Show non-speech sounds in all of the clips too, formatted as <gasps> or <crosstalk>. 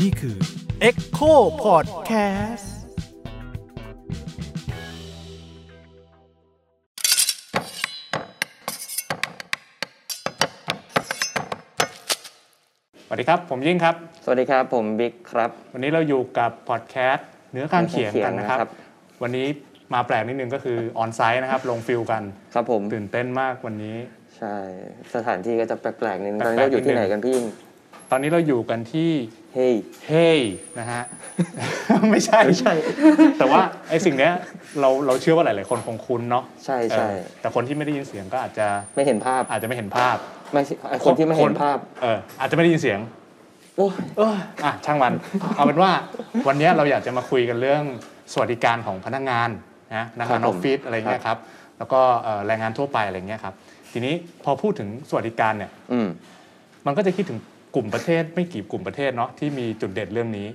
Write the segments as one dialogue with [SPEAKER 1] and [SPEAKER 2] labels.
[SPEAKER 1] นี่คือ
[SPEAKER 2] Echo Podcast
[SPEAKER 3] สวัสดีครับ ผมยิ่งครับ
[SPEAKER 4] สวัสดีครับ ผมบิ๊กครับ
[SPEAKER 3] วันนี้เราอยู่กับพอดแคสต์เนื้อข้างเขียงกันนะครับ
[SPEAKER 4] ครับ
[SPEAKER 3] วันนี้มาแปลกนิดนึงก็คือออนไซต์นะครับ ลงฟิลกัน
[SPEAKER 4] ครับผม
[SPEAKER 3] ตื่นเต้นมากวันนี้
[SPEAKER 4] ใช่ สถานที่ก็จะแปลกๆนิดนึง
[SPEAKER 3] แป
[SPEAKER 4] ต
[SPEAKER 3] ลๆ
[SPEAKER 4] อก นนี้เราอยู่ที่ไหน
[SPEAKER 3] นิดนึง
[SPEAKER 4] กันพี่ยิ่ง
[SPEAKER 3] ตอนนี้เราอยู่กันที่
[SPEAKER 4] เฮ้ย
[SPEAKER 3] เฮ้ยนะฮะ <laughs> ไม่ใช่ไม่ใช่ แต่ว่าไอ้สิ่งเนี้ยเราเราเชื่อว่าหลาย ๆ คนคงคุ้นเนาะ
[SPEAKER 4] ใช่ใช่
[SPEAKER 3] เออแต่คนที่ไม่ได้ยินเสียงก็อาจจะ
[SPEAKER 4] ไม่เห็นภาพ
[SPEAKER 3] อาจจะไม่เห็นภาพ
[SPEAKER 4] ไม่ใช่ไอ้คนที่ไม่เห็นภาพ
[SPEAKER 3] เอออาจจะไม่ได้ยินเสียง
[SPEAKER 4] โอ้ย
[SPEAKER 3] เอออ่ะช่างมันเอาเป็นว่าวันเนี้ยเราอยากจะมาคุยกันเรื่องสวัสดิการของพนักงานนะพนักงานออฟฟิศอะไรเงี้ยครับ แล้วก็เอ่อแรงงานทั่วไปอะไรเงี้ยครับ ทีนี้พอพูดถึงสวัสดิการเนี่ย
[SPEAKER 4] อืม
[SPEAKER 3] มันก็จะคิดถึงกลุ่มประเทศไม่กี่กลุ่มประเทศเนาะที่มีจุดเด่นเรื่องนี้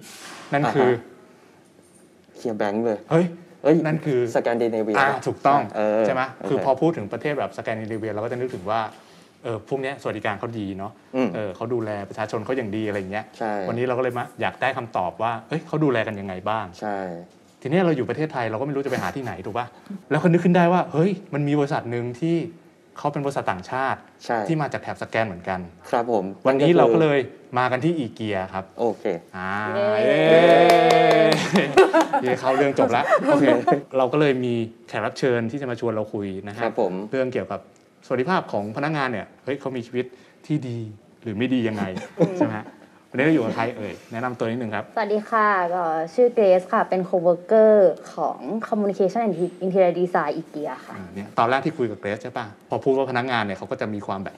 [SPEAKER 3] นั่นคือ
[SPEAKER 4] อ่าฮะ เคลียร์แบงค์เลย
[SPEAKER 3] เฮ้ย
[SPEAKER 4] เอ้ย
[SPEAKER 3] นั่นคือ
[SPEAKER 4] สแกนดิเนเวีย
[SPEAKER 3] อ่าถูกต้อง
[SPEAKER 4] เออ
[SPEAKER 3] ใช่ไหม
[SPEAKER 4] โเ
[SPEAKER 3] คือพอพูดถึงประเทศแบบสแกนดิเนเวียเราก็จะนึกถึงว่าเออพวกเนี้ยสวัสดิการเขาดีเนาะ
[SPEAKER 4] อืม
[SPEAKER 3] เออเขาดูแลประชาชนเขาอย่างดีอะไรเงี้ย
[SPEAKER 4] ใช่
[SPEAKER 3] วันนี้เราก็เลยมาอยากได้คำตอบว่าเอ้ยเขาดูแลกันยังไงบ้าง
[SPEAKER 4] ใช่
[SPEAKER 3] ทีเนี้ยเราอยู่ประเทศไทยเราก็ไม่รู้จะไปหาที่ไหนถูกป่ะ แล้วก็นึกขึ้นได้ว่า เฮ้ย มันมีบริษัทหนึ่งที่เขาเป็นบริษัทต่างชาติ
[SPEAKER 4] ใช่
[SPEAKER 3] ที่มาจากแถบสแกนเหมือนกัน
[SPEAKER 4] ครับผม
[SPEAKER 3] วันนี้เราก็เล
[SPEAKER 4] คื
[SPEAKER 3] ยมากันที่อีเกียครับ
[SPEAKER 4] อโอเค
[SPEAKER 3] อ่าเย้เย้เข้าเรื่องจบแล้วโอเคเราก็เลยมีแขกรับเชิญที่จะมาชวนเราคุยนะค
[SPEAKER 4] ค
[SPEAKER 3] รั
[SPEAKER 4] รั
[SPEAKER 3] บบ
[SPEAKER 4] ผม
[SPEAKER 3] เรื่องเกี่ยวกับสวัสดิภาพของพนักงานเนี่ยเฮ้ยเขามีชีวิตที่ดีหรือไม่ดียังไงใช่ไหมฮะวันนี้เราอยู่กับใครเอ่ยแนะนำตัวนิดนึงครับ
[SPEAKER 5] สวัสดีค่ะก็ชื่อเกรซค่ะ เป็น coworker ของ Communication and Interior Design อีเกียค่ะ
[SPEAKER 3] อ่าเนี่ยตอนแรกที่คุยกับเกรซใช่ป่ะ พอพูดว่าพนักงานเนี่ยเขาก็จะมีความแบบ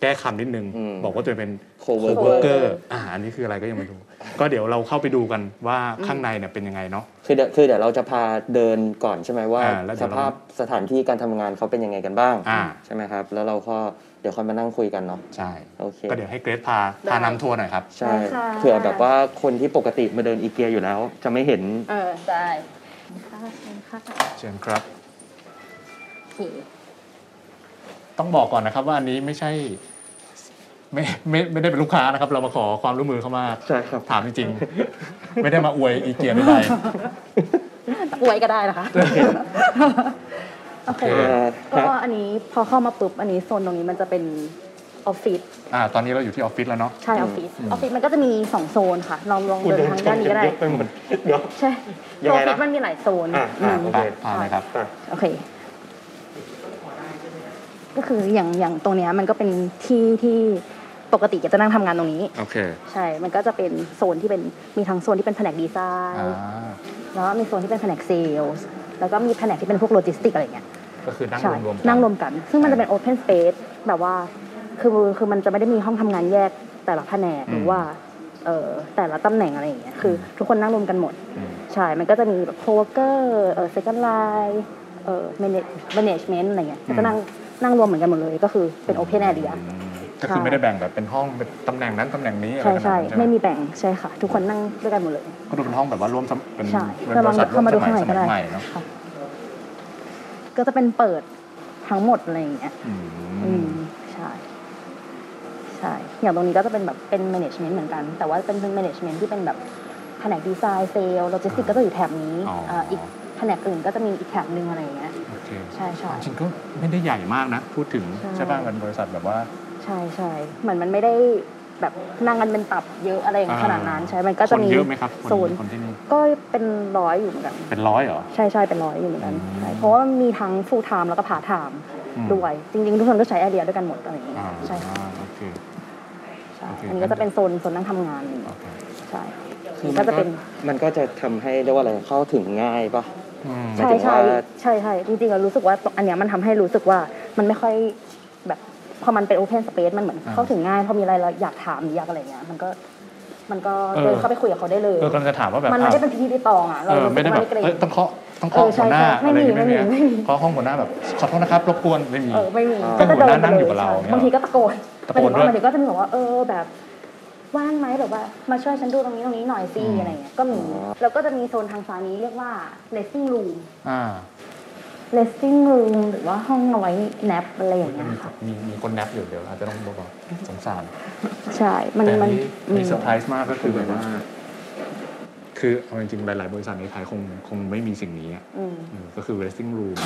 [SPEAKER 3] แก้คำนิดนึง
[SPEAKER 4] อืม
[SPEAKER 3] บอกว่าตัวเองเป็น
[SPEAKER 4] โค
[SPEAKER 3] โค
[SPEAKER 4] เวอร์
[SPEAKER 3] เวอร์
[SPEAKER 4] เกอร์
[SPEAKER 3] เกอร์อ่าอันนี้คืออะไรก็ยังไม่รู้ ก็เดี๋ยวเราเข้าไปดูกันว่าข้างในเนี่ยเป็นยังไงเนาะ
[SPEAKER 4] คือเดี๋ยวคือเดี๋ยวเราจะพาเดินก่อนใช่ไหมว่า
[SPEAKER 3] อ่าแล้วเดี๋
[SPEAKER 4] ส
[SPEAKER 3] ยวเรา
[SPEAKER 4] ภาพสถานที่การทำงานเขาเป็นยังไงกันบ้าง
[SPEAKER 3] อ่า
[SPEAKER 4] ใช่ไหมครับ แล้วเราก็เดี๋ยวค่อยมานั่งคุยกันเนาะ
[SPEAKER 3] ใช่
[SPEAKER 4] โอเค
[SPEAKER 3] ก็เดี๋ยวให้เกรซพา
[SPEAKER 5] ได้
[SPEAKER 3] พานำทัวร์หน่อยครับ
[SPEAKER 4] ใช่
[SPEAKER 5] ได้ค่ะ
[SPEAKER 4] เผื่อแบบว่าคนที่ปกติมาเดินอีเกียอยู่แล้ว จะไม่เห็น
[SPEAKER 5] เออได้ค่ะเชิญค่ะ
[SPEAKER 3] เชิญครับ
[SPEAKER 5] โอเค
[SPEAKER 3] ต้องบอกก่อนนะครับว่าอันนี้ไม่ใช่ไม่ไม่ไม่ได้เป็นลูกค้านะครับ เรามาขอความร่วมมือเข้ามา
[SPEAKER 4] ใช่ครับ
[SPEAKER 3] ถามจริงๆ ไม่ได้มาอวยอีเกียใด
[SPEAKER 5] อวยก็ได้นะคะ โอเค
[SPEAKER 4] เออค
[SPEAKER 5] ก็
[SPEAKER 4] รับ
[SPEAKER 5] อันนี้พอเข้ามาปุ๊บ อันนี้โซนตรงนี้มันจะเป็นออฟฟิศ
[SPEAKER 3] ๆอ่าตอนนี้เราอยู่ที่ออฟฟิศแล้วเนาะ
[SPEAKER 5] ใช่ออฟฟิศ ออฟฟิศมันก็จะมี 2 โซนค่ะ ลองลองเดินทางด้านนี้ก็ได้
[SPEAKER 4] ไปหมดเดี๋ยว
[SPEAKER 5] ใช่
[SPEAKER 4] ยัง
[SPEAKER 5] ออ
[SPEAKER 4] ไง
[SPEAKER 5] ฟ
[SPEAKER 4] นะ
[SPEAKER 5] ฟิศมันมีหลายโซน
[SPEAKER 4] อ่ะอ่ะ
[SPEAKER 5] ม
[SPEAKER 4] โเค
[SPEAKER 3] ไปพาเลยครับ
[SPEAKER 5] โอเค ก็คืออย่างอย่างตรงเนี้ยมันก็เป็นที่ที่ปกติจะนั่งทำงานตรงนี้
[SPEAKER 4] โอเค
[SPEAKER 5] ใช่ มันก็จะเป็นโซนที่เป็นมีทั้งโซนที่เป็นแผนกดีไซ
[SPEAKER 3] อ่า
[SPEAKER 5] น์แล้วก็มีโซนที่เป็นแผนกเซลส์แล้วก็มีแผนกที่เป็นพวกโลจิสติกอะไรเงี้ย
[SPEAKER 3] ก็คือนั่ง
[SPEAKER 5] ใช่
[SPEAKER 3] รวมๆกั
[SPEAKER 5] นั่งรวมกัน ซึ่งมันจะเป็นโอเพนสเปซแบบว่าคือคือมันจะไม่ได้มีห้องทำงานแยกแต่ละแผนก
[SPEAKER 3] อืม
[SPEAKER 5] หรือว่าเอ่อแต่ละตำแหน่งอะไรอย่างเงี้ยคือทุกคนนั่งรวมกันหมด
[SPEAKER 3] อืม
[SPEAKER 5] ใช่ มันก็จะมีแบบโคเกอร์เออเซคันไลน์เออแมเนจเมนต์อะไรเงี้ย
[SPEAKER 3] อืม
[SPEAKER 5] ก็นั่งนั่งรวมเหมือนกันหมดเลย ก็คือเป็นโอเพนแอเรีย
[SPEAKER 3] อืมก็คือ
[SPEAKER 5] ใช่
[SPEAKER 3] ไม่ได้แบ่งแบบเป็นห้องเป็นตำแหน่งนั้นตำแหน่งนี้อะไร
[SPEAKER 5] ใช่
[SPEAKER 3] ขนาด
[SPEAKER 5] ใช่
[SPEAKER 3] นั้นใช่ไหม
[SPEAKER 5] ไม่มีแบ่งใช่ค่ะ ทุกคนนั่งด้วยกันหมดเลย
[SPEAKER 3] ก็ดูเป็นห้องแบบว่าร่วมสมเป็น
[SPEAKER 5] ใช่
[SPEAKER 3] เป็น
[SPEAKER 5] เรา
[SPEAKER 3] บ
[SPEAKER 5] ลอง
[SPEAKER 3] ริษัทร่วม
[SPEAKER 5] เข้ามา
[SPEAKER 3] ส
[SPEAKER 5] ดู
[SPEAKER 3] มัย
[SPEAKER 5] ข้าง
[SPEAKER 3] ส
[SPEAKER 5] ในก็
[SPEAKER 3] มัย
[SPEAKER 5] ได้
[SPEAKER 3] ใหม่เนาะ
[SPEAKER 5] ก็จะเป็นเปิดทั้งหมดอะไรอย่างเงี้ย
[SPEAKER 3] อืม
[SPEAKER 5] อืมใช่ใช่ อย่างตรงนี้ก็จะเป็นแบบเป็นแมเนจเมนต์เหมือนกัน แต่ว่าเป็นเป็นแมเนจเมนต์ที่เป็นแบบแผนกดีไซน์เซลล์โลจิสติกก็จะอยู่แถบนี้
[SPEAKER 3] อ๋อ
[SPEAKER 5] อ่าอีกแผนกอื่นก็จะมีอีกแถบหนึ่งอะไรอย่างเงี้ย
[SPEAKER 3] โอเค
[SPEAKER 5] ใช่ใช่
[SPEAKER 3] จริงๆก็ไม่ได้ใหญ่มากนะ พูดถึง
[SPEAKER 5] ใช่
[SPEAKER 3] ใช่ป่ะเป็นบริษัทแบบว่า
[SPEAKER 5] ใช่ใช่เหมือนมันไม่ได้แบบนั่งกันเป็นตับเยอะอะไรอย่าง
[SPEAKER 3] อ่า
[SPEAKER 5] ขนาดนั้นใช่ มันก็จะ
[SPEAKER 3] คน
[SPEAKER 5] มี
[SPEAKER 3] เยอะไหมครับ
[SPEAKER 5] โซน
[SPEAKER 3] คคนที่นี่
[SPEAKER 5] ก็เป็นร้อยอยู่เหมือนกัน
[SPEAKER 3] เป็นร้อยเหรอ
[SPEAKER 5] ใช่ใช่เป็นร้อยอยู่เหมือนกัน
[SPEAKER 3] อืม
[SPEAKER 5] ใช่เพราะว่ามีทั้ง full time แล้วก็ part time
[SPEAKER 3] อืม
[SPEAKER 5] ด้วย จริงๆ ทุกคนก็ใช้ไอเดียด้วยกันหมดอะไรอย่างเงี้ย
[SPEAKER 3] อ่า
[SPEAKER 5] ใช่ค่ะ
[SPEAKER 3] โอเค
[SPEAKER 5] ใช่
[SPEAKER 3] โอเค
[SPEAKER 5] อันนี้ก็จะเป็นโซนโซนนั่งทำงาน
[SPEAKER 3] โอเค
[SPEAKER 5] ใช่
[SPEAKER 4] คือมั
[SPEAKER 5] ก็
[SPEAKER 4] น
[SPEAKER 5] จะ
[SPEAKER 4] ก็
[SPEAKER 5] เป็น
[SPEAKER 4] มันก็จะทำให้เรียกว่าอะไรเข้าถึงง่ายป่ะ
[SPEAKER 3] อืม
[SPEAKER 4] หาย
[SPEAKER 5] ใช่
[SPEAKER 4] ถึง
[SPEAKER 5] ใช่
[SPEAKER 4] ว่า
[SPEAKER 5] ใช่ใช่จริงๆอะรู้สึกว่าอันเนี้ยมันทำให้รู้สึกว่ามันไม่ค่อยแบบพอมันเป็น open space มันเหมือนเข้าถึงง่ายพอมีอะไรเราอยากถามหรืออยากอะไรเงี้ยมันก็มันก็เดินเข้าไปคุยกับเขาได้เลย
[SPEAKER 3] เออกำลังจะถามว่าแบบ
[SPEAKER 5] มันไม่ได้เป็นพิธีรีตองอ่ะ
[SPEAKER 3] เอ
[SPEAKER 5] เรา
[SPEAKER 3] อไม่ได้แบบ
[SPEAKER 5] เกรง
[SPEAKER 3] เอ้ยต้องเคาะต้องเคาะ
[SPEAKER 5] เออใช่
[SPEAKER 3] หัวหน้า
[SPEAKER 5] ใช่
[SPEAKER 3] อะไร
[SPEAKER 5] ไม่มี
[SPEAKER 3] อย่างเงี้ยไม่มีนะ
[SPEAKER 5] ไม่มี
[SPEAKER 3] เคาะห้องหัวหน้าแบบขอโทษนะครับรบกวนไม่มี
[SPEAKER 5] เออไม่มี
[SPEAKER 4] อ่า
[SPEAKER 5] ก็จะเดิน
[SPEAKER 3] นั่
[SPEAKER 5] ไป
[SPEAKER 3] งอยู่
[SPEAKER 5] เลย
[SPEAKER 3] กับเราเนี่ย
[SPEAKER 5] บางทีก็ตะโกน
[SPEAKER 3] ตะโกนด้วย
[SPEAKER 5] หมันก็จะมีบอกว่าเออแบบว่างไหมแบบว่ามาช่วยฉันดูตรงนี้ตรงนี้หน่อยสิอะไรเงี้ยก็มี
[SPEAKER 4] อ๋อ
[SPEAKER 5] แล้วก็จะมีโซนทางซ้ายนี้เรียกว่า dressing room
[SPEAKER 3] อ่า
[SPEAKER 5] resting room หรือว่าห้องเอาไว้แนปอะไรอย่างเงี้ยค่ะ
[SPEAKER 3] มีมีคนแนบอยู่เดี๋ยวอาจจะต้องบอกๆสงสาร
[SPEAKER 5] ใช่ มัน
[SPEAKER 3] แต่
[SPEAKER 5] มัน
[SPEAKER 3] นี่
[SPEAKER 5] อื
[SPEAKER 3] มี
[SPEAKER 5] ม
[SPEAKER 3] เซอร์ไพรส์มากก็คือแบบว่า คือเอาจริงๆ หลาย ๆ บริษัทในไทยคงคงไม่มีสิ่งนี้อะ
[SPEAKER 5] อืม
[SPEAKER 3] อืมก็คือ resting room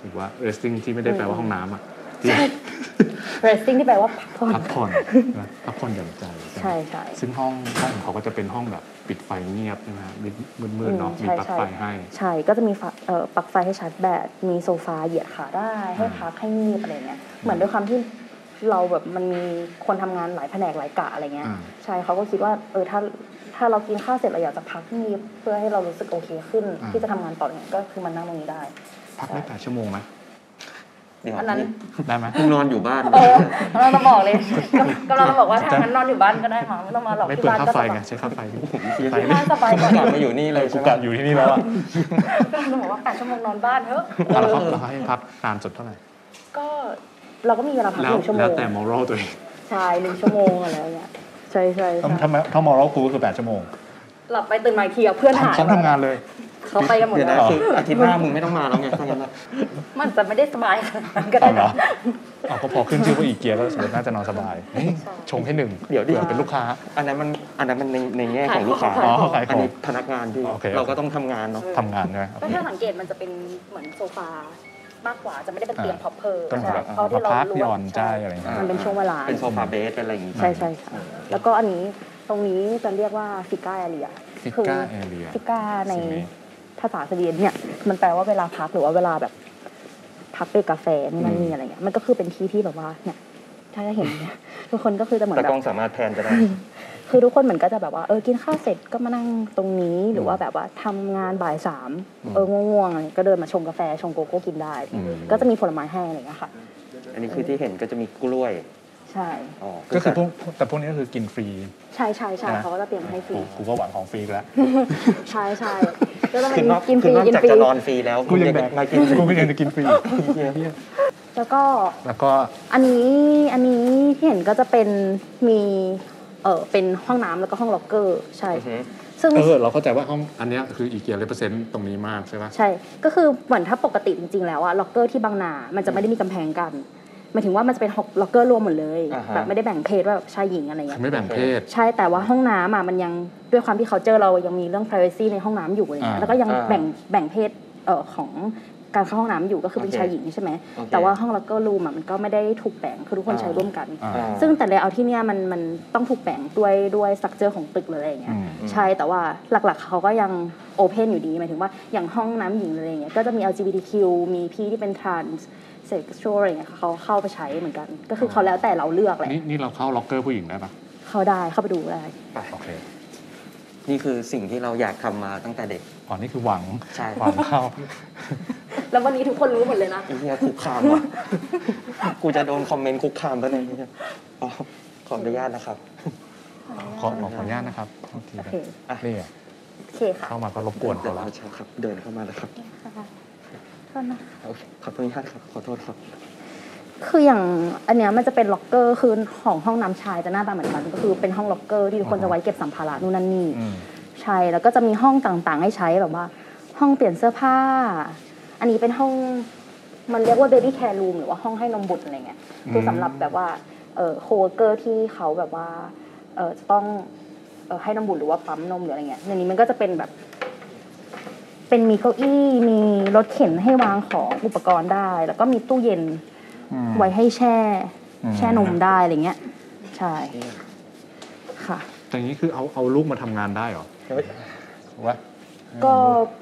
[SPEAKER 3] หรือว่า resting ที่ไม่ได้แปลว่าห้องน้ำอ่ะที่
[SPEAKER 5] resting ที่แปลว่าพักผ่อน
[SPEAKER 3] พักผ่อนนะพักผ่อนหย่อนใจ
[SPEAKER 5] ใช่ใช่
[SPEAKER 3] ซึ่งห้องห้องของเขาก็จะเป็นห้องแบบปิดไฟเงียบนะฮะมืดมื
[SPEAKER 5] อื
[SPEAKER 3] ด
[SPEAKER 5] ม
[SPEAKER 3] ๆเนาะมี
[SPEAKER 5] ใช่
[SPEAKER 3] ปลั๊ก
[SPEAKER 5] ใช่
[SPEAKER 3] ไฟให้
[SPEAKER 5] ใช่ ก็จะมีฝาเอ่อปลั๊กไฟให้ชาร์จแบต มีโซฟาเหยียดขาได้ ให้พักให้งีบอะไรเงี้ย เหมือนด้วยความที่เราแบบมันมีคนทำงานหลายแผนกหลายกะอะไรเงี้ย
[SPEAKER 3] อ่า
[SPEAKER 5] ใช่เขาก็คิดว่าเออถ้าถ้าเรากินข้าวเสร็จเราอยากจะพักงีบเพื่อให้เรารู้สึกโอเคขึ้น ที่จะทำงานต่อเนี่ยก็คือมันนั่งตรงนี้ได้
[SPEAKER 3] พักได้แปดชั่วโมงไหม
[SPEAKER 4] เดี๋ยว
[SPEAKER 5] อันนั้น
[SPEAKER 3] ได้ไหม
[SPEAKER 4] มึงนอนอยู่บ้าน
[SPEAKER 5] เออกำลังจะบอกเลย <laughs> กำลังจะบอกว่าถ้างั้นนอนอยู่บ้านก็ได้มั้งไม่ต้องมาหรอก
[SPEAKER 3] ไม่เปลื
[SPEAKER 5] ที่
[SPEAKER 3] อง
[SPEAKER 5] บ้า
[SPEAKER 3] ค่า
[SPEAKER 5] นก็
[SPEAKER 3] ไฟ
[SPEAKER 5] สบาย
[SPEAKER 3] ไงใช้ค่าไฟที่ผม
[SPEAKER 4] ที่
[SPEAKER 3] ไป
[SPEAKER 5] ที่
[SPEAKER 3] เนี่
[SPEAKER 5] บ้าย นสบายกว่า
[SPEAKER 3] <laughs>
[SPEAKER 4] กลับมาอยู่นี่เลย
[SPEAKER 3] กู
[SPEAKER 4] ใช่ไหม
[SPEAKER 3] กะอยู่ที่นี่แล้วอ่ะ
[SPEAKER 5] ก็หนูบอกว่า8ชั่วโมงนอนบ้านเถอะ
[SPEAKER 3] เอาละครับเราให้พักนานสุดเท่าไหร่
[SPEAKER 5] ก็เราก็มีเวลาพัก
[SPEAKER 3] แล้
[SPEAKER 5] ห
[SPEAKER 3] ว
[SPEAKER 5] นึ่งชั่วโม
[SPEAKER 3] แล้ว
[SPEAKER 5] ง
[SPEAKER 3] แต่ moral ตัวเอง
[SPEAKER 5] ใช่หนึ่งชั่วโมงอะไรเงี้ยใช่ใช่ใช่
[SPEAKER 3] ถ้าถ้า moral กูก็คือแปดชั่วโมง
[SPEAKER 5] หลับไปตื่นมาอีกทีอะเพื่อนหาย
[SPEAKER 3] พร้อมทำงานเลย
[SPEAKER 5] เขาไปกันหมด
[SPEAKER 4] เดี๋ยว
[SPEAKER 5] แล้
[SPEAKER 4] นะ
[SPEAKER 5] ว
[SPEAKER 4] คืออาทิตย์หน้ามึงไม่ต้องมาแล้วไงถ้างั้นนะ
[SPEAKER 5] มันจะไม่ได้สบายขนาดนั้นก็ได้
[SPEAKER 3] เอาเหรอ
[SPEAKER 5] นะ
[SPEAKER 3] เอาก็พอขึ้นชื่อว่าอีเกียแล้วสมมติน่าจะนอนสบายเฮ้ยชงให้หนึ่ง
[SPEAKER 4] เดี๋ยวดิ
[SPEAKER 3] เผื่อเป็นลูกค้า
[SPEAKER 4] อันนั้นมันอันนั้นมันในในแง่ของลูกค้า
[SPEAKER 5] ขายของ
[SPEAKER 3] อ๋อขายของ
[SPEAKER 4] อันนี้พนักงานที่
[SPEAKER 3] โอเค
[SPEAKER 4] เราก็ต้องทำงานเนาะ
[SPEAKER 3] ทำงานใช่ไหม
[SPEAKER 5] ก็ถ้าสังเกตมันจะเป็นเหมือนโซฟามากกว่าจะไม่ได้เป็นเตียง
[SPEAKER 3] อ่า
[SPEAKER 5] พอปเพอร์
[SPEAKER 3] ต้องแบบ
[SPEAKER 5] ใช่เพราะที่เรา
[SPEAKER 3] พัก
[SPEAKER 5] รู้
[SPEAKER 3] หย่
[SPEAKER 5] ว่า
[SPEAKER 3] อนใจอะไรอย่างเงี้ย
[SPEAKER 5] มันเป็นช่วงเวลา
[SPEAKER 4] เป็นโซฟาเบสเป็นอะไรอย่างงี้
[SPEAKER 5] ใช่ใช่ค่ะแล้วก็อันนี้ตรงนี้จะเรียกว่าฟิก้าเรีย
[SPEAKER 3] ฟิก้าแอเรีย
[SPEAKER 5] ฟิก้าใน
[SPEAKER 3] สิ่งนี้
[SPEAKER 5] ภาษาสวีเดนเนี่ย มันแปลว่าเวลาพักหรือว่าเวลาแบบ พักไปกาแฟนี่นั่นนี่อะไรเงี้ยมันก็คือเป็นที่ที่แบบว่าเนี่ย ถ้าจะเห็นเนี่ย <laughs> ทุกคนก็คือจะเหมือน
[SPEAKER 4] แต่
[SPEAKER 5] แบ
[SPEAKER 4] กล้
[SPEAKER 5] บ
[SPEAKER 4] องสามารถแทนจะได้
[SPEAKER 5] คือทุกคนเหมือนก็จะแบบว่าเออกินข้าวเสร็จก็มานั่งตรงนี้หรือว่าแบบว่าทำงานบ่ายสามเออง่วงๆอะไรก็เดินมาชงกาแฟชงโกโก้กินได้
[SPEAKER 3] อืม
[SPEAKER 5] ก็จะมีผลไม้ให้อะไรเงี้ยค่ะ
[SPEAKER 4] อันนี้คือที่เห็นก็จะมีกล้วย
[SPEAKER 5] ใช่
[SPEAKER 4] อ๋อ
[SPEAKER 3] ก็คือพวกแต่พวกนี้ก็คือกินฟรี
[SPEAKER 5] ใช่ใช่ใช่เขาก็จะเตรียมให้ฟรี
[SPEAKER 3] กูกูก็หวังของฟรีแล้ว
[SPEAKER 5] ใช่ใช่ก็จะ
[SPEAKER 4] <laughs> คื
[SPEAKER 5] เป็น
[SPEAKER 4] อนอก
[SPEAKER 5] กินฟ
[SPEAKER 4] คือน
[SPEAKER 5] รี
[SPEAKER 4] อก
[SPEAKER 5] กิน
[SPEAKER 4] จาก
[SPEAKER 5] ฟรี
[SPEAKER 4] จะนอนฟรีแล้ว
[SPEAKER 3] กูยังแบก
[SPEAKER 4] มากิน
[SPEAKER 3] กูก็ยังจะกินฟรี <laughs>
[SPEAKER 5] แล้วก็
[SPEAKER 3] แล้วก็
[SPEAKER 5] อันนี้อันนี้ที่เห็นก็จะเป็นมีเออเป็นห้องน้ำแล้วก็ห้องล็อกเกอร์ใช่
[SPEAKER 4] อือหือ
[SPEAKER 5] ซึ่ง
[SPEAKER 3] เออเราเข้าใจว่าห้องอันเนี้ยคืออีเกียเลเปอร์เซนต์ตรงนี้มากใช่ไหม
[SPEAKER 5] ใช่ก็คือเหมือนถ้าปกติจริงๆแล้วอะล็อกเกอร์ที่บางนา มันจะไม่ได้มีกำแพงกันหมายถึงว่ามันจะเป็นล็อกเกอร์รวมหมดเลย
[SPEAKER 4] อ่าฮะ
[SPEAKER 5] แบบไม่ได้แบ่งเพศว่าชายหญิงอะไรเงี้ย
[SPEAKER 3] ไม่แบ่งเพศ
[SPEAKER 5] ใช่แต่ว่าห้องน้ำอะมันยังด้วยความที่เขาเจอเรายังมีเรื่อง p r i เวซีในห้องน้ำอยู่อะไรเงี้ย
[SPEAKER 3] อ่า
[SPEAKER 5] แล้วก็ยัง
[SPEAKER 4] อ่า
[SPEAKER 5] แบ่งแบ่งเพศเออของการเข้าห้องน้ำอยู่ก็คือเป็น
[SPEAKER 4] โอเค
[SPEAKER 5] ชายหญิงใช่ไหม
[SPEAKER 4] โอเค
[SPEAKER 5] แต่ว่าห้องล็อกเกอร์รูมอะมันก็ไม่ได้ถูกแบ่งคือทุกคนใช้ร่วมกัน
[SPEAKER 3] อ่า
[SPEAKER 4] อ่า
[SPEAKER 5] ซึ่งแต่เลเยอร์ที่เนี่ยมันมันต้องถูกแบ่งด้วยด้วยสักเจอของตึกหรืออะไรอย่างเงี้ย
[SPEAKER 3] อืม
[SPEAKER 5] ใช่แต่ว่าหลักๆเขาก็ยังโอเพนอยู่ดีหมายถึงว่าอย่างห้องน้ำหญิงหรืออะไรเงี้ยก็จะมี LGBTQ มีพี่ที่เป็น trans sexual อะไรเงี้ยเขาเข้าไปใช้เหมือนกัน ก็คือเขาแล้วแต่เราเลือกแหละ
[SPEAKER 3] นี่นี่เราเข้าล็อกเกอร์ผู้หญิงได้ปะ
[SPEAKER 5] เขาได้เข้าไปดูได้
[SPEAKER 3] โอเค
[SPEAKER 4] นี่คือสิ่งที่เราอยากทำมาตั้งแต่เด็ก
[SPEAKER 3] อ๋อนี่คือหวัง
[SPEAKER 4] ใช่
[SPEAKER 3] หวังเข้า
[SPEAKER 5] แล้ววันนี้ทุกคนรู้หมดเลยนะ
[SPEAKER 4] ไอ้เหี้ยคุกคามว่ะ กูจะโดนคอมเมนต์คุกคามแล้วเนี่ยไอ้เหี้ยอ๋อขออนุญาตนะครับ
[SPEAKER 3] ขอขอขออนุญาตนะครับโทษที
[SPEAKER 5] โอ
[SPEAKER 3] นะ
[SPEAKER 5] เค
[SPEAKER 3] นี่ไง
[SPEAKER 5] โอเคค่ะ
[SPEAKER 3] เข้ามาก็รบกวน
[SPEAKER 4] เดี๋
[SPEAKER 3] เขา
[SPEAKER 4] ยว
[SPEAKER 3] ละ
[SPEAKER 4] เราเชาครับ เดินเข้ามาแล้วครับ
[SPEAKER 5] โทษนะ
[SPEAKER 4] โอเคขออนุญาตครับ ขอโทษครับ
[SPEAKER 5] คืออย่างอันเนี้ยมันจะเป็นล็อกเกอร์คือของห้องน้ำชายจะหน้าตาเหมือนกันก็คือเป็นห้องล็อกเกอร์ที่ทุกคนจะไว้เก็บสัมภาระนู่นนั่นนี่
[SPEAKER 3] อืม
[SPEAKER 5] ใช่แล้วก็จะมีห้องต่างๆ ให้ใช้แบบว่า ห้องเปลี่ยนเสื้อผ้า อันนี้เป็นห้องมันเรียกว่า baby care room หรือว่าห้องให้นมบุตรอะไรเงี้ยคือสำหรับแบบว่าเอ่อ coworker ที่เขาแบบว่าเอ่อจะต้องเอ่อให้นมบุตรหรือว่าปั๊มนมหรืออะไรเงี้ยในนี้มันก็จะเป็นแบบ เป็นมีเก้าอี้มีรถเข็นให้วางของอุปกรณ์ได้ แล้วก็มีตู้เย็น
[SPEAKER 3] อืม
[SPEAKER 5] ไว้ให้แช่
[SPEAKER 3] อืม
[SPEAKER 5] แช่นมได้อะไรเงี้ยใช่ค่ะ
[SPEAKER 3] แต่อย่างนี้คือเอาเอาลูกมาทำงานได้เหรอ
[SPEAKER 4] เฮ้ย
[SPEAKER 3] ถูกปะ
[SPEAKER 5] ก็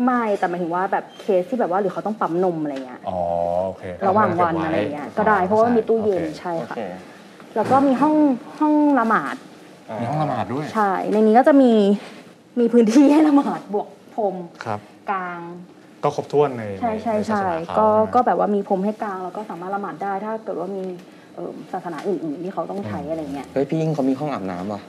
[SPEAKER 5] ไม่แต่หมายถึงว่าแบบเคสที่แบบว่าหรือเขาต้องปั๊มนมอะไรเงี้ย
[SPEAKER 3] อ๋อโอเค
[SPEAKER 5] ระหว่างวันอะไรเงี้ยก็ได้เพราะว่ามีตู้เย็นใช่
[SPEAKER 4] โอ
[SPEAKER 5] ค่ะ
[SPEAKER 4] เค
[SPEAKER 5] แล้วก็มีห้องห้องละหมาด
[SPEAKER 4] อ่า
[SPEAKER 3] มีห้องละหมาดด้วย
[SPEAKER 5] ใช่ในนี้ก็จะมีมีพื้นที่ให้ละหมาดบวกพรม
[SPEAKER 3] ครับ
[SPEAKER 5] กลาง
[SPEAKER 3] ก็ครบถ้วนใน
[SPEAKER 5] ใช่ใช่
[SPEAKER 3] นศา
[SPEAKER 5] ใช่
[SPEAKER 3] สนาเขา
[SPEAKER 5] ก็
[SPEAKER 3] นะ
[SPEAKER 5] ก็แบบว่ามีพรมให้กลางแล้วก็สามารถละหมาดได้ถ้าเกิดว่ามีเอิ่มศาสนาอื่นๆที่เขาต้องใช้อะไรเงี้ย
[SPEAKER 4] เฮ้ยพี่ยิ่งเขามีห้องอาบน้ำว่ะ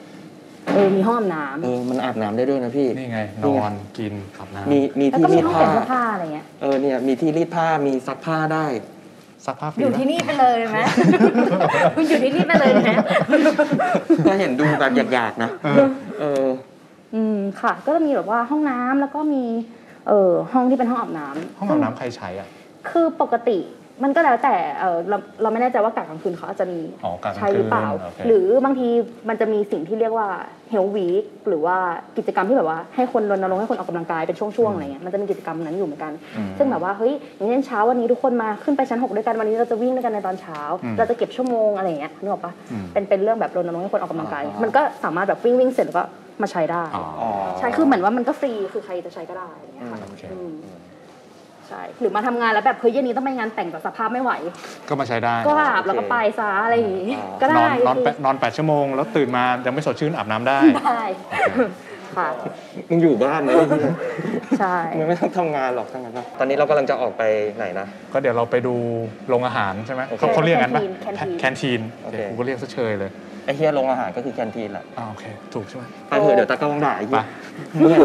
[SPEAKER 5] เออมีห้องอาบน้
[SPEAKER 4] เออ มันอาบน้ำได้ด้วยนะพี่
[SPEAKER 3] นี่ไง น
[SPEAKER 4] นี่ไง
[SPEAKER 3] อนกินขับน้
[SPEAKER 4] มีมี
[SPEAKER 5] ำแล้ว
[SPEAKER 4] ที่
[SPEAKER 5] ก็มี
[SPEAKER 4] รีด
[SPEAKER 5] ห้
[SPEAKER 4] ผ้า
[SPEAKER 5] องเก็บเสื้อผ้าอะไรเงี้ย
[SPEAKER 4] เออเนี่ยมีที่รีดผ้ามีซักผ้าได้
[SPEAKER 3] ำซักผ้าฟรี
[SPEAKER 5] อยู่ที่นี่ไปเลยไหม <laughs> คุณอยู่ที่นี่ไปเลยไหม
[SPEAKER 4] ก็เห็นดูแบบอยากๆนะ เออ
[SPEAKER 5] อืมค่ะ ก็จะมีแบบว่าห้องน้ำแล้วก็มี เอ่อห้องที่เป็นห้องอาบน้ำ
[SPEAKER 3] ห้องอาบน้ำใครใช้อ่ะ
[SPEAKER 5] คือปกติมันก็แล้วแต่เออเราเราไม่แน่ใจว่ากะกลางคืนเขาอาจจะมี
[SPEAKER 3] อ๋อกะกลางคืน
[SPEAKER 5] ใช้หรือเปล่า
[SPEAKER 3] โอเค
[SPEAKER 5] หรือบางทีมันจะมีสิ่งที่เรียกว่าเฮลวีคหรือว่ากิจกรรมที่แบบว่าให้คนรณรงค์ให้คนออกกำลังกายเป็นช่วงๆอะไรเงี้ยมันจะมีกิจกรรมนั้นอยู่เหมือนกัน ซึ่งแบบว่าเฮ้ยอย่างเช่นเช้าวันนี้ทุกคนมาขึ้นไปชั้นหกด้วยกันวันนี้เราจะวิ่งด้วยกันในตอนเช้า
[SPEAKER 3] อืม
[SPEAKER 5] เราจะเก็บชั่วโมงอะไรเงี้ยนึกออกปะ
[SPEAKER 3] อืม
[SPEAKER 5] เป็นเป็นเรื่องแบบรณรงค์ให้คนออกกำลังกาย
[SPEAKER 4] อ๋อ
[SPEAKER 5] มันก็สามารถแบบวิ่งวิ่งเสร็จแล้วก็มาใช้ได้
[SPEAKER 3] อ๋อ
[SPEAKER 5] ใช่คือเหมือนว่ามันก็ฟรีคือใครจะใช้ก็ได้อะไรเงี้ยค่ะ
[SPEAKER 3] โอเค
[SPEAKER 5] อืมใช่หรือมาทำงานแล้วแบบเฮ้ยเย็นนี้ต้องไปงานแต่งแต่สภาพไม่ไหว
[SPEAKER 3] ก็มาใช้ได้
[SPEAKER 5] ก็อาบแล้วก็ไปซะอะไรอย่างงี้ ก็
[SPEAKER 3] น
[SPEAKER 5] ได้
[SPEAKER 3] อนนอน
[SPEAKER 5] คือ
[SPEAKER 3] แปดนอนแปดชั่วโมง แล้วตื่นมายังไม่สดชื่นอาบน้ำได้
[SPEAKER 5] ได้ค่ะ
[SPEAKER 4] มึงอยู่บ้านนะ
[SPEAKER 5] ใช่
[SPEAKER 4] มึงไม่ต้องทำงานหรอกทั้งนั้นนะตอนนี้เรากำลังจะออกไปไหนนะ
[SPEAKER 3] ก็เดี๋ยวเราไปดูโรงอาหารใช่ไหม
[SPEAKER 4] โอเค
[SPEAKER 3] เขาเขาเรียกกันปะ
[SPEAKER 5] แคนทีน
[SPEAKER 3] แคนทีน
[SPEAKER 4] โอเค
[SPEAKER 3] เดี๋ยวกูก็เรียกซะเชยเลย
[SPEAKER 4] ไอ้เฮียโรงอาหารก็คือแคนทีนแหละ
[SPEAKER 3] อ่าโอเค ถูกใช่ไหม
[SPEAKER 4] ไปเถอะเดี๋ยวตากล้องด่าไอ้
[SPEAKER 3] ไป
[SPEAKER 4] เฮียเมื่อย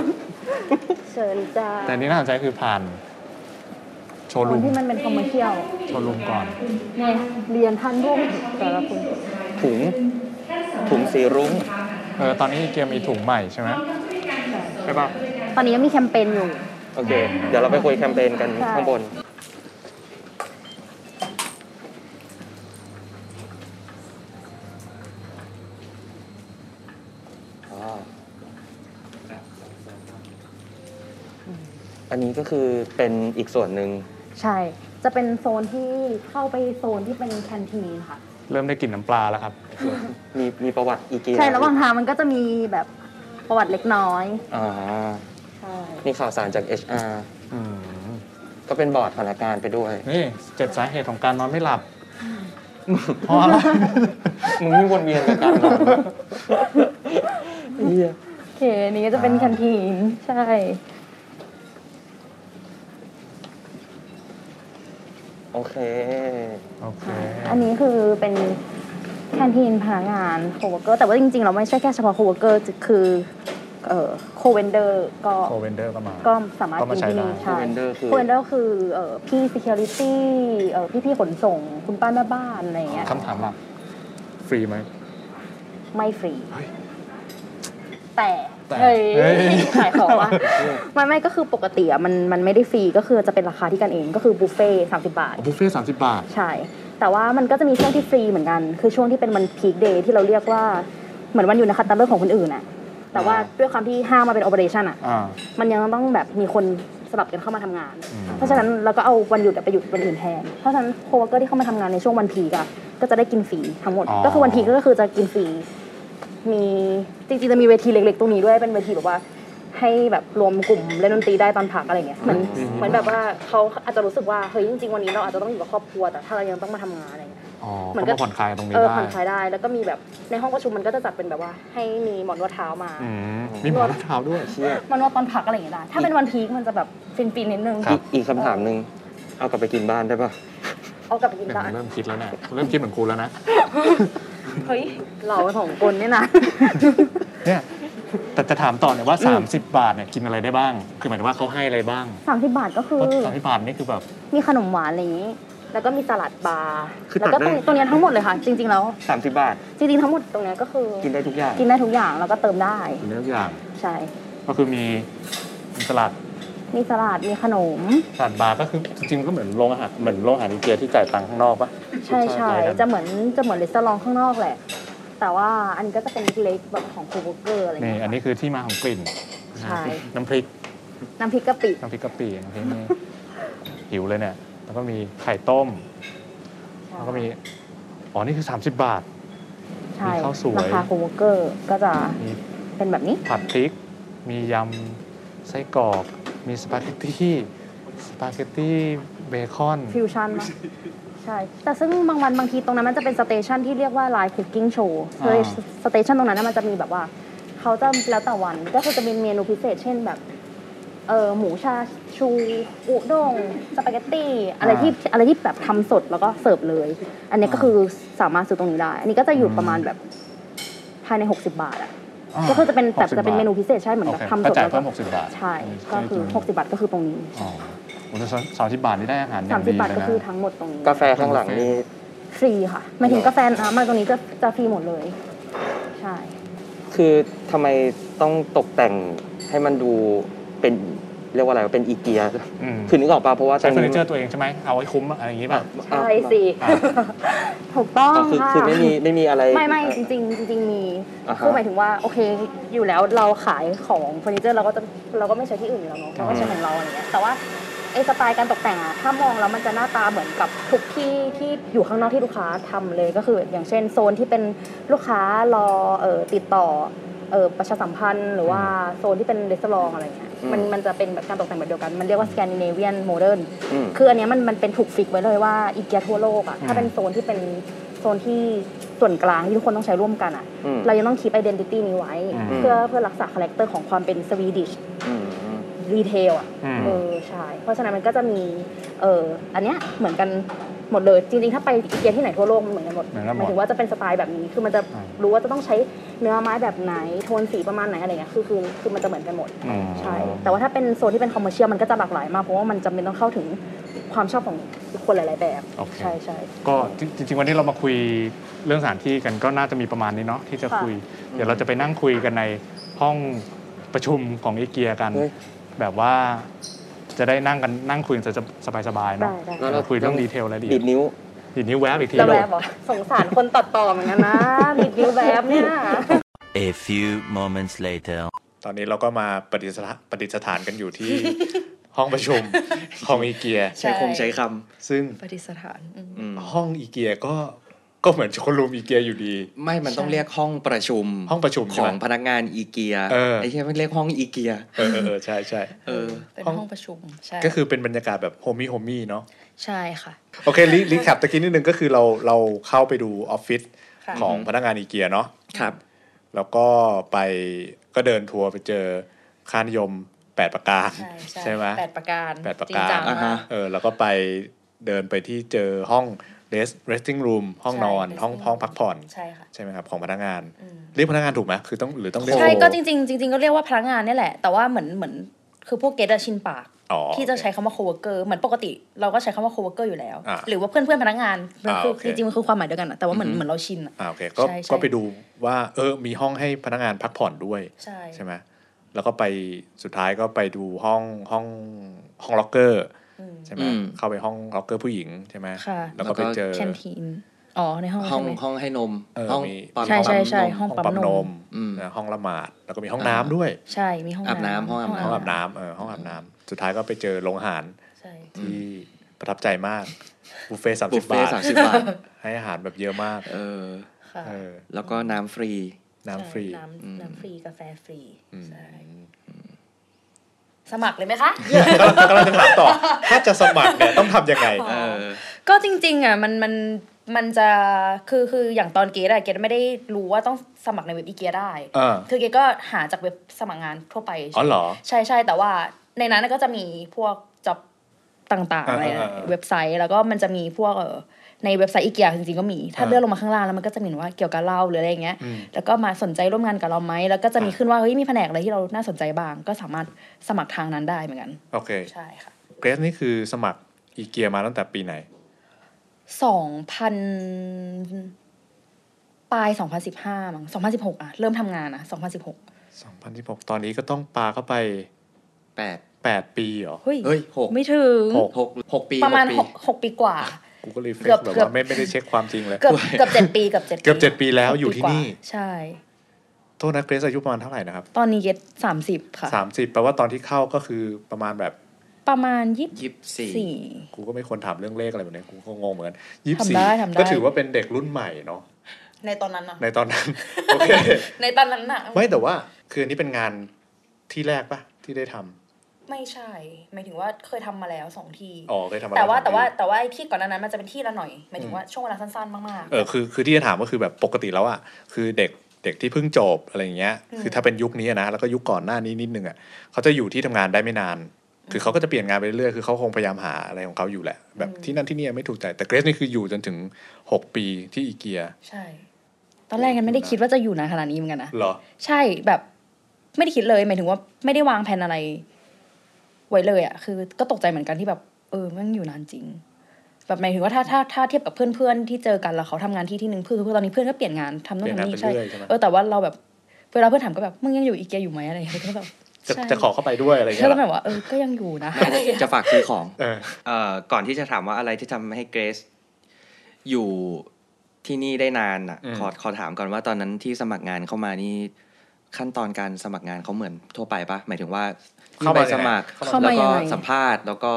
[SPEAKER 5] เชิญจ้า
[SPEAKER 3] แต่อันนี้น่าสนใจคือผ่าน โชว์
[SPEAKER 5] ต
[SPEAKER 3] รู
[SPEAKER 5] อน
[SPEAKER 3] ม
[SPEAKER 5] ที่มันเป็นคอมเมอร์เชียล
[SPEAKER 3] โชว์รูมก่อน
[SPEAKER 5] ไงเรียนทันรุ่งแต่ละคน
[SPEAKER 4] ถุงถุงสีรุ้ง
[SPEAKER 3] เออตอนนี้เกียร์มีถุงใหม่ใช่ไหม
[SPEAKER 4] ใช่ป่ะ
[SPEAKER 5] ตอนนี้ยังมีแคมเปญอยู่
[SPEAKER 4] โอเค เดี๋ยวเราไปคุยแคมเปญกัน
[SPEAKER 5] ใช่
[SPEAKER 4] ข้างบน อ๋ออันนี้ก็คือเป็นอีกส่วนหนึ่ง
[SPEAKER 5] ใช่ จะเป็นโซนที่เข้าไปโซนที่เป็นแคนทีนค่ะ
[SPEAKER 3] เริ่มได้กลิ่นน้ำปลาแล้วครับ
[SPEAKER 4] มีมีประวัติอีเกีย
[SPEAKER 5] ใช่ระหว่างทางมันก็จะมีแบบประวัติเล็กน้อย
[SPEAKER 4] อ่า
[SPEAKER 5] ใช่
[SPEAKER 4] มีข่าวสารจาก HR
[SPEAKER 3] อืม
[SPEAKER 4] ก็เป็นบอร์ดพนักงานไปด้วย
[SPEAKER 3] นี่เจ็ดสาเหตุของการนอนไม่หลับเพราะอะไร
[SPEAKER 4] มึงไม่วนเวียนกับการน <laughs> อนเหี้ย
[SPEAKER 5] โอเคอันนี้ก็จะเป็นแคนทีนใช่
[SPEAKER 4] โอเค
[SPEAKER 3] โอเค
[SPEAKER 5] อันนี้คือเป็นแคนทีนพนักงานโคเวอร์เกอร์แต่ว่าจริงๆ เราไม่ใช่แค่เฉพาะโคเวอร์เกอร์คือเอ่อโคเวนเดอร์ก็
[SPEAKER 3] โคเวนเดอร์ก็มา
[SPEAKER 5] ก็สามารถ
[SPEAKER 3] ก็มา
[SPEAKER 5] กิน
[SPEAKER 3] ใช้ได้
[SPEAKER 5] ที่นี่ใช่
[SPEAKER 4] Co-vendor คือ
[SPEAKER 5] โคเวนเดอร์คือเอ่อพี่ security เอ่อพี่ๆขนส่งคุณป้าแม่บ้านอะไรอย่างเงี้ย
[SPEAKER 3] คำถามหลักฟรีไหม
[SPEAKER 5] ไม่ฟรี
[SPEAKER 3] เฮ้ย
[SPEAKER 5] แต่
[SPEAKER 3] แต่
[SPEAKER 5] เฮ้ย
[SPEAKER 3] เฮ้ย
[SPEAKER 5] ขายของว่ะไม่ไม่ก็คือปกติอ่ะมันมันไม่ได้ฟรีก็คือจะเป็นราคาที่กันเองก็คือบุฟเฟ่สามสิบบาท
[SPEAKER 3] บุฟเฟ่สามสิบบาท
[SPEAKER 5] ใช่ แต่ว่ามันก็จะมีช่วงที่ฟรีเหมือนกัน คือช่วงที่เป็นวันพีคเดย์ที่เราเรียกว่า เหมือนวันอยู่ในคัตเตอร์ของคนอื่นอะแต่ว่า
[SPEAKER 3] อ่า
[SPEAKER 5] ด้วยความที่ห้างมาเป็นโอเปอเรชั่นอะ
[SPEAKER 3] อ่า
[SPEAKER 5] มันยังต้องแบบมีคนสลับกันเข้ามาทำงาน
[SPEAKER 3] อืม
[SPEAKER 5] เพราะฉะนั้นเราก็เอาวันหยุดอะไปหยุดวันอื่นแทน เพราะฉะนั้นโคเวเกอร์ที่เข้ามาทำงานในช่วงวันพีกอะก็จะได้กินฟรีทั้งหมด ก็คือวันพีคก็คือจะกินฟรี มีจริงๆจะมีเวทีเล็กๆตรงนี้ด้วย เป็นเวทีแบบว่าให้แบบรวมกลุ่มเล่นดนตรีได้ตอนพักอะไรเงี้ย เหมือนเหมือนแบบว่าเขาอาจจะรู้สึกว่าเฮ้ยจริงๆวันนี้เราอาจจะต้องอยู่กับครอบครัวแต่ถ้าเรายังต้องมาทำงานอะไรเงี้ย
[SPEAKER 3] อ๋อ
[SPEAKER 5] เหมือน
[SPEAKER 3] ก็
[SPEAKER 5] กับ
[SPEAKER 3] มาผ่อนคลายตรงนี้
[SPEAKER 5] เออ
[SPEAKER 3] ได้
[SPEAKER 5] ผ่อนคลายได้แล้วก็มีแบบในห้องประชุมมันก็จะจัดเป็นแบบว่า ให้มีหมอนวดเท้ามา
[SPEAKER 3] อืมมีหมอนวดเท้าด้วย
[SPEAKER 4] เชี่ย
[SPEAKER 5] มันวดตอนพักอะไรอย่างเงี้ยได้ถ้าเป็นวันพีคมันจะแบบฟินๆนิดนึง
[SPEAKER 3] ครับ
[SPEAKER 4] อีกคำถามหนึ่งเอากลับไปกินบ้านได้ปะ
[SPEAKER 5] เอากลับไปกิน
[SPEAKER 3] เนี่ยผม
[SPEAKER 5] ได้
[SPEAKER 3] เริ่มคิดแล้วเนี่ยเริ่มคิดเหมือนครูแล้วนะ
[SPEAKER 5] เฮ้ยเราของคนเนี่ย
[SPEAKER 3] <laughs>
[SPEAKER 5] นะ
[SPEAKER 3] เนี่ยแต่จะถามต่อเนี่ยว่า 30 บาทเนี่ยกินอะไรได้บ้าง คือหมายถึงว่าเขาให้อะไรบ้าง
[SPEAKER 5] สามสิบบาทก็คือ
[SPEAKER 3] เพราะสามสิบบาทนี่คือแบบ
[SPEAKER 5] มีขนมหวานอะไรอย่างงี้ แล้วก็มีสลัดบาร์แล้วก็ตรงตรงเนี้ยทั้งหมดเลยค่ะ จริง ๆแล้ว
[SPEAKER 4] สามสิบบาท
[SPEAKER 5] จริงๆทั้งหมดตรงเนี้ยก็คือ
[SPEAKER 4] กินได้ทุกอย่าง
[SPEAKER 5] กินได้ทุกอย่างแล้วก็เติมได้
[SPEAKER 3] กินได้ทุกอย่าง
[SPEAKER 5] ใช่
[SPEAKER 3] ก็คือมีมีสลัด
[SPEAKER 5] มีสลัดมีขนม
[SPEAKER 3] สลัดบาร์ก็คือจริงๆก็เหมือนโรงอาหารเหมือนโรงอาหารอินเดียที่จ่ายตังค์ข้างนอกปะ
[SPEAKER 5] ใช่ใช่
[SPEAKER 3] คล้ายๆ
[SPEAKER 5] จะ
[SPEAKER 3] กัน
[SPEAKER 5] เหมือนจะเหมือนรีสอร์ทข้างนอกแหละ แต่ว่าอันนี้ก็จะเป็นเล็กๆแบบของโคบเกอร์อะไร
[SPEAKER 3] นี่
[SPEAKER 5] เงี้ย
[SPEAKER 3] อันนี้คือที่มาของกลิ่น
[SPEAKER 5] ใช่
[SPEAKER 3] น้ำพริก
[SPEAKER 5] น้ำพริกกะปิ
[SPEAKER 3] น้ำพริกกะปิ
[SPEAKER 5] <laughs>
[SPEAKER 3] น้ำพริกนี่ หิวเลยเนี่ย แล้วก็มีไข่ต้ม แล้วก็มี อ๋อ นี่คือ 30 บาท
[SPEAKER 5] ใช่
[SPEAKER 3] มีข้าวสวย
[SPEAKER 5] ราคาโคบเกอร์ก็จะ
[SPEAKER 3] มี
[SPEAKER 5] เป็นแบบนี้
[SPEAKER 3] ผัดพริก มียำไส้กรอก มีสปาเกตตี้ สปาเกตตี้เบคอน
[SPEAKER 5] ฟิวชั่นใช่ แต่ซึ่งบางวันบางทีตรงนั้นมันจะเป็นสเตชันที่เรียกว่าไลฟ์คุกกิ้งโชว์สเตชันตรงนั้นนะมันจะมีแบบว่า เขาจะแล้วแต่วันก็คือจะมีเมนูพิเศษ เช่นแบบ เออหมูชาชู อุด้งสปาเกตตี้อะไรที่อะไรที่แบบทำสดแล้วก็เสิร์ฟเลย อันนี้ก็คือสามารถซื้อตรงนี้ได้ อันนี้ก็จะอยู่ประมาณแบบภายใน 60 บาทอ่ะก็คือจะเป็นแบบจะเป็นเมนูพิเศษใช่เหมือน
[SPEAKER 3] โอ
[SPEAKER 5] แบบ
[SPEAKER 3] เค
[SPEAKER 5] ทำ
[SPEAKER 3] ก็
[SPEAKER 5] สด
[SPEAKER 3] จ่าย
[SPEAKER 5] แล้ว
[SPEAKER 3] เพิ่ม
[SPEAKER 5] ก็
[SPEAKER 3] 60 บาท
[SPEAKER 5] ใช่ก็คือ 60 บาทก็คือตรงนี้
[SPEAKER 3] อ๋อโอ้โหสามสิบบาทนี่ได้อาหารอย่า
[SPEAKER 5] สาม
[SPEAKER 3] ง
[SPEAKER 5] สิ
[SPEAKER 3] ดี
[SPEAKER 5] บบาท
[SPEAKER 3] เลย
[SPEAKER 5] ก็
[SPEAKER 3] นะ
[SPEAKER 5] คือทั้งหมดตรงนี้
[SPEAKER 4] กาแฟข้างหลังนี่
[SPEAKER 5] ฟรีค่ะหมายถึงกาแฟน้ำมาตรงนี้จะจะฟรีหมดเลย ใช่
[SPEAKER 4] คือทำไมต้องตกแต่งให้มันดูเป็น เรียกว่าอะไรเป็นอีเกีย
[SPEAKER 3] อืม
[SPEAKER 4] คือนึกออกปะเพราะว่าต
[SPEAKER 3] ใช้
[SPEAKER 4] รง
[SPEAKER 3] เฟอร์นิเจอร์ตัวเองใช่ไหมเอาไว้คุ้มอะไรอย่างนี้ป่ะ
[SPEAKER 6] ใช่สิ
[SPEAKER 3] อ่า
[SPEAKER 6] ถูกต้อง
[SPEAKER 4] อ๋อคือ
[SPEAKER 6] ค่ะ
[SPEAKER 4] คือไม่มีไม่มีอะไร
[SPEAKER 6] ไม่ไม่จริงๆจริงๆมี
[SPEAKER 4] อ่าฮะ
[SPEAKER 6] คือหมายถึงว่าโอเค อยู่แล้วเราขายของเฟอร์นิเจอร์เราก็จะเราก็ไม่ใช้ที่อื่นอยู่แล้วเนาะเราก็ใช้ของเราอะไรเงี้ยแต่ว่าไอ้สไตล์การตกแต่งอะถ้ามองแล้วมันจะหน้าตาเหมือนกับทุกที่ที่อยู่ข้างนอกที่ลูกค้าทำเลยก็คืออย่างเช่นโซนที่เป็นลูกค้ารอเอ่อติดต่อเอ่อประชาสัมพันธ์ หรือว่าโซนที่เป็นรีสอร์ทอะไรเงี้ยมันมันจะเป็นแบบการตกแต่งแบบเดียวกันมันเรียกว่าสแกนดิเนเวียนโมเดิร์น
[SPEAKER 4] อืม
[SPEAKER 6] คืออันเนี้ยมันมันเป็นถูกฟิกไว้เลยว่าอีเกียทั่วโลกอะถ้าเป็นโซนที่เป็นโซนที่ส่วนกลางที่ทุกคนต้องใช้ร่วมกันอะ
[SPEAKER 4] อืม
[SPEAKER 6] เรายังต้องคีปไอดีนิตี้นี้ไว้
[SPEAKER 3] อืม
[SPEAKER 6] เพื่อเพื่อรักษาคาแรคเตอร์ของความเป็นสวีดิช
[SPEAKER 4] อืม
[SPEAKER 6] รีเทลอะ
[SPEAKER 3] อืม
[SPEAKER 6] เออใช่ เพราะฉะนั้นมันก็จะมีเอออันเนี้ยเหมือนกันหมดเลยจริงๆ ถ้าไปอีเกียที่ไหนทั่วโลกมันเหมือนกันหมด
[SPEAKER 3] เหมือนกันหมด
[SPEAKER 6] หมายถึงว่าจะเป็นสไตล์แบบนี้คือมันจะ
[SPEAKER 3] อ่า
[SPEAKER 6] รู้ว่าจะต้องใช้เนื้อไม้แบบไหนโทนสีประมาณไหนอะไรเงี้ยคือคือคือมันจะเหมือนกันหมด
[SPEAKER 3] อืม
[SPEAKER 6] ใช่ แต่ว่าถ้าเป็นโซนที่เป็นคอมเมอร์เชียลมันก็จะหลากหลายมาก เพราะว่ามันจำเป็นต้องเข้าถึงความชอบของคนหลาย ๆ แบบ
[SPEAKER 3] โอเค
[SPEAKER 6] ใช่ใช่
[SPEAKER 3] ก็จริงๆ วันนี้เรามาคุยเรื่องสถานที่กันก็น่าจะมีประมาณนี้เนาะที่จะคุย เดี๋ยวเราจะไปนั่งคุยกันในห้องประชุมของอีเกียกัน
[SPEAKER 4] เฮ้ย
[SPEAKER 3] แบบว่าจะได้นั่งกันนั่งคุยกันสบายๆ
[SPEAKER 6] ได้
[SPEAKER 3] เนาะ
[SPEAKER 6] ได้
[SPEAKER 4] แล้วเรา
[SPEAKER 3] เราคุยเรื่องดีเทลรายละเอี
[SPEAKER 4] ดี
[SPEAKER 3] ยด
[SPEAKER 4] ดนิ้ว
[SPEAKER 3] ดีดนิ้วแวบอีกที
[SPEAKER 6] แล้วแบบบอกสงสารคนตัดต่อเหมือน
[SPEAKER 3] <laughs>
[SPEAKER 6] กันนะบิดวิวแบบเนี่ย
[SPEAKER 1] A few moments later.
[SPEAKER 3] ตอนนี้เราก็มาปฏิสถานปฏิสถานกันอยู่ที่ ห้องประชุมของอีเกีย
[SPEAKER 4] ใช้คงใช้ค
[SPEAKER 3] ซึ่ง
[SPEAKER 5] ปฏิสถานอืม
[SPEAKER 4] ำอืม
[SPEAKER 3] ห้องอีเกียก็ก็เหมือนโชว์รูมอีเกียอยู่ดี
[SPEAKER 4] ไม่มันต้อง
[SPEAKER 5] ใช่
[SPEAKER 4] เรียกห้องประชุม
[SPEAKER 3] ห้องประชุม
[SPEAKER 4] ของ
[SPEAKER 3] ใช่ไหม
[SPEAKER 4] พนักงานอีเกีย
[SPEAKER 3] เออ
[SPEAKER 4] ไอ้ที่ไม่เรียกห้องอีเกีย
[SPEAKER 3] เออเออเออใช่ใช่
[SPEAKER 4] เออ
[SPEAKER 5] เป็น
[SPEAKER 3] ห้อง
[SPEAKER 5] ห้องประชุม ใช่
[SPEAKER 3] ก็คือเป็นบรรยากาศแบบโฮมี่โฮมี่เนาะ
[SPEAKER 5] ใช่ค่ะ
[SPEAKER 3] โอเครีรีแคปตะกี้นิดนึงก็คือเราเราเข้าไปดูออฟฟิศ
[SPEAKER 5] ค่ะ
[SPEAKER 3] ของพนักงานอีเกียเนาะ
[SPEAKER 4] ครับ
[SPEAKER 3] แล้วก็ไปก็เดินทัวร์ไปเจอค่านิยม 8 ประการ
[SPEAKER 5] ใช่
[SPEAKER 3] ไหม
[SPEAKER 5] แปดประการ
[SPEAKER 3] แปดประการ
[SPEAKER 5] จงจัง
[SPEAKER 4] อ่าฮะ
[SPEAKER 5] มาก
[SPEAKER 3] เออแล้วก็ไปเดินไปที่เจอห้อง rest- resting room ห้อง
[SPEAKER 5] ใช่
[SPEAKER 3] นอน
[SPEAKER 5] resting
[SPEAKER 3] ห้อง
[SPEAKER 5] room
[SPEAKER 3] ห้องพักผ่อน
[SPEAKER 5] ใช่ค่ะ
[SPEAKER 3] ใช่ไหมครับ ของพนักงาน
[SPEAKER 5] อืม
[SPEAKER 3] เรียกพนักงานถูกไหมคือต้องหรือต้องเรียก
[SPEAKER 5] ใช่
[SPEAKER 3] โค้ช
[SPEAKER 5] ก็จริง ๆ จริง ๆ ก็เรียกว่าพนักงานเนี่ยแหละ แต่ว่าเหมือนเหมือนคือพวกเกตอะชินปาก
[SPEAKER 3] อ๋อ
[SPEAKER 5] ที่จะใช้คำว่า coworker เหมือนปกติ เราก็ใช้คำว่า coworker อยู่แล้ว
[SPEAKER 3] อ่า
[SPEAKER 5] หรือว่าเพื่อนเพื่อนๆพนักงาน
[SPEAKER 3] อ่า
[SPEAKER 5] คือ
[SPEAKER 3] โอเค
[SPEAKER 5] จริงๆมันคือความหมายเดียวกันอะแต่ว่าเหมือนเหมือนเราชินอะ
[SPEAKER 3] อ่าโอเคก็
[SPEAKER 5] ใช่ใช่
[SPEAKER 3] ก็ไปดูว่าเออมีห้องให้พนักงานพักผ่อนด้วย
[SPEAKER 5] ใช่
[SPEAKER 3] ใช่ไหมแล้วก็ไปสุดท้ายก็ไปดูห้องห้องห้องล็อกเกอร์
[SPEAKER 5] อืม
[SPEAKER 3] ใช่ไหม
[SPEAKER 4] อืม
[SPEAKER 3] เข้าไปห้องล็อกเกอร์ผู้หญิงใช่ไหม
[SPEAKER 5] ค่ะ
[SPEAKER 3] แล้วก็ไปเจอ
[SPEAKER 5] แคนทีนอ๋อในห้อง
[SPEAKER 4] ห้อ
[SPEAKER 5] ใช่
[SPEAKER 4] ง
[SPEAKER 5] ไหม
[SPEAKER 4] ห้องให้นม
[SPEAKER 3] เออ
[SPEAKER 4] ห้อง
[SPEAKER 3] มี
[SPEAKER 4] ปั๊ม
[SPEAKER 5] ใช่ใช่ใช่
[SPEAKER 4] ปั๊
[SPEAKER 3] ห้องปั๊ม
[SPEAKER 4] มนม
[SPEAKER 5] ห้องปั๊ม
[SPEAKER 3] น
[SPEAKER 5] น
[SPEAKER 3] ม
[SPEAKER 5] ม
[SPEAKER 4] อืม
[SPEAKER 3] นะห้องละหมาด แล้วก็มีห้อง
[SPEAKER 4] อ่า
[SPEAKER 3] น้ำด้วย
[SPEAKER 5] ใช่มีห้อง
[SPEAKER 4] อาบน้ำห้องอาบน้ำ
[SPEAKER 3] ห้องอาบน้ำเออห้องอาบน้ำสุดท้ายก็ไปเจอโรงอาหาร
[SPEAKER 5] ใช่
[SPEAKER 3] ที่ประทับใจมาก บุฟเฟ่สาม
[SPEAKER 4] บุ
[SPEAKER 3] สิ
[SPEAKER 4] ฟ
[SPEAKER 3] บ
[SPEAKER 4] เฟ่
[SPEAKER 3] บาท
[SPEAKER 4] สามสิบบาท
[SPEAKER 3] ให้อาหารแบบเยอะมาก
[SPEAKER 4] เออ
[SPEAKER 5] ค่ะ
[SPEAKER 3] เออ
[SPEAKER 4] แล้วก็น้ำฟรี
[SPEAKER 3] น้ำฟรี
[SPEAKER 5] ใช่น้
[SPEAKER 4] อืม
[SPEAKER 5] ำน้ำฟรีกาแฟฟรี
[SPEAKER 3] อืม
[SPEAKER 5] ใช่สมัครเลยไหมคะ
[SPEAKER 3] กำลังกำลังจะถามต่อ ถ้าจะสมัครเนี่ยต้องทำยังไง
[SPEAKER 4] เออ
[SPEAKER 5] ก็จริงๆอ่ะมันมันมันจะคือคืออย่างตอนเกดอะเกดไม่ได้รู้ว่าต้องสมัครในเว็บอีเกียได้
[SPEAKER 3] อ่า
[SPEAKER 5] คือเกดก็หาจากเว็บสมัครงานทั่วไป
[SPEAKER 3] อ๋อเหรอ
[SPEAKER 5] ใช่ใช่แต่ว่าในนั้นก็จะมีพวกจ็อบต่างๆ
[SPEAKER 3] อ่า
[SPEAKER 5] อะไรนะ
[SPEAKER 3] อ่า
[SPEAKER 5] เว็บไซต์แล้วก็มันจะมีพวกเออในเว็บไซต์อีเกียจริงๆก็มีถ้า
[SPEAKER 3] อ่า
[SPEAKER 5] เลื่อนลงมาข้างล่างแล้วมันก็จะมีว่าเกี่ยวกับเราหรืออะไรอย่างเงี้ย
[SPEAKER 3] อืม
[SPEAKER 5] แล้วก็มาสนใจร่วมงานกับเราไหมแล้วก็จะมี
[SPEAKER 3] อ่า
[SPEAKER 5] ขึ้นว่าเฮ้ยมีแผนกอะไรที่เราน่าสนใจบ้าง ก็สามารถสมัครทางนั้นได้เหมือนกัน
[SPEAKER 3] โอเค
[SPEAKER 5] ใช่ค่ะ
[SPEAKER 3] เกรซนี่คือสมัครอีเกียมาตั้งแต่ปีไหน
[SPEAKER 5] สองพันปลายสองพันสิบห้ามั้งสองพันสิบหกอะเริ่มทำงานอะสองพันสิบหก
[SPEAKER 3] 2016 ตอนนี้ก็ต้องปาเข้าไป
[SPEAKER 4] แปด
[SPEAKER 3] 8 ปีเหรอ
[SPEAKER 5] เฮ้ย
[SPEAKER 4] เฮ้ยหก
[SPEAKER 5] ไม่ถึง
[SPEAKER 3] หก
[SPEAKER 4] หกหกปี
[SPEAKER 5] ประมาณ
[SPEAKER 4] ห
[SPEAKER 5] ห
[SPEAKER 4] ก
[SPEAKER 5] ก
[SPEAKER 4] ปี
[SPEAKER 5] หกปีกว่า
[SPEAKER 3] กูก็เลยเฟ
[SPEAKER 5] เกื
[SPEAKER 3] ซ
[SPEAKER 5] อบ
[SPEAKER 3] แบบ
[SPEAKER 5] เกือบ
[SPEAKER 3] ว่าไม่ไม่ได้เช็คความจริงเลย
[SPEAKER 5] เกือบ
[SPEAKER 4] ด้วย
[SPEAKER 5] เกือบเจ็ดปีเกือบเจ็ด
[SPEAKER 3] เกือบเจ็ดปีแล้วอยู่ที่นี่
[SPEAKER 5] กว่าใช่
[SPEAKER 3] โทษนะเกรซอายุประมาณเท่าไหร่นะครับ
[SPEAKER 5] ตอนนี้เย็ดสามสิบค่ะ
[SPEAKER 3] สามสิบแปลว่าตอนที่เข้าก็คือประมาณแบบ
[SPEAKER 5] ประมาณยี่
[SPEAKER 4] ยี่สิบสี่
[SPEAKER 5] สี่
[SPEAKER 3] กูก็ไม่ควรถามเรื่องเลขอะไรแบบนี้กูก็งงเหมือนยี่สิบ
[SPEAKER 5] ทำ
[SPEAKER 3] สี่
[SPEAKER 5] ได้ทำได้
[SPEAKER 3] ก็ถือว่าเป็นเด็กรุ่นใหม่เนาะ
[SPEAKER 5] ในตอนนั้นอะ
[SPEAKER 3] ในตอน <laughs> นั้น โอเค
[SPEAKER 5] ในตอนนั้นอะ
[SPEAKER 3] ไม่แต่ว่าคืออันนี้เป็นงานที่แรกปะที่ได้ทำ
[SPEAKER 5] ไม่ใช่หมายถึงว่าเคยทำมาแล้วสองที
[SPEAKER 3] อ๋อเคยทำม
[SPEAKER 5] แต่ว่า
[SPEAKER 3] ล้
[SPEAKER 5] แต่ว่า
[SPEAKER 3] สองปี
[SPEAKER 5] แต่ว่าไอ้ที่ก่อนหนานั้นมันจะเป็นที่ละหน่อยหมายถึงว่าช่วงเวลาสั้นๆ มาก
[SPEAKER 3] เออคือคือที่จะถามก็คือแบบปกติแล้วอะคือเด็กเด็กที่เพิ่งจบอะไรอย่างเงี้ย
[SPEAKER 5] อืม
[SPEAKER 3] คือถ้าเป็นยุคนี้อะนะแล้วก็ยุคก่อนหน้านี้นิดนึงอะเขาจะอยู่ที่ทำงานได้ไม่นาน คือเขาก็จะเปลี่ยนงานไปเรื่อยๆคือเขาคงพยายามหาอะไรของเขาอยู่แหละ แบบที่นั่นที่นี่ไม่ถูกใจแต่เกรซนี่คืออยู่จนถึงหกปีที่อีเกีย
[SPEAKER 5] ๆ ใช่ ตอนแรกกันไม่ได้คิดว่าจะอยู่นานขนาดนี้เหมือนกันนะ
[SPEAKER 3] เหรอ
[SPEAKER 5] ใช่แบบไม่ได้คิดเลยหมายถึงว่าไม่ได้วางแผนอะไร ไว้เลยอะคือ ก็ตกใจเหมือนกันที่แบบ เออมันอยู่นานจริง แบบหมายถึงว่าถ้าถ้าถ้าเทียบกับเพื่อนๆที่เจอกันแล้วเขาทำงานที่ที่หนึ่งเพื่อนคือตอนนี้เพื่อนก็เปลี่ยนงานทำนู่น
[SPEAKER 3] เปลี่ยนงาน
[SPEAKER 5] ทำ
[SPEAKER 3] ไป
[SPEAKER 5] นี่ใช่
[SPEAKER 3] เรื่อยๆใช่ไหม
[SPEAKER 5] เออแต่ว่าเราแบบเวลาเพื่อนถามก็แบบมึงยังอยู่อีเกียอยู่ไหมอะไรอย่างเงี้ยก็แบบ
[SPEAKER 7] จะ
[SPEAKER 5] ใช่
[SPEAKER 7] จะขอเข้าไปด้วยอะไร
[SPEAKER 5] ก็
[SPEAKER 7] เงี้ย
[SPEAKER 5] เล
[SPEAKER 7] เหรอ
[SPEAKER 5] ยแบบว่าเออก็ยังอยู่นะ
[SPEAKER 4] จะฝากซื้อของ
[SPEAKER 7] เออ
[SPEAKER 4] เอ่อก่อนที่จะถามว่าอะไรที่ทำให้เกรซอยู่ที่นี่ได้นานอ่ะ
[SPEAKER 7] อืม
[SPEAKER 4] ขอขอถามก่อนว่าตอนนั้นที่สมัครงานเข้ามานี่ ขั้นตอนการสมัครงานเขาเหมือนทั่วไปปะหมายถึงว่า
[SPEAKER 7] เข้า
[SPEAKER 4] ไป
[SPEAKER 7] มา
[SPEAKER 4] สมัคร
[SPEAKER 5] เข้ามา
[SPEAKER 4] แล้วก็
[SPEAKER 5] ยังไง
[SPEAKER 4] สัมภาษณ์แล้วก็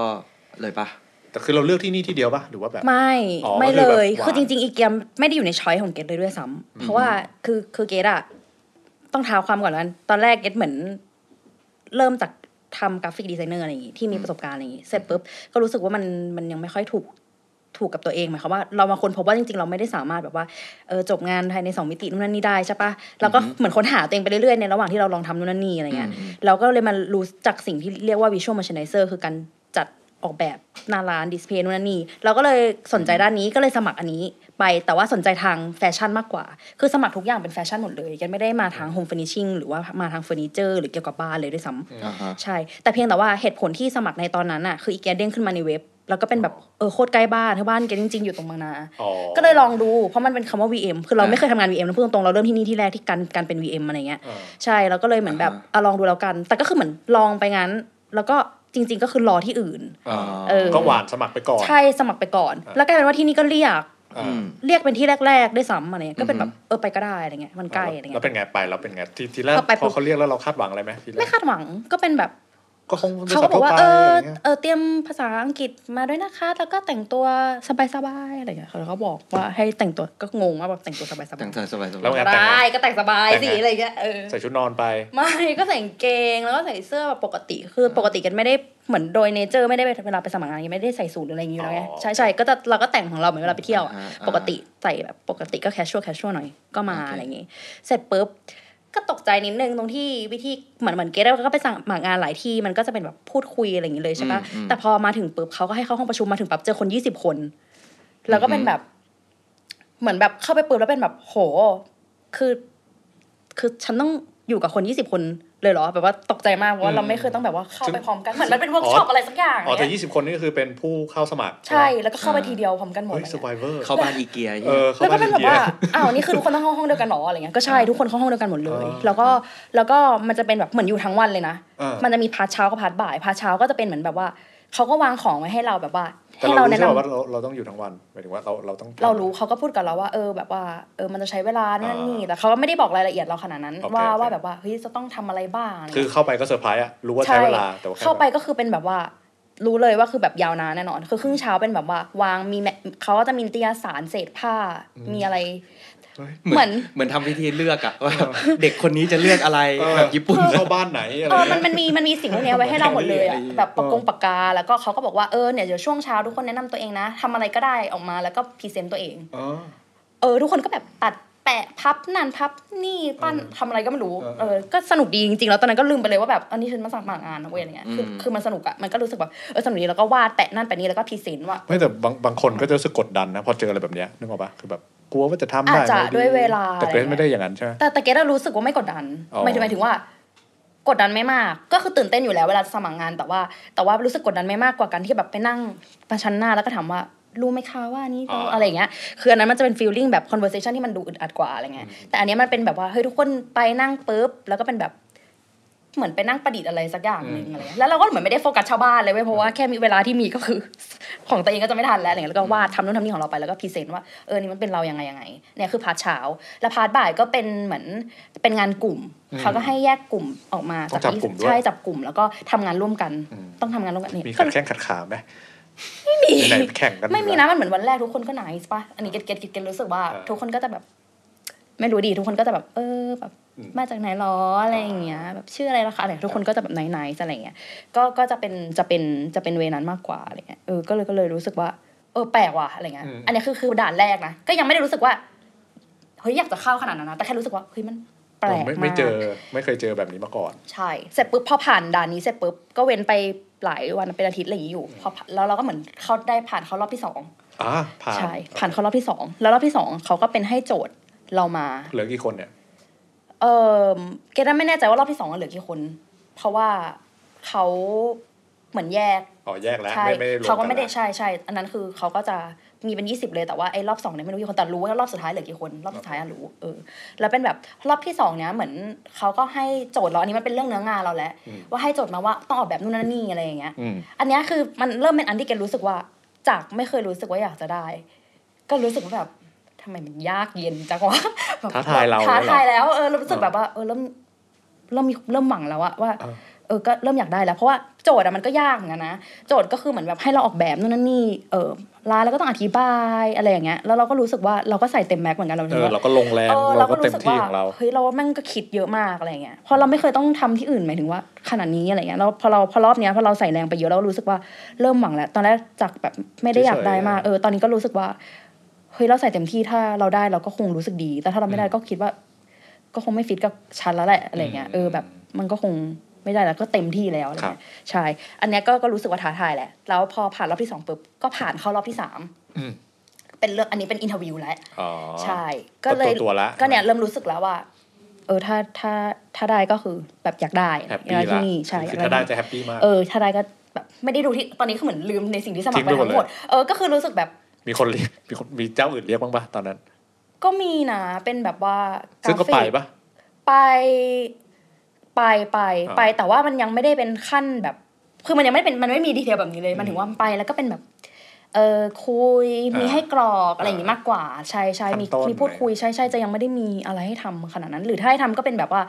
[SPEAKER 4] เลยปะ
[SPEAKER 7] แต่คือเราเลือกที่นี่ที่เดียวปะหรือว่าแบบ
[SPEAKER 5] ไม่
[SPEAKER 7] อ๋อ
[SPEAKER 5] ไม่
[SPEAKER 7] ก็
[SPEAKER 5] เล
[SPEAKER 7] คือแบบ
[SPEAKER 5] ย
[SPEAKER 7] วาง
[SPEAKER 5] คือจริง ๆ อีเกียมไม่ได้อยู่ในช้อยของเกดเลยด้วยซ้ำเพราะว่าคือคือเกดอะต้องเท้าความก่อนนั้นตอนแรกเกดเหมือน เริ่มจากทำกราฟิกดีไซเนอร์อะไรอย่างงี้ที่มีประสบการณ์อะไรอย่างงี้เสร็จปุ๊บก็รู้สึกว่ามันมันยังไม่ค่อยถูกถูกกับตัวเองหมายความว่าเรามาคนพบว่าจริง ๆ เราไม่ได้สามารถแบบว่าเออจบงานภายในสองมิตินู่นนั่นนี่ได้ใช่ปะเราก็เหมือนค้นหาตัวเองไปเรื่อยๆในระหว่างที่เราลองทำนู่นนั่นนี่อะไรเงี้ย เราก็เลยมารู้จากสิ่งที่เรียกว่า visual merchandiser คือการจัดออกแบบหน้าร้านดิสเพย์นู่นนนนี่เราก็เลยสนใจด้านนี้ก็เลยสมัครอันนี้ไปแต่ว่าสนใจทางแฟชั่นมากกว่า คือสมัครทุกอย่างเป็นแฟชั่นหมดเลยยังไม่ได้มาทางโฮมเฟอร์นิชิ่งหรือว่ามาทางเฟอร์นิเจอร์หรือเกี่ยวกับบ้านเลยด้วยซ้ำ
[SPEAKER 4] อ่าฮะ
[SPEAKER 5] ใช่ แต่เพียงแต่ว่าเหตุผลที่สมัครในตอนนั้นน่ะคืออีเกียเด้งขึ้นมาในเว็บ แล้วก็เป็นแบบเออโคตรใกล้บ้านที่บ้านเกดจริง ๆ อยู่ตรงบางนา
[SPEAKER 7] อ๋อ
[SPEAKER 5] ก็เลยลองดูเพราะมันเป็นคำว่า VM คือเรา
[SPEAKER 4] อ่า
[SPEAKER 5] ไม่เคยทำงาน VM นะพูดตรงๆเราเริ่มที่นี่ที่แรกที่การการเป็น VM อะไรเงี้ย
[SPEAKER 7] อ่า
[SPEAKER 5] ใช่แล้วก็เลยเหมือนแบบ
[SPEAKER 4] อ่าฮะ
[SPEAKER 5] เอาลองดูแล้วกัน แต่ก็คือเหมือนลองไปงั้น แล้วก็จริง ๆ ก็คือรอที่อื่น
[SPEAKER 7] อ่า
[SPEAKER 5] เออ
[SPEAKER 7] ก็หวานสมัครไปก่อน
[SPEAKER 5] ใช่สมัครไปก่อน
[SPEAKER 7] อ่า
[SPEAKER 5] แล้วกลายเป็นว่าที่นี่ก็เรียก
[SPEAKER 7] อ่า
[SPEAKER 4] อืม
[SPEAKER 5] เรียกเป็นที่แรกๆได้วยซ้ำอะไรเงี้ยก็เป็นแบ
[SPEAKER 4] อื
[SPEAKER 5] บ
[SPEAKER 4] อหือ
[SPEAKER 5] เออไปก็ได้อะไรเงี้ยมันใกล้อะไร
[SPEAKER 7] แล้
[SPEAKER 5] เงี้
[SPEAKER 7] วย เป็นไงไปแล้วเป็นไงทีทีแรก
[SPEAKER 5] พอไป
[SPEAKER 7] พ
[SPEAKER 5] ปุ๊
[SPEAKER 7] อบ เขาเรียกแล้วเราคาดหวังอะไรไหมทีแร
[SPEAKER 5] ไม่
[SPEAKER 7] ก
[SPEAKER 5] คาดหวังก็เป็นแบบ
[SPEAKER 7] ก็คงป็น
[SPEAKER 5] เขาก็บอกว่า
[SPEAKER 7] สมัคร
[SPEAKER 5] เอ
[SPEAKER 7] ทั่
[SPEAKER 5] อ
[SPEAKER 7] ไปะไรเงี้ย
[SPEAKER 5] เออเตรียมภาษาอังกฤษมาด้วยนะคะ แล้วก็แต่งตัวสบายๆอะไรอย่างเงี้ยเขาก็บอกว่าให้แต่งตัวก็งงว่าแบบแต่งตัวสบายๆ
[SPEAKER 4] แต่งตัวสบายๆ
[SPEAKER 7] แล้วไง
[SPEAKER 5] ได้ก็แต่งสบาย
[SPEAKER 7] แต่
[SPEAKER 5] สิ
[SPEAKER 7] งไง
[SPEAKER 5] อะไรอย่างเงี้ยเออ
[SPEAKER 7] ใส่ชุดนอนไป
[SPEAKER 5] ไม่ก็ใส่กางเกงแล้วก็ใส่เสื้อแบบปกติคือปกติกันไม่ได้เหมือนโดยเนเจอร์ไม่ได้เวลาไปสมัครงานยังไม่ได้ใส่สูทหรืออะไรอย่างเงี้ยแล้วไง
[SPEAKER 7] อ๋อ
[SPEAKER 5] ใช่ใช่ก็จะเราก็แต่งของเราเหมือนเวลาไปเที่ยวอะ
[SPEAKER 4] อ่าอ่า
[SPEAKER 5] ปกติใส่แบบปกติก็แคชชวลแคชชวลหน่อยก็มา
[SPEAKER 4] โอเค
[SPEAKER 5] อะไรอย่างงี้ เสร็จปุ๊บ ก็ตกใจนิดนึงตรงที่วิธีเหมือนเหมือนเกดก็ไปสั่งหมางานหลายที่มันก็จะเป็นแบบพูดคุยอะไรอย่างงี้เลยใช่ปะแต่พอมาถึงปุ๊บเขาก็ให้เข้าห้องประชุมมาถึงปั๊บเจอคนยี่สิบคน แล้วก็เป็นแบบ เหมือนแบบเข้าไปปุ๊บแล้วเป็นแบบโห คือ คือฉันต้องอยู่กับคนยี่สิบคนเลยเหรอแบบว่าตกใจมากเพราะว่าเราไม่เคยต้องแบบว่าเข้าไปพร้อมกันเหมือนมันเป็นเวิร์กช็อปอะไรสักอย่าง
[SPEAKER 7] อ๋อแต่
[SPEAKER 5] เนี่ย
[SPEAKER 7] ยี่สิบคนนี่ก็คือเป็นผู้เข้าสมัคร
[SPEAKER 5] ใช่ แล้วก็เข้าไปทีเดียวพร้อมกันหมด
[SPEAKER 7] เฮ้ย
[SPEAKER 5] อะไร
[SPEAKER 7] ส
[SPEAKER 5] เงี้ย
[SPEAKER 7] ไบเวอร์
[SPEAKER 4] เข้าบ้านอีเกีย
[SPEAKER 7] เออ
[SPEAKER 5] แล้วก็เป็นแบบว่า
[SPEAKER 7] เข้าบ้านอินเดีย
[SPEAKER 5] อ้าว นี่คือทุกคนต้องเข้าห้องเดียวกันเหรออะไรเงี้ย ก็ใช่ ทุกคนเข้าห้องเดียวกันหมดเลย
[SPEAKER 7] อ๋อ
[SPEAKER 5] แล้วก็ แล้วก็มันจะเป็นแบบเหมือนอยู่ทั้งวันเลยนะ
[SPEAKER 7] เออ
[SPEAKER 5] มันจะมีพาร์ทเช้ากับพาร์ทบ่าย พาร์ทเช้าก็จะเป็นเหมือนแบบว่า เขาก็วางของไว้ให้เราแบบว่า
[SPEAKER 7] แต่
[SPEAKER 5] ให้
[SPEAKER 7] เรารู้
[SPEAKER 5] เราแนะ
[SPEAKER 7] ใช่ไห
[SPEAKER 5] นำ
[SPEAKER 7] มว่าเราเราต้องอยู่ทั้งวันหมายถึงว่าเราเราต้อง
[SPEAKER 5] เรารู้เขาก็พูดกับเราว่าเออแบบว่าเออมันจะใช้เวลานั่นนี่
[SPEAKER 7] อ่า
[SPEAKER 5] แต่เขาก็ไม่ได้บอกรายละเอียดเราขนาดนั้น
[SPEAKER 7] โอเค
[SPEAKER 5] ว่า
[SPEAKER 7] โอเค
[SPEAKER 5] ว่าแบบว่าเฮ้ยจะต้องทำอะไรบ้างอะไร
[SPEAKER 7] คือ
[SPEAKER 5] เงี้ย
[SPEAKER 7] เข้าไปก็เซอร์ไพรส์อะรู้ว่าใช้เวลาแต่ว่าแค่
[SPEAKER 5] เข้าไปก็คือเป็นแบบว่า รู้เลยว่าคือแบบยาวนานแน่นอน คือครึ่งเช้าเป็นแบบว่าวางมีแมเขาก็จะมีนิตยสารเศษผ้ามีอะไร
[SPEAKER 4] เห
[SPEAKER 5] เห
[SPEAKER 4] มื
[SPEAKER 5] มื
[SPEAKER 4] อ
[SPEAKER 5] อน น
[SPEAKER 4] เหมือนทำพิธีเลือกอะว่าเด็กคนนี้จะเลือกอะไร
[SPEAKER 7] เออ
[SPEAKER 4] แบบญี่ปุ่น
[SPEAKER 7] เข้าบ้านไหนอะไร
[SPEAKER 5] เออ
[SPEAKER 7] เงี้ย
[SPEAKER 5] มันมันมี มันมีสิ่งพวกเนี้ยไว้ให้เราหมดเลย
[SPEAKER 4] ไอ้
[SPEAKER 5] อะ
[SPEAKER 4] เหี้ย
[SPEAKER 5] แบบประกงปากกา แล้วก็เขาก็บอกว่า เออ เนี่ย เดี๋ยวช่วงเช้าทุกคนแนะนำตัวเองนะ ทำอะไรก็ได้ออกมา แล้วก็พรีเซนต์ตัวเอง
[SPEAKER 7] อ๋อ
[SPEAKER 5] เออ ทุกคนก็แบบตัดแปะพับนั่นพับนี่ปั้นทำอะไรก็ไม่รู้
[SPEAKER 7] เออ
[SPEAKER 5] เออ ก็สนุกดีจริงๆ แล้วตอนนั้นก็ลืมไปเลยว่าแบบอันนี้ฉันมาสมัครงานนะเว้ยอะไรเงี้ย คือ
[SPEAKER 4] อืม
[SPEAKER 5] คือมันสนุกอะมันก็รู้สึกแบบ เออ สนุกดี แล้วก็วาดแปะนั่นแปะนี่ แล้วก็พรีเซนต์ว่า
[SPEAKER 7] ไม่แต่บางบางคนก็จะรู้สึกกดดันนะพอเจออะไรแบบเนี้ยนึกออกปะคือแบบกลัวว่าจะทำได้
[SPEAKER 5] อาจจะ
[SPEAKER 7] ไม่
[SPEAKER 5] ด้วยเวลา
[SPEAKER 7] แต่เกรซ
[SPEAKER 5] อะไรเงี้ย
[SPEAKER 7] ไม่ได้อย่างนั้นใช่ไหม
[SPEAKER 5] แต่แต่เกดอะรู้สึกว่าไม่กดดัน
[SPEAKER 7] อ๋อ
[SPEAKER 5] หมายถึงหมายถึงว่า กดดันไม่มาก ก็คือตื่นเต้นอยู่แล้วเวลาสมัครงานแต่ว่า แต่ว่ารู้สึกกดดันไม่มากกว่าการที่แบบไปนั่งประชันหน้าแล้วก็ถามว่ารู้ไหมคะว่านี่เราอะไรอย่างเงี้ยคืออันนั้นมันจะเป็นฟีลลิ่งแบบ conversation ที่มันดูอึดอัดกว่าอะไรเงี้ยแต่อันเนี้ยมันเป็นแบบว่าเฮ้ยทุกคนไปนั่งปุ๊บแล้วก็เป็นแบบ เหมือนไปนั่งประดิษฐ์อะไรสักอย่างหนึ่งอะไรเงี้ยแล้วเราก็เหมือนไม่ได้โฟกัสชาวบ้านเลยเว้ยเพราะว่าแค่มีเวลาที่มีก็คือ <laughs> ของตัวเองก็จะไม่ทันแล้วอะไรเงี้ยแล้วก็วาดทำนู่นทำนี่ของเราไปแล้วก็พรีเซนต์ว่าเออนี่มันเป็นเรายังไงยังไงเนี่ยคือพาร์ทเช้า แล้วพาร์ทบ่ายก็เป็นเหมือนเป็นงานกลุ่ม เขาก็ให้แยกกลุ่มออกมา
[SPEAKER 7] ต้องจับกลุ่มด้วย
[SPEAKER 5] ใช่จับกลุ่ม แล้วก็ทำงานร่วมกัน ต้องทำงานร่วมกันนี่
[SPEAKER 7] มี
[SPEAKER 5] ก็
[SPEAKER 7] ขัดแข้งขัดขาไหม
[SPEAKER 5] ไม่มี
[SPEAKER 7] ไหนๆแข่งกัน
[SPEAKER 5] ไม่มี
[SPEAKER 7] อยู่แล้ว
[SPEAKER 5] นะมันเหมือนวันแรกทุกคนก็หนายป่ะอันนี้เก็ตเก็ตเก็ตเก็ตรู้สึกว่า
[SPEAKER 7] เออ
[SPEAKER 5] ทุกคนก็จะแบบ ไม่รู้ดีทุกคนก็จะแบบ เออแบบมาจากไหนหรออะไรอย่างเงี้ยแบบชื่ออะไรราคาอะไรทุกคนก็จะแบบไหนๆอะไรอย่างเงี้ยก็ก็จะเป็นจะเป็นจะเป็นเวนั้นมากกว่าอะไรเงี้ยเออก็เลยก็เลยรู้สึกว่า เออแปลกว่ะอะไรเงี้ยอันนี้คือคือด่านแรกนะก็ยังไม่ได้รู้สึกว่าเฮ้ยอยากจะเข้าขนาดนั้นนะแต่แค่รู้สึกว่าเฮ้ยมันแปลก
[SPEAKER 7] ไม่
[SPEAKER 5] มาก
[SPEAKER 7] ไม่เจอไม่เคยเจอแบบนี้มาก่อน
[SPEAKER 5] ใช่ เสร็จปุ๊บพอผ่านด่านนี้เสร็จปุ๊บก็เว้นไปหลายวันเป็นอาทิตย์อะไรอย่างนี้อยู่พอผ่านแล้วเราก็เหมือนเขาได้ผ่านเขารอบที่สอง
[SPEAKER 7] อ่าผ่าน
[SPEAKER 5] ใช่ผ่านเขารอบที่สองแล้วรอบที่สองเขาก็เป็นให้โจทย์เรามา
[SPEAKER 7] เหลือกี่คนเนี่ย
[SPEAKER 5] เออเกดไม่แน่ใจว่ารอบที่สองเหลือกี่คน เพราะว่าเขาเหมือนแยก
[SPEAKER 7] อ๋อแยกแล้ว
[SPEAKER 5] ใช่
[SPEAKER 7] ไม่ไม่ได้รวม
[SPEAKER 5] เขาก็ไม่ได้
[SPEAKER 7] นละ
[SPEAKER 5] ใช่ใช่อันนั้นคือเขาก็จะ มีเป็นยี่สิบเลยแต่ว่าไอ้รอบสองเนี่ยไม่รู้กี่คนแต่รู้ว่ารอบสุดท้ายเหลือกี่คนรอบสุดท้ายอะรู้เออแล้วเป็นแบบรอบที่สองเนี้ยเหมือนเขาก็ให้โจทย์เราอันนี้มันเป็นเรื่องเนื้องานเราแหละว่าให้โจทย์มาว่าต้องออกแบบนู่นนั่นนี่อะไรอย่างเงี้ย
[SPEAKER 3] อืม
[SPEAKER 5] อันเนี้ยคือมันเริ่มเป็นอันที่เกดรู้สึกว่า จากไม่เคยรู้สึกว่าอยากจะได้ ก็รู้สึกว่าแบบทำไมมันยากเย็นจังวะ <laughs> แบบ
[SPEAKER 3] ท้าทายเรา
[SPEAKER 5] ท้า
[SPEAKER 3] เลยเหรอ
[SPEAKER 5] ทายแล้วเออรู้สึกแบบว่าเออเริ่มเริ่มมีเริ่มหวังแล้วอะว่า เออก็เริ่มอยากได้แล้ว เพราะว่าโจทย์อะมันก็ยากเหมือนกันนะโจทย์ก็คือเหมือนแบบให้เราออกแบบนู่นนั่นนี่เออลายแล้วก็ต้องอธิบายอะไรอย่างเงี้ยแล้วเราก็รู้สึกว่าเราก็ใส่เต็มแม็กซ์เหมือนกันเรา
[SPEAKER 3] เอ
[SPEAKER 5] ถึง
[SPEAKER 3] อ
[SPEAKER 5] ว่า
[SPEAKER 3] เราก็ลงแรง
[SPEAKER 5] ออ
[SPEAKER 3] เราก็เต็ม
[SPEAKER 5] สึ
[SPEAKER 3] ที่
[SPEAKER 5] ว่
[SPEAKER 3] ของเรา
[SPEAKER 5] เฮ้ยเราแม่งก็คิดเยอะมากอะไรเงี้ยเพราะเราไม่เคยต้องทำที่อื่นหมายถึงว่าขนาดนี้อะไรเงี้ยแล้วพอเราพอรอบเนี้ยพอเราใส่แรงไปเยอะเรารู้สึกว่าเริ่มหวังแล้ว ตอนแรกจากแบบไม่ได้อยากได้มาก
[SPEAKER 3] เฉยๆ
[SPEAKER 5] เออตอนนี้ก็รู้สึกว่าเฮ้ยเราใส่เต็มที่ถ้าเราได้เราก็คงรู้สึกดี แต่ถ้าเราไม่ได้ก็คิดว่า ก็คงไม่ฟิตกับฉันแล้วแหละอะไรเงี้ยเออแบบมันก็คงไม่ได้แล้วก็เต็มที่แล้วอะไรเงี้ยใช่อันเนี้ยก็ก็รู้สึกว่าท้าทายแหละแล้วพอผ่านรอบที่สองปุ๊บก็ผ่านเข้ารอบที่สาม
[SPEAKER 3] อืม
[SPEAKER 5] เป็นเรื่องอันนี้เป็นอินเทอร์วิวแล้ว
[SPEAKER 3] อ๋อ
[SPEAKER 5] ใช่ ก็เลย
[SPEAKER 3] ก็ตัวตัวละ
[SPEAKER 5] ก็เนี่ยเริ่มรู้สึกแล้วว่า เออถ้าถ้าถ้าได้ก็คือแบบอยากได้
[SPEAKER 3] แฮปปี้
[SPEAKER 5] อยากได้
[SPEAKER 3] ละ
[SPEAKER 5] ที่นี่ใช่
[SPEAKER 3] คือ
[SPEAKER 5] อยก
[SPEAKER 3] ถ้าได้จะแฮปปี้มาก
[SPEAKER 5] เออถ้าได้ก็แบบไม่ได้ดูที่ตอนนี้คือเหมือนลืมในสิ่งที่สมัครไป
[SPEAKER 3] ทิ้งไปหมด
[SPEAKER 5] ทั้งหมด
[SPEAKER 3] เลย
[SPEAKER 5] เออก็คือรู้สึกแบบ
[SPEAKER 3] มีคนเรียก <laughs> มีคนมีเจ้าอื่นเรียกบ้างปะตอนนั้น
[SPEAKER 5] ก็มีนะ เป็นแบบว่า
[SPEAKER 3] ซึ่งก็
[SPEAKER 5] ราฟิ
[SPEAKER 3] ไปปะ
[SPEAKER 5] ไปไปไป
[SPEAKER 3] อ่า
[SPEAKER 5] ไปแต่ว่ามันยังไม่ได้เป็นขั้นแบบ คือมันยังไม่เป็นมันไม่มีดีเทลแบบนี้เลยมันถึงว่าไปแล้วก็เป็นแบบ เออคุยมีให้กรอกอะไรอย่างงี้มากกว่าใช่ใช่มี
[SPEAKER 3] ขั้นต้น
[SPEAKER 5] มีพูดคุยใช่ใช่จะยังไม่ได้มีอะไรให้ทำขนาดนั้น หรือถ้าให้ทำก็เป็นแบบว่า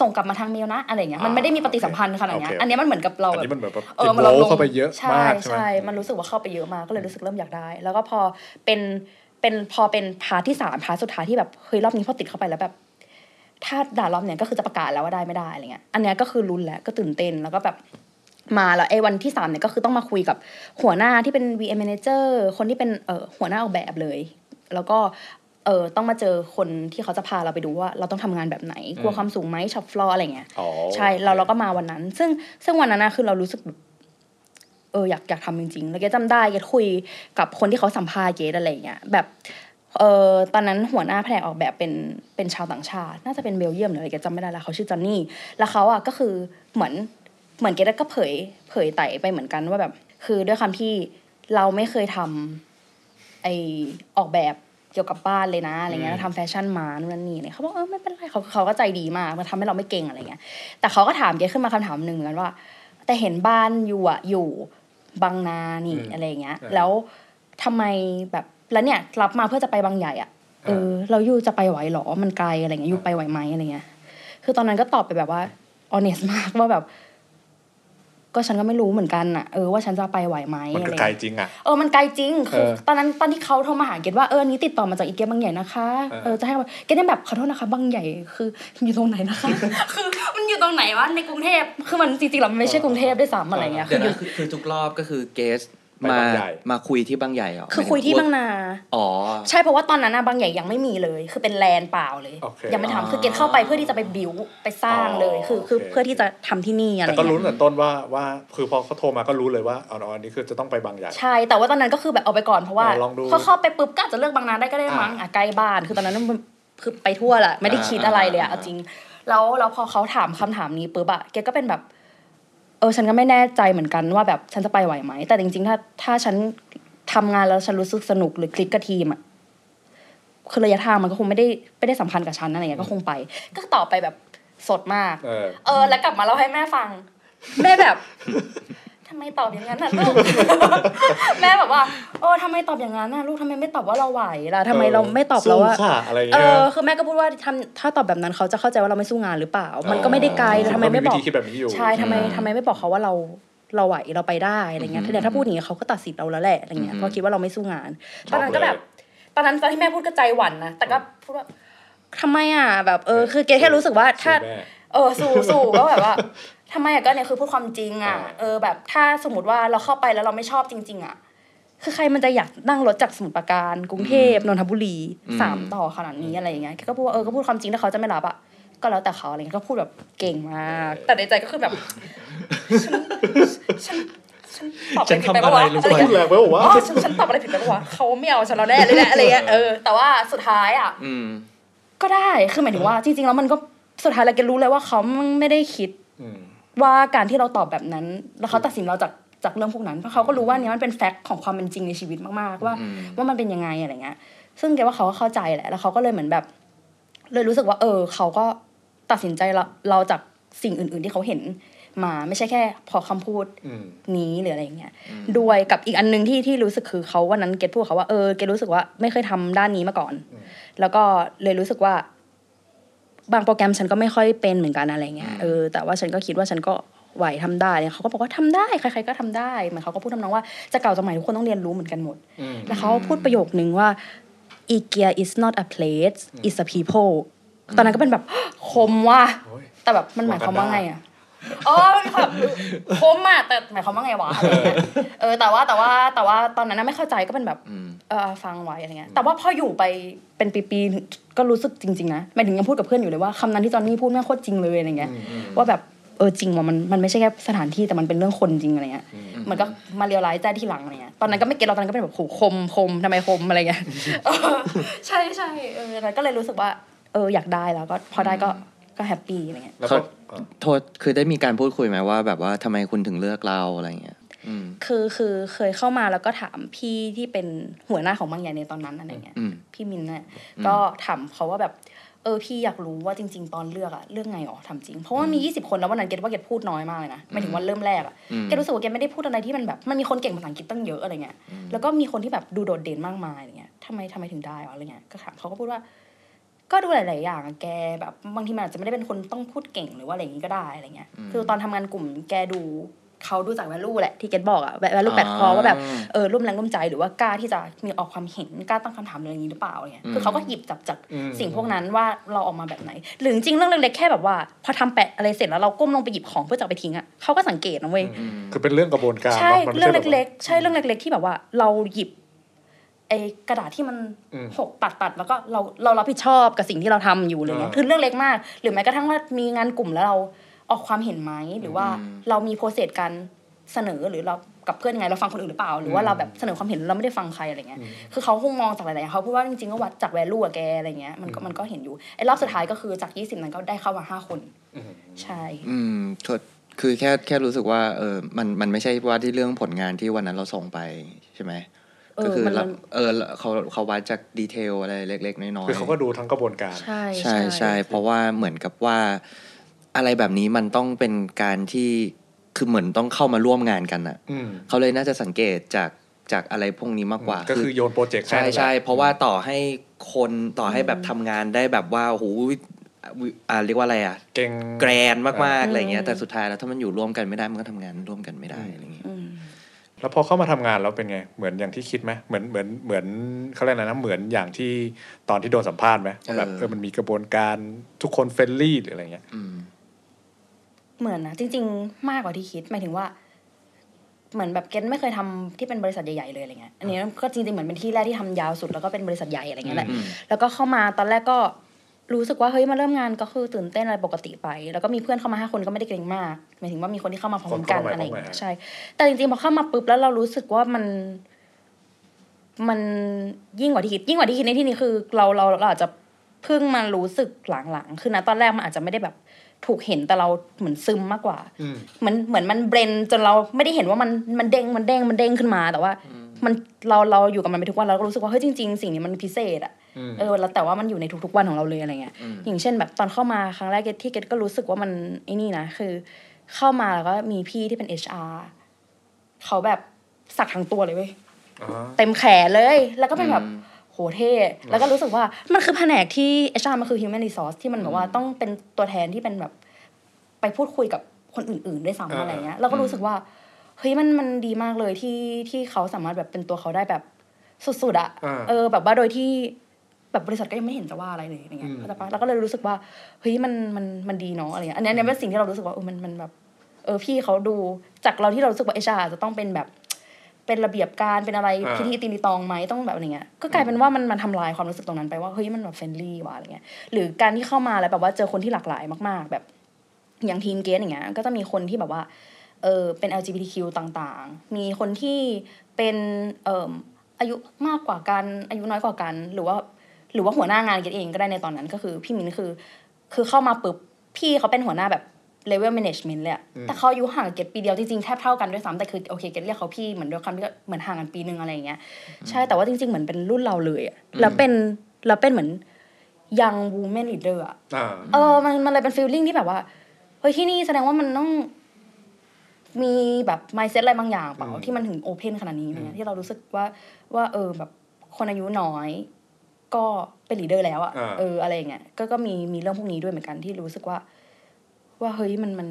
[SPEAKER 5] ส่งกลับมาทางเมลนะอะไรอย่างเงี้ยมันไม่ได้มีปฏิสัมพันธ์ขนาดเนี้ย
[SPEAKER 3] โอเค
[SPEAKER 5] อันเนี้ยมันเหมือนกับเรา
[SPEAKER 3] อัน
[SPEAKER 5] แบบ
[SPEAKER 3] นี้มันแบบแบบ
[SPEAKER 5] เออมัน
[SPEAKER 3] โว
[SPEAKER 5] เราลง
[SPEAKER 3] เข้าไปเยอะ
[SPEAKER 5] ใช่
[SPEAKER 3] มากใช่ไหม
[SPEAKER 5] ใช่มันรู้สึกว่าเข้าไปเยอะมากก็เลยรู้สึกเริ่มอยากได้ แล้วก็พอเป็นเป็นพอเป็นพาร์ทที่สามพาร์ทสุดท้ายที่แบบเฮ้ยรอบนี้พอติดเข้าไปแล้วแบบ ถ้าด่ารอบเนี้ยก็คือจะประกาศแล้วว่าได้ไม่ได้อะไรเงี้ยอันเนี้ยก็คือลุ้นแล้วก็ตื่นเต้นแล้วก็แบบมาแล้วไอ้วันที่สามเนี่ยก็คือต้องมาคุยกับหัวหน้าที่เป็น VM manager คนที่เป็นเอ่อหัวหน้าออกแบบเลย แล้วก็เออต้องมาเจอคนที่เขาจะพาเราไปดูว่า เราต้องทำงานแบบไหนกลัวความสูงไหมช็อปฟลอร์อะไรเงี้ย
[SPEAKER 3] อ๋อ
[SPEAKER 5] ใช่เรา
[SPEAKER 3] โอค
[SPEAKER 5] เราก็มาวันนั้น ซึ่งซึ่งวันนั้นนะคือเรารู้สึกแบบเอออยากอยากทำจริงๆ แล้วเกจำได้เกดคุยกับคนที่เขาสัมภาษณ์เกดอะไรอย่างเงี้ยแบบเออตอนนั้นหัวหน้าแผนกออกแบบเป็นเป็นชาวต่างชาติ น่าจะเป็นเบลเยียมหรืออะไรเกดจำไม่ได้ละเขาชื่อจอนนี่ แล้วเขาอ่ะก็คือเหมือนเหมือนเกดก็เผยเผยไต่ไปเหมือนกันว่าแบบ คือด้วยความที่เราไม่เคยทำไอออกแบบเกี่ยวกับบ้านเลยนะอะไรเงี้ยแล้วทำแฟชั่นมานู่นนั่นนี่เนี่ยเขาบอกเออไม่เป็นไรเขาเขาก็ใจดีมากมันทำให้เราไม่เก่งอะไรเงี้ย แต่เขาก็ถามเกดขึ้นมาคำถามหนึ่งเหมือนกันว่า แต่เห็นบ้านอยู่อะอยู่บางนานี่อะไรอย่างเงี้ย แล้วทำไมแบบแล้วเนี่ยรับมาเพื่อจะไปบางใหญ่อะเออ เราอยู่จะไปไหวเหรอมันไกลอะไรเงี้ยอยู่ไปไหวไหมอะไรเงี้ย คือตอนนั้นก็ตอบไปแบบว่า honest มากว่าแบบ ก็ฉันก็ไม่รู้เหมือนกันอะเออว่าฉันจะไปไหวไหม
[SPEAKER 3] มัน
[SPEAKER 5] อะไร
[SPEAKER 3] ก็
[SPEAKER 5] เงี้ย
[SPEAKER 3] ไกลจริงอ่ะ
[SPEAKER 5] เออ มันไกลจริง คือ
[SPEAKER 3] เออ
[SPEAKER 5] ตอนนั้นตอนที่เขาโทรมาหาเกดว่า เอออนนี้ติดต่อมาจากอีเกียบางใหญ่นะคะ
[SPEAKER 3] เออ
[SPEAKER 5] เออ จะให้ว่าเกดเนี่ยแบบขอโทษนะคะ บางใหญ่ คืออยู่ตรงไหนนะคะ คือมันอยู่ตรงไหนวะ ในกรุงเทพ คือมันจริงๆแล้วมันไม่ใช่กรุงเทพด้วยซ้ำอะไรเงี้ย คื
[SPEAKER 4] เดี๋ย
[SPEAKER 5] อ
[SPEAKER 4] ว
[SPEAKER 5] อ
[SPEAKER 4] นะคื
[SPEAKER 5] ยู่
[SPEAKER 4] อคือทุกรอบก็คือเกส
[SPEAKER 3] ไป
[SPEAKER 4] มา
[SPEAKER 3] บางใหญ่
[SPEAKER 4] มาคุยที่บางใหญ่เหรอ
[SPEAKER 5] คือคุยที่บางนา
[SPEAKER 4] อ๋อ
[SPEAKER 5] ใช่เพราะว่าตอนนั้นนะบางใหญ่ยังไม่มีเลย คือเป็นแลนด์เปล่าเลย
[SPEAKER 3] โอเค
[SPEAKER 5] ยังไม่ทำ
[SPEAKER 4] อ่า
[SPEAKER 5] คือเกดเข้าไปเพื่อที่จะไปบิวไปสร้างเลย คือคือ
[SPEAKER 3] โอเค
[SPEAKER 5] เพื่อที่จะทำที่นี่อะไร
[SPEAKER 3] แต่ก็
[SPEAKER 5] เงี้ย
[SPEAKER 3] รู้ตั้งแต่ต้นว่าว่าคือพอเขาโทรมาก็รู้เลยว่าอ๋ออันนี้คือจะต้องไปบางใหญ่
[SPEAKER 5] ใช่ แต่ว่าตอนนั้นก็คือแบบเอาไปก่อนเพราะว่า
[SPEAKER 3] อ่ะลองดู
[SPEAKER 5] พอเข้าไปปุ๊บก็อาจจะเลือกบางนาได้ก็ได้มั้ง
[SPEAKER 3] อ่ะ
[SPEAKER 5] อ่ะใกล้บ้าน คือตอนนั้นมันคือไปทั่วแหละไม่ได้คิด
[SPEAKER 4] อ่า
[SPEAKER 5] อะไรเลยอะ
[SPEAKER 4] อ่า
[SPEAKER 5] เอาจริง แล้วแล้วพอเขาถามคำถามนี้ปุ๊บอะแกก็เป็นแบบ เออฉันก็ไม่แน่ใจเหมือนกันว่าแบบฉันจะไปไหวไหม แต่จริง ๆ ถ้าถ้าฉันทำงานแล้วฉันรู้สึกสนุกหรือคลิกกับทีมอะคือระยะทางมันก็คงไม่ได้ไม่ได้สำคัญกับฉันอะไรเงี้ยก็คงไป ก็ตอบไปแบบสดมาก
[SPEAKER 3] เออ
[SPEAKER 5] เออ แล้วกลับมาเล่าให้แม่ฟัง แม่แบบทำไมตอบอย่างนั้นน่ะ <laughs> ลูก แม่แบบว่าโอ้ทำไมตอบอย่างนั้นน่ะลูกทำไมไม่ตอบว่าเราไหวล่ะทำไมเราไม่ตอบเราว่า
[SPEAKER 3] สู้ค่ะอะไร
[SPEAKER 5] เอ
[SPEAKER 3] เงี้ย
[SPEAKER 5] อคือแม่ก็พูดว่าทำถ้าตอบแบบนั้นเขาจะเข้าใจว่าเราไม่สู้งานหรือเปล่า มันก็ไม่ได้ไกลแล้วทำไมไม่บ
[SPEAKER 3] วิ
[SPEAKER 5] อก
[SPEAKER 3] ธีคิดแบบนี้อยู่
[SPEAKER 5] ใช่ทำไมทำไมไม่บอกเขาว่าเราเราไหวเราไปได้อะไรเงี้ยถ้าเดี๋ยวถ้าพูดอย่างเงี้ยเขาก็ตัดสิทธิ์เราแล้วแหละอะไรเงี้ยเพราะคิดว่าเราไม่สู้งาน ตอนนั้นก็แบบ ตอนนั้นตอนที่แม่พูดก็ใจหวั่นนะแต่ก็พูดว่าทำไมอ่ะแบบเออคือเกรทแค่รู้สึกว่า
[SPEAKER 3] ถ้า
[SPEAKER 5] ถ้า เออสู่สู่ก็แบบว่าทำไมอะก็เนี่ยคือพูดความจริงอะ
[SPEAKER 3] อ่า
[SPEAKER 5] เออแบบถ้าสมมติว่าเราเข้าไปแล้วเราไม่ชอบจริง ๆอะคือใครมันจะอยากนั่งรถจากสมุทรปราการกรุงเทพนนทบุรีสามต่อขนาดนี้อะไรอย่างเงี้ยแกก็พูดว่าเออก็พูดความจริงถ้าเขาจะไม่รับอะก็แล้วแต่เขาอะไรเงี้ยก็พูดแบบเก่งมาก แต่ในใจก็คือแบบฉันฉันฉันตอบ
[SPEAKER 4] ฉัน
[SPEAKER 5] ผิดไป
[SPEAKER 4] ทำอะไร
[SPEAKER 5] ปะวะ
[SPEAKER 4] ลงไป
[SPEAKER 5] อะไร
[SPEAKER 3] พู
[SPEAKER 5] เงี้
[SPEAKER 3] ด
[SPEAKER 5] ย
[SPEAKER 3] แรงไปบอกว่า
[SPEAKER 5] อ๋อฉันฉันตอบอะไรผิดไปปะวะเขาไม่เอาฉันเราแน่เลยแหละอะไรเงี้ยเออแต่ว่าสุดท้ายอะ
[SPEAKER 4] อืม
[SPEAKER 5] ก็ได้ คือหมายถึงว่าจริงๆ แล้วมันก็สุดท้ายเราก็รู้เลยว่าเขาไม่ได้คิดว่าการที่เราตอบแบบนั้น แล้วเขาตัดสินเราจาก จากเรื่องพวกนั้น เพราะเขาก็รู้ว่าอันเนี้ยมันเป็นแฟกต์ของความเป็นจริงในชีวิตมากๆว่า
[SPEAKER 8] อืม
[SPEAKER 5] ว่ามันเป็นยังไงอะไรเงี้ย ซึ่งแกว่าเขาก็เข้าใจแหละ แล้วเขาก็เลยเหมือนแบบ เลยรู้สึกว่า เออ เขาก็ตัดสินใจเราเราจากสิ่งอื่น ๆ ที่เขาเห็นมาไม่ใช่แค่ พอคำพูด
[SPEAKER 3] อืม
[SPEAKER 5] นี้หรืออะไรเงี้ย ด้วยกับอีกอันหนึงที่ที่รู้สึกคือเขาวันนั้นเกดพูดกับเขาว่าเออเกดรู้สึกว่าไม่เคยทำด้านนี้มาก่อน
[SPEAKER 3] อืม
[SPEAKER 5] แล้วก็เลยรู้สึกว่า บางโปรแกรมฉันก็ไม่ค่อยเป็นเหมือนกันอะไรเงี้ยเออแต่ว่าฉันก็คิดว่าฉันก็ไหวทำได้เนี่ยเขาก็บอกว่าทำได้ใคร ๆก็ทำได้เหมือนเขาก็พูดทำนองว่าจะเก่าจะใหม่ทุกคนต้องเรียนรู้เหมือนกันหมด
[SPEAKER 3] อืม
[SPEAKER 5] แล้วเขาพูดประโยคนึงว่า IKEA is not a place
[SPEAKER 3] <laughs>
[SPEAKER 5] it's a people ตอนนั้นก็เป็นแบบ <gasps> คมว่ะ
[SPEAKER 3] โอ้ย
[SPEAKER 5] แต่แบบมันหมายความว่าไงอ่ะอ๋อแบบคมอ่ะแต่หมายความว่าไงวะอะไรเงี้ยเออแต่ว่าแต่ว่าแต่ว่าตอนนั้นนะไม่เข้าใจก็เป็นแบบ
[SPEAKER 8] อืม
[SPEAKER 5] เออฟังไว้อะไรเงี้ยแต่ว่าพออยู่ไปเป็นปีๆก็รู้สึกจริงๆนะหมายถึงยังพูดกับเพื่อนอยู่เลยว่าคำนั้นที่จอนนี่พูดแม่งโคตรจริงเลยอะไรเงี้ย ว่าแบบเออจริงว่ะมันมันไม่ใช่แค่สถานที่แต่มันเป็นเรื่องคนจริงอะไรเงี้ยเหมือนก็มาเรียลไลซ์ได้ที่หลังอะไรเงี้ยตอนนั้นก็ไม่เก็ตเราตอนนั้นก็เป็นแบบโหคมคมทำไมคมอะไร <laughs> เงี้ยเออใช่ใช่เออแล้วก็เลยรู้สึกว่าเอออยากได้แล้วก็พอได้ก็ก็แฮปปี้อะไรเงี้ย
[SPEAKER 3] แล้วก็
[SPEAKER 8] เขา โทษคือได้มีการพูดคุยไหมว่า แบบว่าทำไมคุณถึงเลือกเราอะไรอย่างเงี้ยอืม
[SPEAKER 5] คือคือเคยเข้ามาแล้วก็ถามพี่ที่เป็นหัวหน้าของบางใหญ่ในตอนนั้นอะไรเงี้ย
[SPEAKER 8] อืม
[SPEAKER 5] พี่มินเนี่ยก็ถามเขาว่าแบบ เออพี่อยากรู้ว่าจริง ๆ ตอนเลือกอะเลือกไงอ๋อถามจริง เพราะว่ามี 20 คนแล้ววันนั้นเกดว่าเกดพูดน้อยมากเลยนะหมายถึงวันเริ่มแรกอะเกดรู้สึกว่าเกดไม่ได้พูดอะไรที่มันแบบมันมีคนเก่งภาษาอังกฤษตั้งเยอะอะไรเงี้ยแล้วก็มีคนที่แบบดูโดดเด่นมากมายอะไรเงี้ยทำไมทำไมถึงได้วะอะไรเงี้ยก็ถามเขาก็พูดว่า ก็ดูหลาย ๆ อย่างอะแกแบบบางทีมันอาจจะไม่ได้เป็นคนต้องพูดเก่งหรือว่าอะไรอย่างนี้ก็ได้อะไรเงี้ย คือตอนทำงานกลุ่มแกดูเขาดูจากแวลูแหละที่เกดบอกอะแวลูแปดคอว่าแบบ
[SPEAKER 8] อ่า
[SPEAKER 5] เออร่วมแรงร่วมใจหรือว่ากล้าที่จะมีออกความเห็นกล้าตั้งคำถามอะไรอย่างนี้หรือเปล่าอะไรเงี้ยคือเขาก็หยิบจับจาก
[SPEAKER 3] อืม
[SPEAKER 5] สิ่งพวกนั้นว่าเราออกมาแบบไหน หรือจริงๆเรื่องเล็ก ๆ แค่แบบว่า พอทำแปะอะไรเสร็จแล้วเราก้มลงไปหยิบของเพื่อจะเอาไปทิ้งอะเขาก็สังเกตนะเว้ย
[SPEAKER 3] คือเป็นเรื่องกระบวนการ
[SPEAKER 5] ใช่
[SPEAKER 3] นะมันไม่
[SPEAKER 5] เรื่อง
[SPEAKER 3] ใช่แบบว่า
[SPEAKER 5] เล็กๆ ใช่เรื่องเล็ก ๆ ที่แบบว่าเราหยิบไอ้กระดาษที่มัน
[SPEAKER 3] อืม
[SPEAKER 5] หกตัดตัดแล้วก็เราเรารับผิดชอบกับสิ่งที่เราทำอยู่อะไรเลย
[SPEAKER 3] อ่า
[SPEAKER 5] คือเรื่องเล็กมาก หรือแม้กระทั่งว่ามีงานกลุ่มแล้วเราออกความเห็นไหมหรือว่าเรามีโปรเซสการเสนอหรือเรากับเพื่อนยังไงเราฟังคนอื่นหรือเปล่า หรือว่าเราแบบเสนอความเห็นเราไม่ได้ฟังใครอะไรเงี้ยคือเขาคงมองจากหลายๆอย่างเขาพูดว่าจริงๆก็วัดจากแวลูอะแกอะไรเงี้ยมันก็มันก็เห็นอยู่ไอ้รอบสุดท้ายก็คือจาก 20 นั้นก็ได้เข้ามาห้าคนใช่
[SPEAKER 8] อืมโทษคือแค่แค่รู้สึกว่าเออมันมันไม่ใช่ว่าที่เรื่องผลงานที่วันนั้นเราส่งไปใช่ไหม
[SPEAKER 5] เออ
[SPEAKER 8] ก็คือ
[SPEAKER 5] มัน
[SPEAKER 8] เราเออเขาเขาวัดจากดีเทลอะไรเล็ก ๆ น้อย
[SPEAKER 3] คือเขาก็ดูทั้งกระบวนการ
[SPEAKER 5] ใช่
[SPEAKER 8] ๆใช่ใช่เพราะว่าเหมือนกับว่าอะไรแบบนี้มันต้องเป็นการที่คือเหมือนต้องเข้ามาร่วมงานกันอะ
[SPEAKER 3] อืม
[SPEAKER 8] เขาเลยน่าจะสังเกตจากจากอะไรพวกนี้มากกว่า
[SPEAKER 3] ก็คือโยนโปรเจกต์ห้
[SPEAKER 8] ใช่
[SPEAKER 3] นั่นแหละ
[SPEAKER 8] ใช่เพราะว่าต่อให้คนต่อให้แบบทำงานได้แบบว่าโอ้โหวิอ่าเรียกว่าอะไรอ่ะ
[SPEAKER 3] เก่ง
[SPEAKER 8] แกรนด์มาก
[SPEAKER 5] อื
[SPEAKER 8] ๆ
[SPEAKER 5] ม
[SPEAKER 8] อะไรเงี้ยแต่สุดท้ายแล้วถ้ามันอยู่ร่วมกันไม่ได้มันก็ทำงานร่วมกันไม่ได้อะไรเงี้ย
[SPEAKER 5] อืม
[SPEAKER 3] แล้วพอเข้ามาทำงานแล้วเป็นไง เหมือนอย่างที่คิดไหมเหมือนเหมือนเหมือนเขาเรียกอะไรนะ เหมือนอย่างที่ตอนที่โดนสัมภาษณ์ไหมว่าแบบเออมันมีกระบวนการทุกคนเฟรนลี่หรืออะไรเงี้ย
[SPEAKER 8] อืม
[SPEAKER 5] เหมือนนะจริง ๆ มากกว่าที่คิดหมายถึงว่า เหมือนแบบเกนไม่เคยทำที่เป็นบริษัทใหญ่ๆเลยอะไรเงี้ยอันนี้ก็จริงๆเหมือนเป็นที่แรกที่ทำยาวสุดแล้วก็เป็นบริษัทใหญ่อะไรเงี้ยแหละ
[SPEAKER 8] อืม
[SPEAKER 5] แล้วก็เข้ามาตอนแรกก็รู้สึกว่าเฮ้ยมาเริ่มงานก็คือตื่นเต้นอะไรปกติไป แล้วก็มีเพื่อนเข้ามาห้าคนก็ไม่ได้เกรงมากหมายถึงว่ามีคนที่เข้ามาพร้อมกัน
[SPEAKER 3] คนเข้ามา
[SPEAKER 5] อะไรอย่างเงี้
[SPEAKER 3] พร้อม
[SPEAKER 5] ย
[SPEAKER 3] กัน
[SPEAKER 5] ใช่ แต่จริงๆพอเข้ามาปุ๊บแล้วเรารู้สึกว่ามัน มันยิ่งกว่าที่คิดยิ่งกว่าที่คิดในที่นี้คือ เราเราเราอาจจะเพิ่งมารู้สึกหลังๆคือนะตอนแรกมันอาจจะไม่ได้แบบถูกเห็นแต่เราเหมือนซึมมากกว่า เหมือนเหมือนมันเบรนจนเราไม่ได้เห็นว่ามันมันเด้งมันเด้งมันเด้งขึ้นมาแต่ว่า มันเราเราอยู่กับมันไปทุกวันเราก็รู้สึกว่าเฮ้ยจริง ๆ สิ่งนี้มันพิเศษอะเออแล้วแต่ว่ามันอยู่ในทุกๆวันของเราเลยอะไรเงี้ยอย่างเช่นแบบตอนเข้ามาครั้งแรกเกตที่เกตก็รู้สึกว่ามันไอ้นี่นะคือ เข้ามาแล้วก็มีพี่ที่เป็น HR เขาแบบสักทั้งตัวเลยเว้ย
[SPEAKER 3] อ๋อ
[SPEAKER 5] เต็มแขนเลย แล้วก็เป็นแบบโหเท่ แล้วก็รู้สึกว่ามันคือแผนกที่เอชามันคือ human resource ที่มันแบบว่าต้องเป็นตัวแทนที่เป็นแบบไปพูดคุยกับคนอื่น ๆ ด้วย
[SPEAKER 3] เออ
[SPEAKER 5] ซ้ำ
[SPEAKER 3] อ
[SPEAKER 5] อะไรเงี้ยเราก็รู้สึกว่าเฮ้ยมันมันดีมากเลยที่ที่เขาสามารถแบบเป็นตัวเขาได้แบบสุดๆอะเออ แบบว่าโดยที่แบบบริษัทก็ยังไม่เห็นจะว่าอะไรเลยอย่างเงี้ยเข้าใจปะเราก็เลยรู้สึกว่าเฮ้ยมันมันมันดีเนาะอะไรเงี้ยอันเนี้ยอันเนี้ยเป็นสิ่งที่เรารู้สึกว่าเออมันมันแบบ เออพี่เขาดูจากเราที่เรารู้สึกว่าเอชาจะต้องเป็นแบบ เป็นระเบียบการเป็นอะไร
[SPEAKER 3] อ่า
[SPEAKER 5] พิธีตีนิตองไหมต้องแบบอะไรเงี้ยก็กลายเป็นว่ามันมันทำลายความรู้สึกตรงนั้นไปว่าเฮ้ยมันแบบเฟรนลี่ว่ะอะไรเงี้ยหรือการที่เข้ามาแล้วแบบว่าเจอคนที่หลากหลายมาก ๆ แบบ อย่างทีมเกสอย่างเงี้ยก็จะมีคนที่แบบว่าเออเป็น LGBTQ ต่างๆ มีคนที่เป็นเอ่มอายุมากกว่ากันอายุน้อยกว่ากัน หรือว่า หรือว่าหัวหน้างานเกสเองก็ได้ในตอนนั้นก็คือพี่มินคือ คือเข้ามาปุ๊บพี่เขาเป็นหัวหน้าแบบ เลเวลแมネจเมนต์เลยอะ
[SPEAKER 3] อืม
[SPEAKER 5] แต่เขาอายุห่างกับเกรดปีเดียวจริงๆแทบเท่ากันด้วยซ้ำแต่คือโอเคเกรดเรียกเขาพี่เหมือนด้วยคำที่เหมือนห่างกันปีนึงอะไรอย่างเงี้ยใช่แต่ว่าจริง ๆ เหมือนเป็นรุ่นเราเลยอะแล้วเป็นแล้วเป็นเหมือนยังวูแมนลีดเดอร์อะ
[SPEAKER 3] อ่า
[SPEAKER 5] เออ มัน มันเลยเป็นฟีลลิ่งที่แบบว่า เฮ้ย ที่นี่แสดงว่ามันต้อง มีแบบ mindset อะไรบางอย่างเปล่า
[SPEAKER 3] อืม
[SPEAKER 5] ที่มันถึงโอเพนขนาดนี้อะไร
[SPEAKER 3] อื
[SPEAKER 5] เนี่ย
[SPEAKER 3] ม
[SPEAKER 5] ที่เรารู้สึกว่า ว่า เออ แบบ คนอายุน้อย ก็เป็นลีดเดอร์แล้วอะ
[SPEAKER 3] อ่า
[SPEAKER 5] เออ อะไรอย่างเงี้ย ก็ ก็มี มีเรื่องพวกนี้ด้วยเหมือนกันที่รู้สึกว่า ว่า เฮ้ย มัน มัน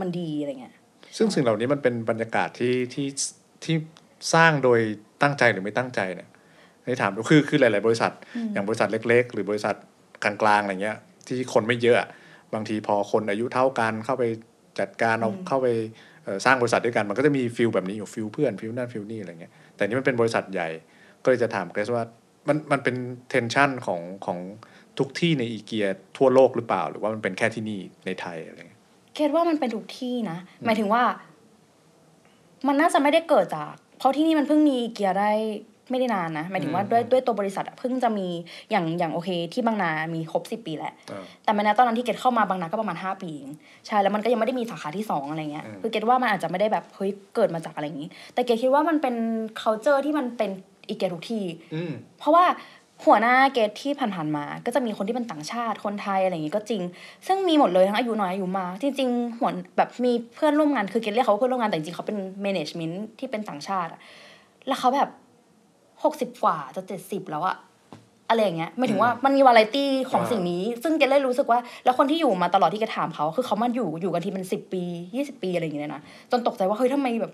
[SPEAKER 5] มันดีอะไรเงี้ย
[SPEAKER 3] ซึ่งสิ่งเหล่านี้มันเป็นบรรยากาศที่ที่ที่สร้างโดยตั้งใจหรือไม่ตั้งใจเนี่ยในถามดูคือคือหลาย ๆ บริษัท อย่างบริษัทเล็ก ๆ หรือบริษัทกลางๆอะไรเงี้ย ที่คนไม่เยอะอะบางทีพอคนอายุเท่ากันเข้าไปจัดการเอาเข้าไปเอ่อสร้างบริษัทด้วยกันมันก็จะมีฟิลแบบนี้อยู่ฟิลเพื่อนฟิลนั่นฟิลนี่อะไรเงี้ยแต่นี่มันเป็นบริษัทใหญ่ ก็เลยจะถามเกรซว่ามันมันเป็นเทนชันของของทุกที่ในอีเกียทั่วโลกหรือเปล่า หรือว่ามันเป็นแค่ที่นี่ในไทยอะไรเงี้ย
[SPEAKER 5] เกรดว่ามันเป็นทุกที่นะ หมายถึงว่า มันน่าจะไม่ได้เกิดจาก เพราะที่นี่มันเพิ่งมีเกียร์ได้ไม่ได้นานนะ หมายถึงว่า
[SPEAKER 3] อืม
[SPEAKER 5] ด้วยด้วยตัวบริษัทอะเพิ่งจะมีอย่างอย่างโอเค ที่บางนามีครบสิบปีแล้ว
[SPEAKER 3] อ่า
[SPEAKER 5] แต่มานะตอนนั้นที่เกดเข้ามาบางนาก็ประมาณห้าปีเองใช่แล้วมันก็ยังไม่ได้มีสาขาที่สองอะไรเงี้ย
[SPEAKER 3] อืม
[SPEAKER 5] คือเกดว่ามันอาจจะไม่ได้แบบเฮ้ยเกิดมาจากอะไรอย่างนี้ แต่เกดคิดว่ามันเป็น c u l t u r e ที่มันเป็นอีเกียทุกที่
[SPEAKER 3] อืม
[SPEAKER 5] เพราะว่าหัวหน้าเกตที่ผ่านๆมา ก็จะมีคนที่เป็นต่างชาติคนไทยอะไรอย่างงี้ก็จริง ซึ่งมีหมดเลยทั้งอายุน้อยอายุมากจริงๆหัวแบบมีเพื่อนร่วมงานคือเกตเรียกเขาว่าเพื่อนร่วมงานแต่จริงๆเขาเป็นเมเนจเมนต์ที่เป็นต่างชาติอะแล้วเขาแบบหกสิบกว่าจะเจ็ดสิบแล้วอะอะไรอย่างเงี้ยหมายถึงว่ามันมีวาไรตี้ของ
[SPEAKER 3] อ่า
[SPEAKER 5] สิ่งนี้ ซึ่งเกตเลยรู้สึกว่า แล้วคนที่อยู่มาตลอดที่เกตถามเขาคือเขามาอยู่อยู่กันทีเป็นสิบปียี่สิบปีอะไรอย่างเงี้ยเลยนะจนตกใจว่าเฮ้ยทำไมแบบ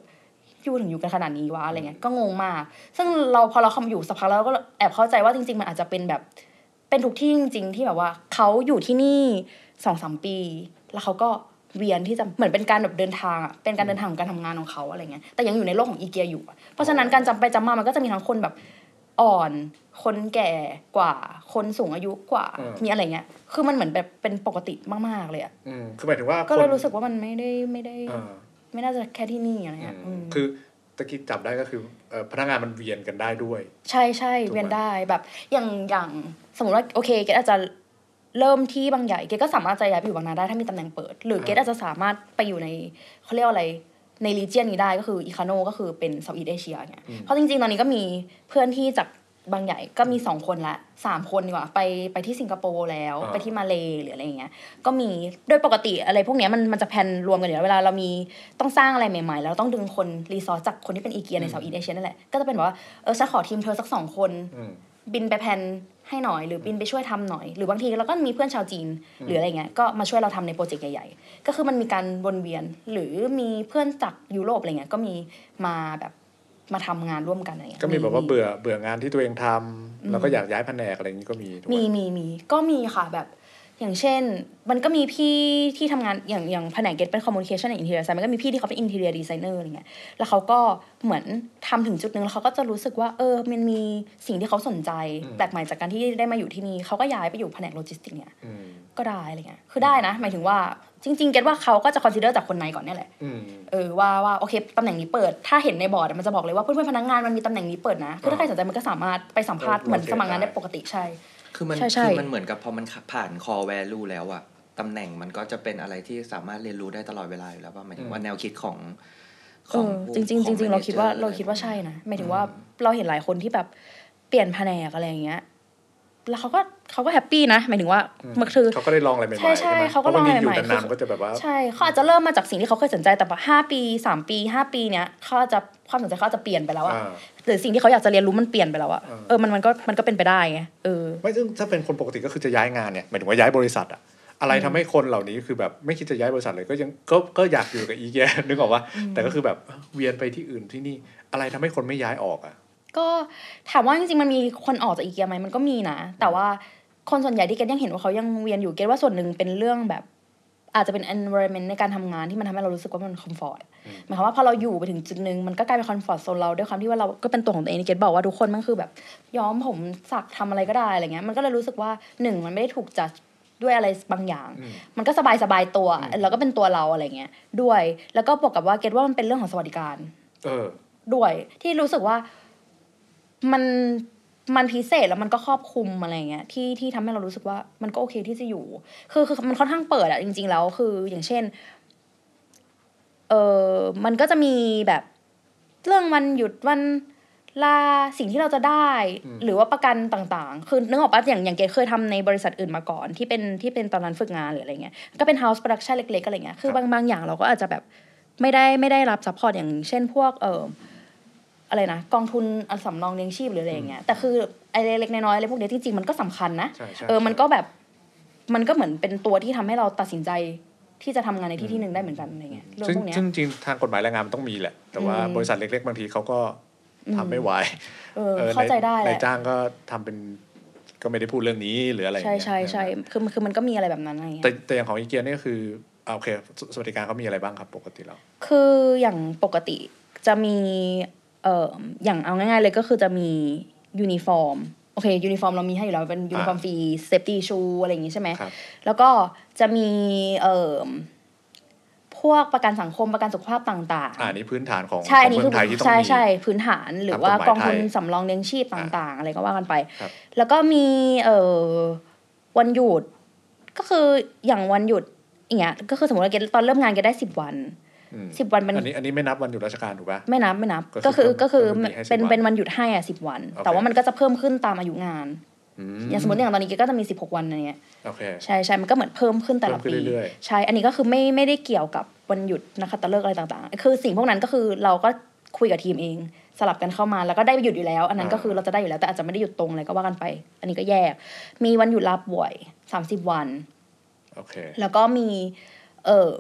[SPEAKER 5] อยู่ถึงอยู่กันขนาดนี้วะอะไรเงี้ยก็งงมาก ซึ่งเราพอเราคำอยู่สักพักแล้วเราก็แอบเข้าใจว่าจริง ๆ มันอาจจะเป็นแบบ เป็นทุกที่จริง ๆ ที่แบบว่าเขาอยู่ที่นี่สองสามปี แล้วเขาก็เวียนที่จะเหมือนเป็นการแบบเดินทางอะเป็นการเดินทางของการทำงานของเขาอะไรเงี้ยแต่ยังอยู่ในโลกของอีเกียอยู่อะเพราะฉะนั้นการจำไปจำมามันก็จะมีทั้งคนแบบอ่อน คนแก่กว่า คนสูงอายุกว่า
[SPEAKER 3] อืม
[SPEAKER 5] มีอะไรเงี้ยคือมันเหมือนแบบเป็นปกติมากๆเลยอะ
[SPEAKER 3] อืมคือหมายถึงว่า
[SPEAKER 5] ก็เลย
[SPEAKER 3] คน
[SPEAKER 5] รู้สึกว่ามันไม่ได้ไม่ได้
[SPEAKER 3] อ่า
[SPEAKER 5] ไม่น่าจะแค่ที่นี่อะไรเงี้ยอืม
[SPEAKER 3] คือตะกี้จับได้ก็คือเอ่อพนักงานมันเวียนกันได้ด้วย
[SPEAKER 5] ใช่ใช่
[SPEAKER 3] ถูกไหม
[SPEAKER 5] เวียนได้แบบอย่างอย่างสมมติว่าโอเคเกดอาจจะเริ่มที่บางใหญ่เกดก็สามารถจะย้ายไปอยู่บางนาได้ถ้ามีตำแหน่งเปิด หรือเกดอาจจะสามารถไปอยู่ในเขาเรียกว่าอะไรในรีเจียนนี้ได้ก็คืออีคาโนก็คือเป็นเซาท์อีสเอเชียเนี่ยเพราะจริงๆ ตอนนี้ก็มีเพื่อนที่จากบางใหญ่ก็มีสองคนละสามคนดีกว่าไปไปที่สิงคโปร์แล้ว
[SPEAKER 3] อ่า
[SPEAKER 5] ไปที่มาเลย์หรืออะไรอย่างเงี้ยก็มีโดยปกติอะไรพวกเนี้ยมันมันจะแพลนรวมกันอยู่แล้วเวลาเรามีต้องสร้างอะไรใหม่ๆ แล้วเราต้องดึงคนรีซอสจากคนที่เป็นอีเกียในเซาท์อีสเอเชียนั่นแหละก็จะเป็นแบบว่าเออฉันขอทีมเธอสักสองคน
[SPEAKER 3] อืม
[SPEAKER 5] บินไปแพลนให้หน่อย หรือบินไปช่วยทำหน่อย หรือบางทีเราก็มีเพื่อนชาวจีน หรืออะไรเงี้ยก็มาช่วยเราทำในโปรเจกต์ใหญ่ๆ ก็คือมันมีการวนเวียนหรือมีเพื่อนจากยุโรปอะไรเงี้ยก็มีมาแบบมาทำงานร่วมกันอะไรเงี้ย
[SPEAKER 3] ก็มีแบบว่าเบื่อเบื่องานที่ตัวเองทำแล้วก็อยากย้ายแผนกอะไรอย่างนี้ก็มีถูกไห
[SPEAKER 5] มีมีมีก็มีค่ะแบบอย่างเช่น มันก็มีพี่ที่ทำงานอย่างอย่างแผนกเกตเป็นคอมมูนิเคชันในอินเทอร์ไซมันก็มีพี่ที่เขาเป็นอินเทอร์ดีไซเนอร์อะไรเงี้ยแล้วเขาก็เหมือนทำถึงจุดหนึ่งแล้วเขาก็จะรู้สึกว่าเออมันมีสิ่งที่เขาสนใจแปลกใหม่จากการที่ได้มาอยู่ที่นี่เขาก็ย้ายไปอยู่แผนกโลจิสติกเนี่ย
[SPEAKER 3] อืม
[SPEAKER 5] ก็ได้อะไรเงี้ย คือได้นะ หมายถึงว่าจริง ๆ เก็ตว่าเขาก็จะคอนซีเดอร์จากคนในก่อนเนี่ยแหละ
[SPEAKER 3] อืม
[SPEAKER 5] เออว่าว่าโอเคตำแหน่งนี้เปิด ถ้าเห็นในบอร์ดอะมันจะบอกเลยว่าเพื่อนๆพนักงานมันมีตำแหน่งนี้เปิดนะ คือถ้าใครสนใจมันก็สามารถไปสัมภาษณ์
[SPEAKER 3] เออ
[SPEAKER 5] เหมือน
[SPEAKER 3] โอเค
[SPEAKER 5] สมัครงานได้ปกติใช่
[SPEAKER 8] คือมัน
[SPEAKER 5] ใช่ใช่
[SPEAKER 8] คือมันเหมือนกับพอมันผ่าน core value แล้วอะตำแหน่งมันก็จะเป็นอะไรที่สามารถเรียนรู้ได้ตลอดเวลาอยู่แล้วป่ะหมายถึงว่าแนวคิดของข
[SPEAKER 5] เอ
[SPEAKER 8] อง
[SPEAKER 5] อ
[SPEAKER 8] ผู้
[SPEAKER 5] จริง
[SPEAKER 8] ของ
[SPEAKER 5] ๆจริงๆเราคิดว่า
[SPEAKER 8] manager
[SPEAKER 5] เราคิดว่าใช่นะหมายถึงว่าเราเห็นหลายคนที่แบบเปลี่ยนแผนกอะไรอย่างเงี้ย แล้วเขาก็เขาก็แฮปปี้นะหมายถึงว่ามันคือ
[SPEAKER 3] เขาก็ได้ลองอะไรใหม่ๆ
[SPEAKER 5] ใช่ใช่
[SPEAKER 3] ไหม
[SPEAKER 5] เขาก็ลองอะไรใหม่ๆ
[SPEAKER 3] เพาะบาทียู่นานๆมันก็จะแบบว่า
[SPEAKER 5] ใช่เขาอาจจะเริ่มมาจากสิ่งที่เขาเคยสนใจแต่แบบห้าปีสามปีห้าปีเนี้ยเขาอาจจะความสนใจเขาอาจจะเปลี่ยนไปแล้วอะ
[SPEAKER 3] อ่า
[SPEAKER 5] หรือสิ่งที่เขาอยากจะเรียนรู้มันเปลี่ยนไปแล้วอะ
[SPEAKER 3] อ่า
[SPEAKER 5] เออมันมันก็มันก็เป็นไปได้ไงเออ
[SPEAKER 3] ไม่ซึ่งถ้าเป็นคนปกติก็คือจะย้ายงานเนี่ยหมายถึงว่าย้ายบริษัทอะอะไรทำให้คนเหล่านี้คือแบบไม่คิดจะย้ายบริษัทเลยก็ยังก็ก็อยากอยู่กับ <laughs> อีเกีย นึกออกว่าแต่ก็คือแบบเวียนไปที่อื่นที่นี่ อะไรทำให้คนไม่ย้ายออกอะ
[SPEAKER 5] ก็ถามว่าจริงๆมันมีคนออกจากอีเกียไหมมันก็มีนะ แต่ว่าคนส่วนใหญ่ที่เกดยังเห็นว่าเขายังเวียนอยู่เกดว่าส่วนหนึ่งเป็นเรื่องแบบ อาจจะเป็น environment ในการทำงานที่มันทำให้เรารู้สึกว่ามัน comfort หมายความว่าพอเราอยู่ไปถึงจุดหนึ่งมันก็กลายเป็น comfort zone เราด้วยความที่ว่าเราก็เป็นตัวของตัวเองเกดบอกว่าทุกคนมันคือแบบย้อมผมสักทำอะไรก็ได้อะไรเงี้ยมันก็เลยรู้สึกว่าหนึ่งมันไม่ได้ถูกจัดด้วยอะไรบางอย่าง มันก็สบายสบายๆตัวแล้วก็เป็นตัวเราอะไรเงี้ยด้วยแล้วก็บวกกับว่าเกดว่ามันเป็นเรื่องของสวัสดิการ
[SPEAKER 3] เออ
[SPEAKER 5] ด้วยที่รู้สึกว่ามัน มันพิเศษแล้วมันก็ครอบคลุมอะไรเงี้ยที่ที่ทำให้เรารู้สึกว่ามันก็โอเคที่จะอยู่ คือคือมันค่อนข้างเปิดอะจริง ๆ แล้วคืออย่างเช่น เออมันก็จะมีแบบเรื่องวันหยุดวันลาสิ่งที่เราจะได้ หรือว่าประกันต่างๆ คือนึกออกปะอย่างอย่างเกดเคยทำในบริษัทอื่นมาก่อนที่เป็นที่เป็นตอนนั้นฝึกงานหรืออะไรเงี้ยก็เป็น house production เล็กๆอะไรเงี้ยคือบางบางอย่างเราก็อาจจะแบบไม่ได้ไม่ได้รับ support อย่างเช่นพวกเออ อะไรนะกองทุนอันสำรองเลี้ยงชีพหรืออะไรอย่างเงี้ยแต่คือไอ้เล็กๆน้อยๆอะไรพวกเนี้ยจริงๆมันก็สำคัญนะ
[SPEAKER 3] ใช่ใช่
[SPEAKER 5] เออมันก็แบบมันก็เหมือนเป็นตัวที่ทำให้เราตัดสินใจที่จะทำงานในที่ที่หนึ่งได้เหมือนกันอะไรเงี้ยเรื่อง
[SPEAKER 3] ซึ่ง
[SPEAKER 5] พวกเนี้ย
[SPEAKER 3] ซึ่งจริงๆทางกฎหมายแรงงานมันต้องมีแหละ แต่ว่า
[SPEAKER 5] อืม
[SPEAKER 3] บริษัทเล็ก ๆ บางทีเขาก็ทำไม่ไหว
[SPEAKER 5] เออ
[SPEAKER 3] ออน
[SPEAKER 5] เข้าใจได้แหละ
[SPEAKER 3] นายจ้างก็ทำเป็นก็ไม่ได้พูดเรื่องนี้หรืออะไรอย่าง
[SPEAKER 5] ใช่
[SPEAKER 3] เงี้ย
[SPEAKER 5] ใช่ใช่คือคือมันก็มีอะไรแบบนั้นอะไรเงี้ย
[SPEAKER 3] แต่แต่อย่างของอีเกียนี่ก็คืออ่าโอเคสสวัสดิการเขามีอะไรบ้างครับปกติแล้ว
[SPEAKER 5] คืออย่างปกติจะมีเอ่ออย่างเอาง่ายๆเลยก็คือจะมียูนิฟอร์มโอเคยูนิฟอร์มเรามีให้อยู่แล้วเป็นยูนิฟอร์ม
[SPEAKER 3] อ่า
[SPEAKER 5] ฟรีเซฟตี้ชูอะไรอย่างงี้ใช่ไหม
[SPEAKER 3] ครับ
[SPEAKER 5] แล้วก็จะมีเอ่อพวกประกันสังคมประกันสุขภาพต่าง ๆ
[SPEAKER 3] อ่านี่พื้นฐานของ
[SPEAKER 5] ใช่
[SPEAKER 3] ข
[SPEAKER 5] อั
[SPEAKER 3] อน ง
[SPEAKER 5] นี้
[SPEAKER 3] ค
[SPEAKER 5] คือน
[SPEAKER 3] ไทยที่ต้อง
[SPEAKER 5] ใช่
[SPEAKER 3] มี
[SPEAKER 5] ใช่พื้นฐานหรือว่า
[SPEAKER 3] ตามกฎหมาย
[SPEAKER 5] กองทุน
[SPEAKER 3] ไทย
[SPEAKER 5] สำรองเลี้ยงชีพต่างๆ อะไรก็ว่ากันไป
[SPEAKER 3] ครับ
[SPEAKER 5] แล้วก็มีเอ่อวันหยุดก็คืออย่างวันหยุดอย่างเงี้ยก็คือสมมติว่าเกดตอนเริ่มงานเกดได้สิบวัน
[SPEAKER 3] อืม
[SPEAKER 5] สิบวันเป็น
[SPEAKER 3] อันนี้อันนี้ไม่นับวันหยุดราชการถูกปะ
[SPEAKER 5] ไม่นับไม่นับ
[SPEAKER 3] ก็
[SPEAKER 5] ก็
[SPEAKER 3] คื
[SPEAKER 5] คือ อก็คือ
[SPEAKER 3] ก็คือมีให้10วัน
[SPEAKER 5] เป็นเป็นวันหยุดให้อ่ะสิบวัน
[SPEAKER 3] โอเค
[SPEAKER 5] แต่ว่ามันก็จะเพิ่มขึ้นตามอายุงาน
[SPEAKER 3] อื
[SPEAKER 5] อย่างสมมติอย่างตอนนี้เกดก็จะมีสิบหกวันอะไรเงี้ย
[SPEAKER 3] โอเค
[SPEAKER 5] ใช่ใช่มันก็เหมือนเพิ่มขึ้นแต่ละ
[SPEAKER 3] เพิ่มขึ้
[SPEAKER 5] ปี
[SPEAKER 3] นเรื่อยๆ
[SPEAKER 5] ใช่อันนี้ก็คือไม่ไม่ได้เกี่ยวกับวันหยุดนะคะตะเลิกษ์อะไรต่างๆ คือสิ่งพวกนั้นก็คือเราก็คุยกับทีมเอง สลับกันเข้ามาแล้วก็ได้หยุดอยู่แล้ว อันนั้นก็คือเราจะได้อยู่แล้วแต่อาจจะไม่ได้หยุดตรงอะไรก็ว่ากันไป อันนี้ก็แยก มีวันหยุดลาป่วย 30 วัน
[SPEAKER 3] โอเค
[SPEAKER 5] แล้วก็มีเออ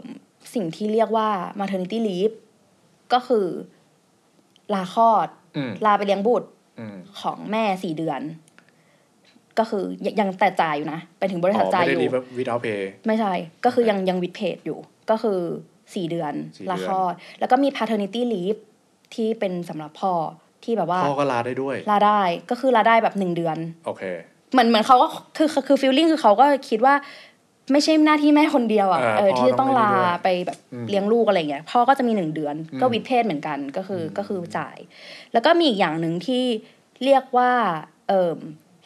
[SPEAKER 5] สิ่งที่เรียกว่า maternity leave ก็คือลาคลอด
[SPEAKER 3] อืม
[SPEAKER 5] ลาไปเลี้ยงบุตร
[SPEAKER 3] อืม
[SPEAKER 5] ของแม่สี่เดือน ก็คือยังยังแต่จ่ายอยู่นะไปถึงบริ
[SPEAKER 3] อ๋
[SPEAKER 5] ษัท
[SPEAKER 3] อ
[SPEAKER 5] จ่าย
[SPEAKER 3] ไม่
[SPEAKER 5] อ
[SPEAKER 3] ได้
[SPEAKER 5] ยู่
[SPEAKER 3] รีวิดเอาเพย์
[SPEAKER 5] ไม่ใช่ ก็คือ
[SPEAKER 3] โอเค
[SPEAKER 5] ยังยังวิดเพจอยู่ ก็คือสี่เดือน
[SPEAKER 3] สี่เดือน
[SPEAKER 5] ละคลอด แล้วก็มี paternity leave ที่เป็นสำหรับพ่อที่แบบว่า
[SPEAKER 3] พ่อก็ลาได้ด้วย
[SPEAKER 5] ลาได้ ก็คือลาได้แบบหนึ่งเดือน
[SPEAKER 3] โอเค
[SPEAKER 5] เหมือนเหมือนเขาก็คือคือคือฟีลลิ่งคือเขาก็คิดว่าไม่ใช่หน้าที่แม่คนเดียวอ่ะ
[SPEAKER 3] เออ
[SPEAKER 5] เออ
[SPEAKER 3] พ่อ
[SPEAKER 5] ที่จะต้อง
[SPEAKER 3] ต้อง
[SPEAKER 5] ลา
[SPEAKER 3] เลี้ยงด้วย
[SPEAKER 5] ไปแบบ
[SPEAKER 3] อืม
[SPEAKER 5] เลี้ยงลูกอะไรเงี้ยพ่อก็จะมีหนึ่งเดือน
[SPEAKER 3] อืม
[SPEAKER 5] ก็วิดเพศเหมือนกันก็คืออ
[SPEAKER 3] ม
[SPEAKER 5] ก็คือจ่าย แล้วก็มีอีกอย่างหนึ่งที่เรียกว่าเอ่อ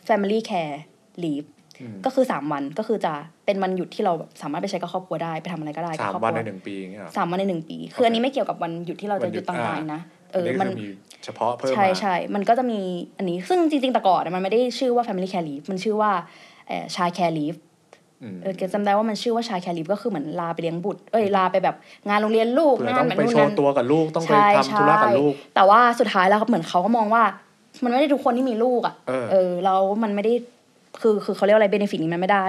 [SPEAKER 5] family care leave
[SPEAKER 3] อืม
[SPEAKER 5] ก็คือสามวันก็คือจะเป็นวันหยุดที่เราแบบสามารถไปใช้กับครอบครัวได้ไปทำอะไรก็ได้กับ
[SPEAKER 3] สาม
[SPEAKER 5] ครอบค
[SPEAKER 3] วัน
[SPEAKER 5] รั
[SPEAKER 3] ใน
[SPEAKER 5] ว
[SPEAKER 3] หนึ่งปีอย่างเงี้ยเหรอ
[SPEAKER 5] สามวันในหนึ่งปี คืออันนี้ไม่เกี่ยวกับวันหยุดที่เรา
[SPEAKER 3] วั
[SPEAKER 5] จะ
[SPEAKER 3] นห
[SPEAKER 5] ห
[SPEAKER 3] ยุ
[SPEAKER 5] ยุ
[SPEAKER 3] ด
[SPEAKER 5] ดต่าง
[SPEAKER 3] อ่า
[SPEAKER 5] ๆนะเอ
[SPEAKER 3] อัน
[SPEAKER 5] อ
[SPEAKER 3] นี้
[SPEAKER 5] มั
[SPEAKER 3] คื
[SPEAKER 5] น
[SPEAKER 3] อมีเฉพาะเพิ่มมา
[SPEAKER 5] ใช่ใช่ มันก็จะมีอันนี้ ซึ่งจริง ๆ แต่ก่อนอะมันไม่ได้ชื่อว่า Family Care Leave มันชื่อว่าชายแคร์ลีฟ
[SPEAKER 3] อืม
[SPEAKER 5] เออเกจำได้ว่ามันชื่อว่าชายแคร์ลีฟก็คือเหมือนลาไปเลี้ยงบุตร เอ้ยลาไปแบบงานโรงเรียนลูก
[SPEAKER 3] เผื่อง
[SPEAKER 5] า
[SPEAKER 3] ต้
[SPEAKER 5] น
[SPEAKER 3] อง
[SPEAKER 5] แบบ
[SPEAKER 3] ไป
[SPEAKER 5] นู่
[SPEAKER 3] โช
[SPEAKER 5] นนั่
[SPEAKER 3] ว์
[SPEAKER 5] น
[SPEAKER 3] ตัวกับลูกต้องไป
[SPEAKER 5] ใช่
[SPEAKER 3] ทำธุระกับลูก
[SPEAKER 5] ใช่แต่ว่าสุดท้ายแล้วเหมือนเขาก็มองว่า มันไม่ได้ทุกคนที่มีลูกอะ
[SPEAKER 3] เออ
[SPEAKER 5] แล้วมันไม่ได้คือคือเขาเรียกว่าอะไรเบนฟิตนี้มันไม่ได้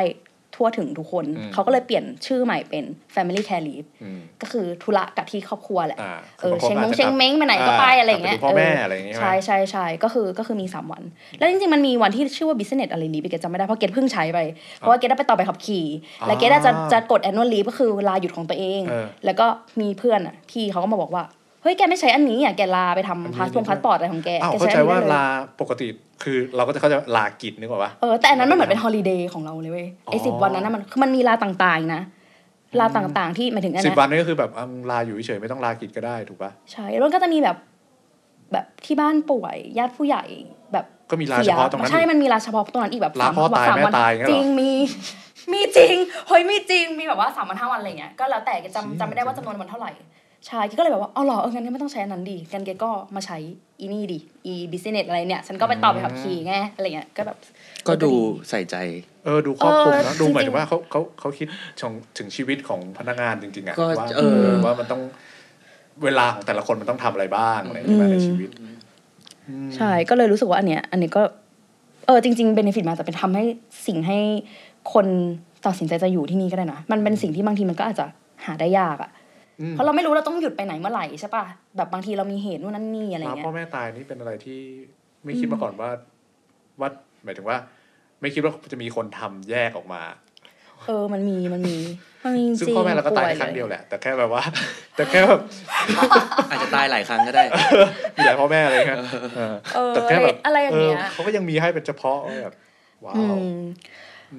[SPEAKER 5] ทั่วถึงทุกคน
[SPEAKER 3] อืม
[SPEAKER 5] เขาก็เลยเปลี่ยนชื่อใหม่เป็น Family Care Leave
[SPEAKER 3] อืม
[SPEAKER 5] ก็คือธุระกับที่ครอบครัวแหละ
[SPEAKER 3] อ่า
[SPEAKER 5] เออ
[SPEAKER 3] คือบางคนอาจจะ
[SPEAKER 5] เชงมงเชงเม้งไปไหนก็ไป
[SPEAKER 3] อ่า
[SPEAKER 5] อะไรอย่างเงี้ย
[SPEAKER 3] ไปดูพ่อแม่
[SPEAKER 5] เ
[SPEAKER 3] อะไรอย่างเงี้ยใช่
[SPEAKER 5] ใช่
[SPEAKER 3] ไหม
[SPEAKER 5] ใช่ใช่ก็คือก็คือมีสามวัน แล้วจริงๆมันมีวันที่ชื่อว่า business อะไรลีไปเกดจำไม่ได้เพราะเกดเพิ่งใช้ไป เพราะว่าเกดได้ไปต่อไปขับขี่ และเกดอะจะจะกด annual leave ก็คือลาหยุดของตัวเอง
[SPEAKER 3] เออ
[SPEAKER 5] แล้วก็มีเพื่อนอ่ะที่เขาก็มาบอกว่า เฮ้ยแกไม่ใช้อันนี้อ่ะแกลาไป
[SPEAKER 3] อันนี้
[SPEAKER 5] ทำพาสปง
[SPEAKER 3] ดีด้วย
[SPEAKER 5] พาสปอร์ตอะไรของแก
[SPEAKER 3] อ้าว
[SPEAKER 5] แก
[SPEAKER 3] เข้าใจ
[SPEAKER 5] อัน
[SPEAKER 3] ว่า
[SPEAKER 5] นี้ได้เลย
[SPEAKER 3] ลาปกติคือเราก็จะเขาใจะลากิจนึกออกปะ
[SPEAKER 5] เออแต่อันนั้นมันเหมือนเป็นฮอลิเดย์ของเราเลยเว้ยไอ้
[SPEAKER 3] อ๋อ
[SPEAKER 5] สิบวันนั้นน่ะมันคือมันมีลาต่างๆนะลาต่างๆที่หมายถึงอัน
[SPEAKER 3] สิ
[SPEAKER 5] นั้
[SPEAKER 3] บ
[SPEAKER 5] น
[SPEAKER 3] วันนี่ก็คือแบบอ่ะลาอยู่เฉยๆไม่ต้องลากิจก็ได้ถูกปะ
[SPEAKER 5] ใช่แล้วมันก็จะมีแบบแบบที่บ้านป่วยญาติผู้ใหญ่แบบ
[SPEAKER 3] ก็มีลาเฉพาะตรงนั้น
[SPEAKER 5] ใช่
[SPEAKER 3] อีก
[SPEAKER 5] มันมีลาเฉพาะตรงนั้นอีกแบบ
[SPEAKER 3] ลา
[SPEAKER 5] สม
[SPEAKER 3] พ่อตาย
[SPEAKER 5] สม
[SPEAKER 3] แม่
[SPEAKER 5] วัน
[SPEAKER 3] ตายอย่างเงี้ย
[SPEAKER 5] จ
[SPEAKER 3] เหรอ
[SPEAKER 5] ริงมี <laughs> มีจริงเฮ้ยมีจริงมีแบบว่าสามวันห้าวันอะไรเงี้ยก็แล้วแต่จำจำไม่ได้ว่าจำนวนวันเท่าไหร่ใช่กิ๊กก็เลยแบบว่าเอาเหรอเอองั้นก็ไม่ต้องใช้อันนั้นดีกันเกก็มาใช้อีนี่ดิอีบิสเนสอะไรเนี่ยฉันก็ไปต่อไปขับขี่ไงอะไรเงี้ยก็แบบ
[SPEAKER 8] ก็ดูใส่ใจ
[SPEAKER 3] เออดูครอบคลุม
[SPEAKER 5] เอ
[SPEAKER 3] นะ
[SPEAKER 5] อ
[SPEAKER 3] ดูหมาย
[SPEAKER 5] จริงๆ
[SPEAKER 3] ถึงว่าเขาเขาเขาคิดถึงถึงชีวิตของพนักงานจริงๆอะ
[SPEAKER 8] ก็
[SPEAKER 3] ว่า
[SPEAKER 8] เออ
[SPEAKER 3] ว่ามันต้องเวลาของแต่ละคนมันต้องทำอะไรบ้างอะไรอย่างเงี้ยในชีวิต
[SPEAKER 5] ใช่ก็เลยรู้สึกว่าอันเนี้ยอันนี้ก็เออจริงๆเบนฟิตมาแต่เป็นทำให้สิ่งให้คนตัดสินใจจะอยู่ที่นี่ก็ได้นะ มันเป็นสิ่งที่บางทีมันก็อาจจะหาได้ยากอะ่ะ
[SPEAKER 3] อืม
[SPEAKER 5] เพราะเราไม่รู้เราต้องหยุดไปไหนเมื่อไหร่ใช่ป่ะแบบบางทีเรามีเหตุนู่นนั่นนี่อะไร
[SPEAKER 3] ลา
[SPEAKER 5] เงี้ย
[SPEAKER 3] พ่อแม่ตายนี่เป็นอะไรที่ไม่คิดมาก่อนว่าว่าหมายถึงว่า ไม่คิดว่าจะมีคนทำแยกออกมา
[SPEAKER 5] เออมันมีมันมีมันมีจริง
[SPEAKER 3] ซึ่งพ่อแม่เราก็ตายแค่ครั้งเดียวแหละ แต่แค่แบบว่า แต่แค่แบบ
[SPEAKER 8] อาจจะตายหลายครั้งก็ได้
[SPEAKER 3] มีหลายพ่อแม่อะไรเงี้ยเออ
[SPEAKER 5] เออ
[SPEAKER 3] แต่แค่แบบ
[SPEAKER 5] อะไรอย่างเงี้ย
[SPEAKER 3] ออเขาก็ยังมีให้เป็นเฉพาะแบบว้า
[SPEAKER 5] อื
[SPEAKER 3] ว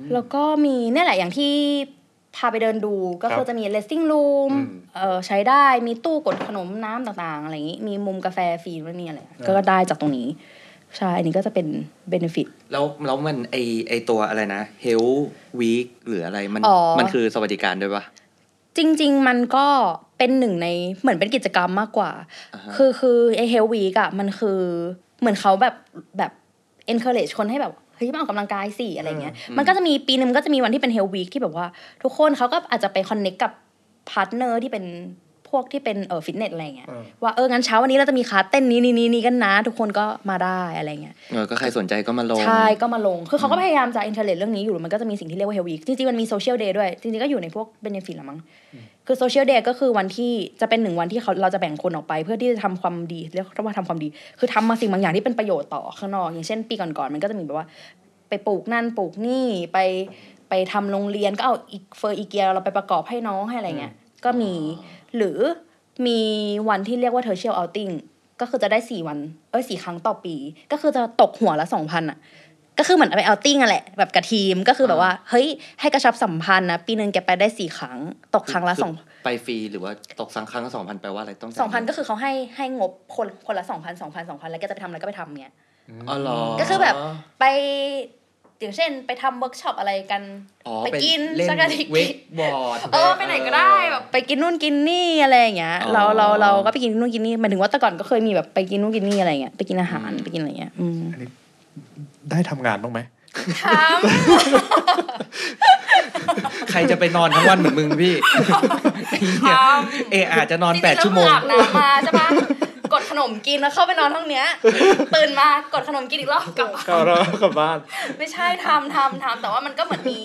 [SPEAKER 5] มแล้วก็มีเนี่ยแหละอย่างที่พาไปเดินดูก็
[SPEAKER 3] ครับ
[SPEAKER 5] คือจะมี resting room
[SPEAKER 3] อืม
[SPEAKER 5] เอ่อใช้ได้มีตู้กดขนมน้ำต่างๆ อะไรอย่างนี้ มีมุมกาแฟฟรีด้วยนี่อะไร
[SPEAKER 3] อ่า
[SPEAKER 5] ก็ได้จากตรงนี้ ใช่ อันนี้ก็จะเป็นเบนฟิต
[SPEAKER 8] แล้วแล้วมันไอไอตัวอะไรนะ Health Week หรืออะไรมัน
[SPEAKER 5] อ๋อ
[SPEAKER 8] มันคือสวัสดิการด้วยปะ
[SPEAKER 5] จริง ๆ มันก็เป็นหนึ่งในเหมือนเป็นกิจกรรมมากกว่า
[SPEAKER 8] อ่าฮะ
[SPEAKER 5] คือคือไอเฮลวีกอะมันคือเหมือนเขาแบบแบบ encourage คนให้แบบเฮ้ยมาออกกำลังกายสิอะไรเงี้ย มันก็จะมีปีหนึงก็จะมีวันที่เป็นเฮลวี k ที่แบบว่า ทุกคนเขาก็อาจจะไปคอนเน็กกับพาร์ทเนอร์ที่เป็นพวกที่เป็นเออฟิตเนสอะไรเงี้ย
[SPEAKER 3] อืม
[SPEAKER 5] ว่าเอองั้นเช้าวันนี้เราจะมีคลาสเต้นนี้นีนี่นี่กันนะ ทุกคนก็มาได้อะไรเงี้ย
[SPEAKER 8] เออก็ใครสนใจก็มาลง
[SPEAKER 5] ใช่ก็มาลง คือเขาก็พยายามจะอินเทอร์เน็ตเรื่องนี้อยู่ มันก็จะมีสิ่งที่เรียกว่าเฮลวีคจริงๆ มันมีโซเชียลเดย์ด้วย จริงๆ ก็อยู่ในพวกเบนฟิตละมั้ง คือโซเชียลเดย์ก็คือวันที่จะเป็นหนึ่งวันที่เขาเราจะแบ่งคนออกไป เพื่อที่จะทำความดี เรียกว่าทำความดี คือทำมาสิ่งบางอย่างที่เป็นประโยชน์ต่อข้างนอก อย่างเช่นปีก่อนๆ มันก็จะมีแบบว่า ไปปลูกนั่นปลูกนี่ไปไปทำโรงเรียนก็เอาอีกเฟอร์อีเกียเราไปประกอบให้น้องให้อะไรเงี้ยก็มีหรือมีวันที่เรียกว่าเทอร์เชียลเอาติงก็คือจะได้สี่วันเอ้ยสี่ครั้งต่อปี ก็คือจะตกหัวละสองพันอ่ะ ก็คือเหมือนไปเอาติ้งอะแหละแบบกับทีมก็คือแบบว่า เฮ้ย ให้กระชับสัมพันธ์นะ ปีหนึ่งแกไปได้สี่ครั้ง ตกครั้งละสอง
[SPEAKER 8] ไปฟรีหรือว่าตกสังครั้งสองพันแปลว่าอะไรต้องจ่าย
[SPEAKER 5] สองพันก็คือเขาให้ให้งบคนคนละสองพันสองพันสองพันแล้วแกจะไปทำอะไรก็ไปทำเนี่ย
[SPEAKER 8] อ๋อเหรอ
[SPEAKER 5] ก็คือแบบ ไปอย่างเช่น ไปทำเวิร์กช็อปอะไรกัน
[SPEAKER 8] อ๋อ
[SPEAKER 5] ไปกิน
[SPEAKER 8] เล่น
[SPEAKER 5] สักอาทิตย์
[SPEAKER 8] เวกบอร์ด
[SPEAKER 5] เออไปไหนก็ได้แบบไปกินนู่นกินนี่อะไรอย่างเงี้ย
[SPEAKER 8] อ๋อ
[SPEAKER 5] เราเราเราก็ไปกินนู่นกินนี่หมายถึงว่าแต่ก่อนก็เคยมีแบบไปกินนู่นกินนี่อะไรเงี้ยไปกินอาหารไปกินอะไรเงี้ยอืม
[SPEAKER 3] ได้ทำงานบ้างไหม
[SPEAKER 5] ทำ
[SPEAKER 8] ใครจะไปนอนทั้งวันเหมือนมึงพี่เอออาจจะนอนแปดชั่วโมง
[SPEAKER 5] จริๆแล้คืออาบน้ำมาใช่ปะกดขนมกินแล้วเข้าไปนอนห้องเนี้ยตื่นมากดขนมกินอีกรอบกลับบ้าน
[SPEAKER 3] ก็แล้วกลับบ้าน
[SPEAKER 5] ไม่ใช่ทำทำทำแต่ว่ามันก็เหมือนมี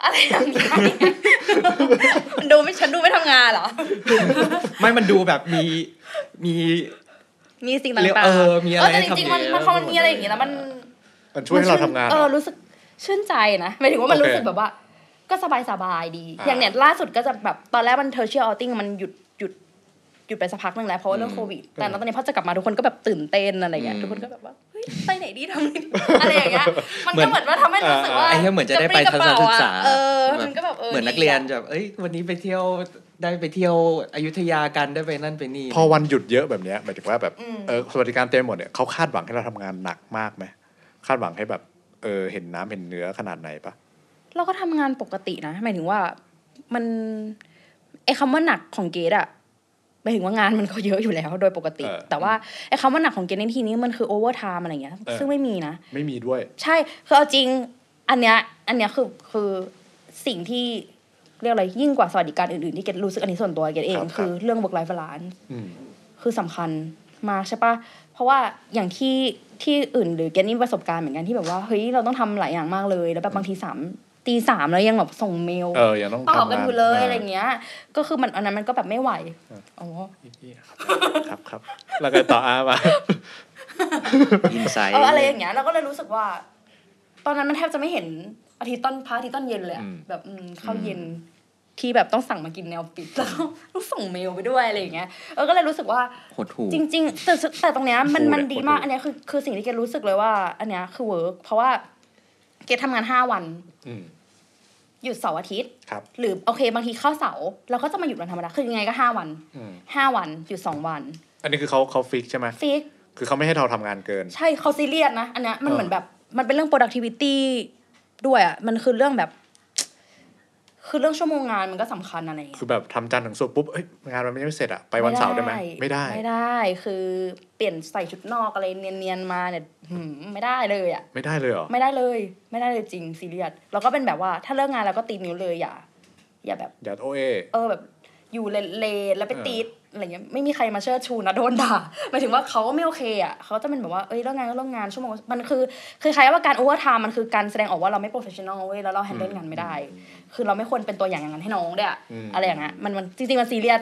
[SPEAKER 5] <laughs> อะไรอย่างเงี้ย <laughs> มันดูไม่ฉันดูไม่ทำงานเหรอ
[SPEAKER 8] ไม่มันดูแบบมีมี
[SPEAKER 5] มีสิ่ง
[SPEAKER 8] เรียก
[SPEAKER 5] ต่างๆ
[SPEAKER 8] เออมีอะไร
[SPEAKER 5] เแต่จริงๆมัน
[SPEAKER 8] ให้ทำเยอะ
[SPEAKER 5] มันพอมันมีอะไรอย่างเงี้ยแล้วมัน
[SPEAKER 3] มันช่วยให้เราทำงาน
[SPEAKER 5] เอ
[SPEAKER 3] เหร
[SPEAKER 5] อ
[SPEAKER 3] อ
[SPEAKER 5] รู้สึกชื่นใจนะหมายถึงว่ามัน
[SPEAKER 3] โอเค
[SPEAKER 5] รู้สึกแบบว่า ก็สบายสบายๆดี
[SPEAKER 3] อ่า
[SPEAKER 5] อย่างเนี้ยล่าสุดก็จะแบบตอนแรกมันเทอร์เชียลออติ้งมันหยุดหยุดหยุดไปสักพักหนึ่งแล้วเพราะว่าเรื่องโควิด แต่ตอนนี้พอจะกลับมาทุกคนก็แบบตื่นเต้นอะไรเงี้ย
[SPEAKER 8] อืม
[SPEAKER 5] ทุกคนก็แบบว่าเฮ้ยไปไหนดีทำไงดีอะไรอย่างเงี้ยมันก็เหมือนว่าทำให้รู้สึกว่า
[SPEAKER 8] ไอ้เหี้ยเหมือนจะได้ไป
[SPEAKER 5] รปรี้กระเป๋
[SPEAKER 8] ทัศนศึกษา
[SPEAKER 5] อะเออมันก็แบบเออ
[SPEAKER 8] เหมือนนัก
[SPEAKER 5] ดีะ
[SPEAKER 8] เรียนแบบเอ้ยวันนี้ไปเที่ยวได้ไปเที่ยวอยุธยากันได้ไปนั่นไปนี่
[SPEAKER 3] พอวันหยุดเยอะแบบเนี้ยหมายถึงว่าแบบเออสวัสดิการเต็มหมดเนี่ยเขาคาดหวังให้เราทำงานหนักมากไหมคาดหวังให้แบบเออเห็นน้ำเห็นเนื้อขนาดไหนปะ
[SPEAKER 5] เราก็ทำงานปกตินะหมายถึงว่ามันไอ้คำว่าหนักของเกดอะหมายถึงว่างานมันก็เยอะอยู่แล้วโดยปกติ
[SPEAKER 3] เออ
[SPEAKER 5] แต่ว่าไอ้คำว่าหนักของเกณฑ์ในที่นี้มันคือโอเวอร์ไทม์อะไรอย่างเงี้ย
[SPEAKER 3] เออ
[SPEAKER 5] ซึ่งไม่มีนะ
[SPEAKER 3] ไม่มีด้วย
[SPEAKER 5] ใช่ คือเอาจริง อันเนี้ย อันเนี้ยคือคือสิ่งที่เรียกอะไรยิ่งกว่าสวัสดิการอื่นๆ ที่เกดรู้สึกอันนี้ส่วนตัวเกดเอง
[SPEAKER 3] ครับ
[SPEAKER 5] คื
[SPEAKER 3] ค
[SPEAKER 5] อ
[SPEAKER 3] รับ
[SPEAKER 5] เรื่อง work life balance
[SPEAKER 3] อืม
[SPEAKER 5] คือสำคัญมากใช่ปะเพราะว่าอย่างที่ที่อื่นหรือเกณฑ์นี่ประสบการณ์เหมือนกันที่แบบว่าเฮ้ยเราต้องทำหลายอย่างมากเลย แล้วแบบบางทีสามตีสามแล้วยังแบบส่งเมล
[SPEAKER 3] เออยังต้อง
[SPEAKER 5] ตอบ
[SPEAKER 3] ทำ
[SPEAKER 5] กัน
[SPEAKER 3] งาน
[SPEAKER 5] อยู่เลย
[SPEAKER 3] อ่า
[SPEAKER 5] อะไรเงี้ย ก็คือมันอันนั้นมันก็แบบไม่ไหวอ๋อ
[SPEAKER 3] ครับครับแล้วก็ต่ออามา
[SPEAKER 8] อินไซต์
[SPEAKER 5] เอออะไรอย่างเงี้ยเราก็เลยรู้สึกว่า ตอนนั้นมันแทบจะไม่เห็นอาทิตย์ต้นพระอาทิตย์ต้นเย็นเลยอะ
[SPEAKER 8] อืม
[SPEAKER 5] แบบอืมข้าวเย็นที่แบบต้องสั่งมากินแนวปิด <laughs> แล้วก็ต้องส่งเมลไปด้วยอะไรอย่างเงี้ยเออก็เลยรู้สึกว่า
[SPEAKER 8] หดหู
[SPEAKER 5] จริงๆแต่แต่ตรงเนี้ยมัน
[SPEAKER 3] โอ้โห
[SPEAKER 5] มัน
[SPEAKER 3] แหละ
[SPEAKER 5] ดี
[SPEAKER 3] โคตร
[SPEAKER 5] มาก
[SPEAKER 3] ดี
[SPEAKER 5] อันเนี้ยคือคือสิ่งที่เกดรู้สึกเลยว่า อันเนี้ยคือเวิร์กเพราะว่าเกดทำงานห้าวัน
[SPEAKER 3] อืม
[SPEAKER 5] หยุดเสาร์อาทิตย์
[SPEAKER 3] ครับ
[SPEAKER 5] หรือโอเคบางทีเข้าเสาร์เราก็จะมาหยุดวันธรรมดาคือยังไงก็ห้าวัน
[SPEAKER 3] อืม
[SPEAKER 5] ห้าวันหยุดสองวัน
[SPEAKER 3] อันนี้คือเขาเขาฟิกใช่ไหม
[SPEAKER 5] ฟิก
[SPEAKER 3] คือเขาไม่ให้เราทำงานเกิน
[SPEAKER 5] ใช่เขาซีเรียสนะ อันเนี้ยมัน
[SPEAKER 3] เออ
[SPEAKER 5] เหมือนแบบ มันเป็นเรื่อง productivity ด้วยอ่ะ มันคือเรื่องแบบ คือเรื่องชั่วโมงงานมันก็สำคัญอะไรอย่างเงี้ย
[SPEAKER 3] คือแบบทำจันทร์ถึงศุกร์ปุ๊บเอ้ยงานมันยังไม่เสร็จอะไปวันเสาร์ได้ไหมไม่ได้
[SPEAKER 5] ไม่ได้ คือเปลี่ยนใส่ชุดนอกอะไรเนียนๆมาเนี่ยหืมไม่ได้เลยอ่ะ
[SPEAKER 3] ไม่ได้เลยเหรอ
[SPEAKER 5] ไม่ได้เลย ไม่ได้เลยจริงซีเรียสแล้วก็เป็นแบบว่า ถ้าเลิกงานแล้วก็ตีนิ้วเลยอย่า อย่าแบบ
[SPEAKER 3] อย่าโอเอ
[SPEAKER 5] เออแบบอยู่เลนๆแล้วไป
[SPEAKER 3] เออ
[SPEAKER 5] ตีดอะไรเงี้ยไม่มีใครมาเชิดชูนะโดนด่า <laughs> หมายถึงว่าเขาก็ไม่โอเคอ่ะเขาจะเป็นแบบว่าเอ้ยเรื่องงานก็เรื่องงานชั่วโมงมันคือคือใครว่าการโอเวอร์ไทม์มันคือการแสดงออกว่าเราไม่โปรเฟชชั่นอลเว้ยแล้วเราแฮนเดิลงานไม่ได้ คือเราไม่ควรเป็นตัวอย่างอย่างนั้นให้น้องด้วยอะอะไรอย่างเงี้ยมันมันจริงๆมันซีเรียส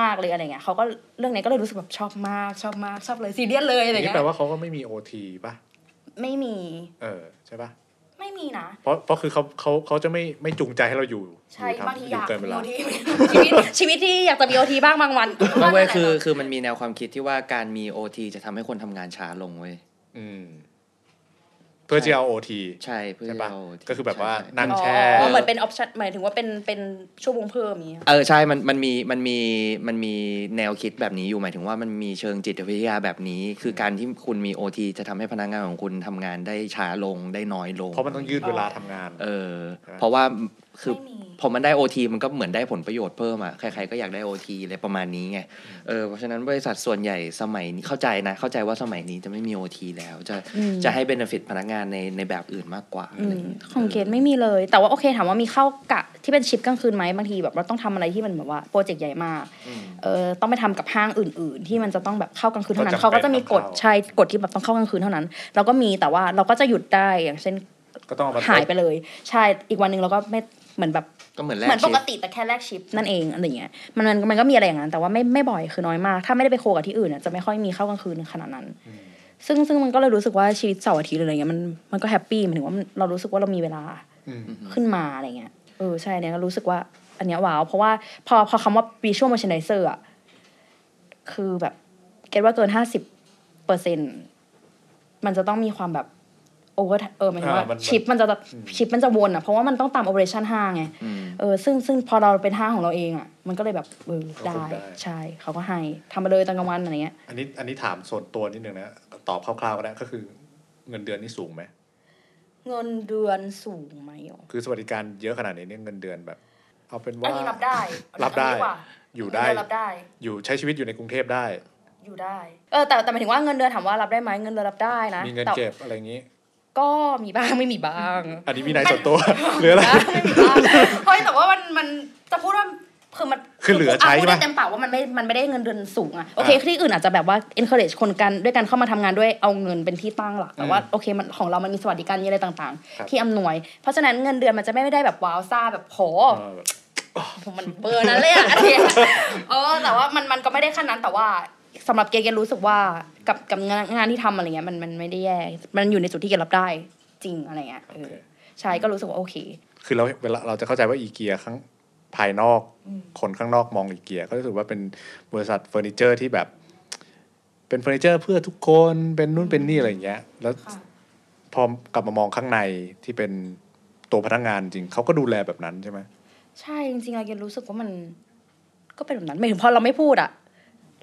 [SPEAKER 5] มากเลยอะไรเงี้ยเขาก็เรื่องเนี้ยก็เลยรู้สึกแบบชอบมากชอบมากชอบเลยซีเรียสเลยอะไร
[SPEAKER 3] นี่
[SPEAKER 5] เงี้
[SPEAKER 3] แปล
[SPEAKER 5] ย
[SPEAKER 3] ว่าเขาก็ไม่มีโอทีป่ะ
[SPEAKER 5] ไม่มี
[SPEAKER 3] เออใช่ป่ะ
[SPEAKER 5] ไม่มีนะ
[SPEAKER 3] เพราะเพราะคือเขาเขาเขาจะไม่ไม่จูงใจให้เราอยู่
[SPEAKER 5] ใช่
[SPEAKER 3] อยู่ทำ
[SPEAKER 5] บางที
[SPEAKER 3] อ
[SPEAKER 5] อยู่ ยาก
[SPEAKER 3] เกินเว
[SPEAKER 5] มี
[SPEAKER 3] ลา
[SPEAKER 5] โอทีชีวิตชีวิตที่อยากจะมีโอทีบ้างบางวัน
[SPEAKER 8] ไม่เว้ย
[SPEAKER 5] นั่นแหละ
[SPEAKER 8] คือ
[SPEAKER 5] เนาะ
[SPEAKER 8] คือมันมีแนวความคิดที่ว่าการมีโอทีจะทำให้คนทำงานช้าลงเว้ย
[SPEAKER 3] อืม เพื่อที่เอาโอที
[SPEAKER 8] ใช่เพื่อ
[SPEAKER 3] ใช่ปะ
[SPEAKER 8] เอาที่
[SPEAKER 3] ก็คือแบบว่า
[SPEAKER 8] ใช่ใช่
[SPEAKER 3] นั่ง
[SPEAKER 5] อ๋อ
[SPEAKER 3] แช่
[SPEAKER 5] อ๋อเหมือนเป็นออปชั่นหมายถึงว่าเป็นเป็นชั่วโมงเพิ่มอย่างเงี้ย
[SPEAKER 8] เออใช่ มันมันมีมันมีมันมีแนวคิดแบบนี้อยู่หมายถึงว่ามันมีเชิงจิตวิทยาแบบนี้ คือการที่คุณมีโอทีจะทำให้พนักงานของคุณทำงานได้ช้าลงได้น้อยลง
[SPEAKER 3] เพราะมันต้องยืดเวลาทำงาน
[SPEAKER 8] เออ
[SPEAKER 3] ใช่ไหม
[SPEAKER 8] เพราะว่าคือพอมันได้โอทีมันก็เหมือนได้ผลประโยชน์เพิ่มอะใครๆก็อยากได้โอทีอะไรประมาณนี้ไงเออเพราะฉะนั้นบริษัทส่วนใหญ่สมัยนี้เข้าใจนะเข้าใจว่าสมัยนี้จะไม่มีโอทีแล้ว จะจะให้เบนฟิตพนักงานในในแบบอื่นมากกว่าอะไรย่า
[SPEAKER 5] ข
[SPEAKER 8] ย
[SPEAKER 5] องเกดไม่มีเลย แต่ว่าโอเคถามว่ามีเข้ากะที่เป็นชิปกลางคืนไหมบางทีแบบเราต้องทำอะไรที่มันแบบว่าโปรเจกต์ใหญ่มากเออต้องไปทำกับห้างอื่น ๆ ที่มันจะต้องแบบเข้ากลางคืนเท่านั้น
[SPEAKER 3] ก็จำเป็น
[SPEAKER 5] เขาก็จะมีกฎ
[SPEAKER 3] ต้องเข้า
[SPEAKER 5] ใช่กฎที่แบบต้องเข้ากลางคืนเท่านั้น เราก็มีแต่ว่าเราก็จะหยุดได้อย่างเช่น
[SPEAKER 3] ก็ต้องเอามา
[SPEAKER 5] หายไปเลย ใช่อีกวันหนึ่งเราก็ไม่เหมือนแบบ
[SPEAKER 8] ก็เหมือนแลก
[SPEAKER 5] เหมือนปก
[SPEAKER 8] ชิป
[SPEAKER 5] ติแต่แค่แลกชิปนั่นเองอะไรเงี้ยมันมันมันก็มีอะไรอย่างนั้น แต่ว่าไม่ไม่บ่อยคือน้อยมาก ถ้าไม่ได้ไปโคกับที่อื่นอะจะไม่ค่อยมีเข้ากลางคืนขนาดนั้น ซึ่งซึ่งมันก็เลยรู้สึกว่าชีวิตเสาร์อาทิตย์หรืออะไรเงี้ยมันมันก็แฮปปี้หมายถึงว่ามันเรารู้สึกว่าเรามีเวลาขึ้นมาอะไรเงี้ยเออใช่เนี่ยก็รู้สึกว่าอันเนี้ยว้าว เพราะว่าพอพอคำว่า visual merchandiser อะคือแบบเก็ตว่าเกินห้าสิบเปอร์เซ็นมันจะต้องมีความแบบโอเวอร์เออหมายถึงว่า
[SPEAKER 3] อ่ามัน
[SPEAKER 5] ชิปมันจะชิปมันจะวนอะเพราะว่ามันต้องตาม operation ห้างไง เออซึ่งซึ่งพอเราเป็นห้างของเราเองอ่ะ มันก็เลยแบบเออ
[SPEAKER 3] เรา
[SPEAKER 5] ได้
[SPEAKER 3] ฝึกได้
[SPEAKER 5] ใช่เขาก็ให้ทำมาเลยตอนกลางวันอะไรเงี้ย
[SPEAKER 3] อันนี้อันนี้ถามส่วนตัวนิดนึงนะตอบคร่าวๆก็ได้ก็คือเงินเดือนนี่สูงไหม
[SPEAKER 5] เงินเดือนสูงไหมอ่ะ
[SPEAKER 3] คือสวัสดิการเยอะขนาดนี้เนี่ยเงินเดือนแบบ เอาเป็นว่า
[SPEAKER 5] อันนี้รับได้
[SPEAKER 3] รับได้ อยู่ได้
[SPEAKER 5] รับได้
[SPEAKER 3] อยู่ใช้ชีวิตอยู่ในกรุงเทพได้
[SPEAKER 5] อยู่ได้ เออแต่แต่หมายถึงว่าเงินเดือนถามว่ารับได้ไหมเงินเดือนรับได้นะ
[SPEAKER 3] มีเงิน
[SPEAKER 5] แต่
[SPEAKER 3] เก็บอะไรอย่างนี้
[SPEAKER 5] ก็มีบ้าง <laughs> ไม่มีบ้าง
[SPEAKER 3] อันนี้วินัยส่วนตัว <laughs> หรืออะไร
[SPEAKER 5] ไม่มีบ้างเฮ้ยแต่ว่ามันมันจะพูดว่าคือมัน
[SPEAKER 3] คือเหลือใช้
[SPEAKER 5] พูด
[SPEAKER 3] ใช่
[SPEAKER 5] ได้
[SPEAKER 3] ปะ
[SPEAKER 5] เต็มปากว่ามันไม่มันไม่ได้เงินเดือนสูงอ่ะโอเคที่อื่นอาจจะแบบว่า encourage คนกันด้วยกันเข้ามาทำงานด้วยเอาเงินเป็นที่ตั้งหลักแต่ว่า โอเคมันของเรามันมีสวัสดิการมีอะไรต่าง
[SPEAKER 3] ครับ
[SPEAKER 5] ๆ ที่อำนวย เพราะฉะนั้นเงินเดือนมันจะไม่ได้แบบว้าวซ่าแบบโห
[SPEAKER 3] เออ
[SPEAKER 5] มันเบอร์นั้นเลยอ่ะ เออแต่ว่ามันมันก็ไม่ได้ขั้นนั้นแต่ว่าสำหรับเกย์เกย์รู้สึกว่ากับกับงานงานที่ทำอะไรเงี้ยมันมันไม่ได้แย่มันอยู่ในจุดที่เกย์รับได้จริงอะไรเงี้ยเอ
[SPEAKER 3] โอ
[SPEAKER 5] อ
[SPEAKER 3] เค
[SPEAKER 5] ใช่ก็รู้สึกว่าโอเค
[SPEAKER 3] คือเราเวลาเราจะเข้าใจว่าอีเกียข้างภายนอกคนข้างนอกมองอีเกีย ก็รู้สึกว่าเป็นบริษัทเฟอร์นิเจอร์ที่แบบ เป็นเฟอร์นิเจอร์เพื่อทุกคนเป็นนู่นเป็นนี่อะไรอย่างเงี้ย แล้ว
[SPEAKER 5] ค่ะ
[SPEAKER 3] พอกลับมามองข้างในที่เป็นตัวพนักงานจริงเขาก็ดูแลแบบนั้นใช่ไหม
[SPEAKER 5] ใช่จริงๆอะเกรดรู้สึกว่ามัน ก็เป็นแบบนั้นหมายถึงพอเราไม่พูดอะ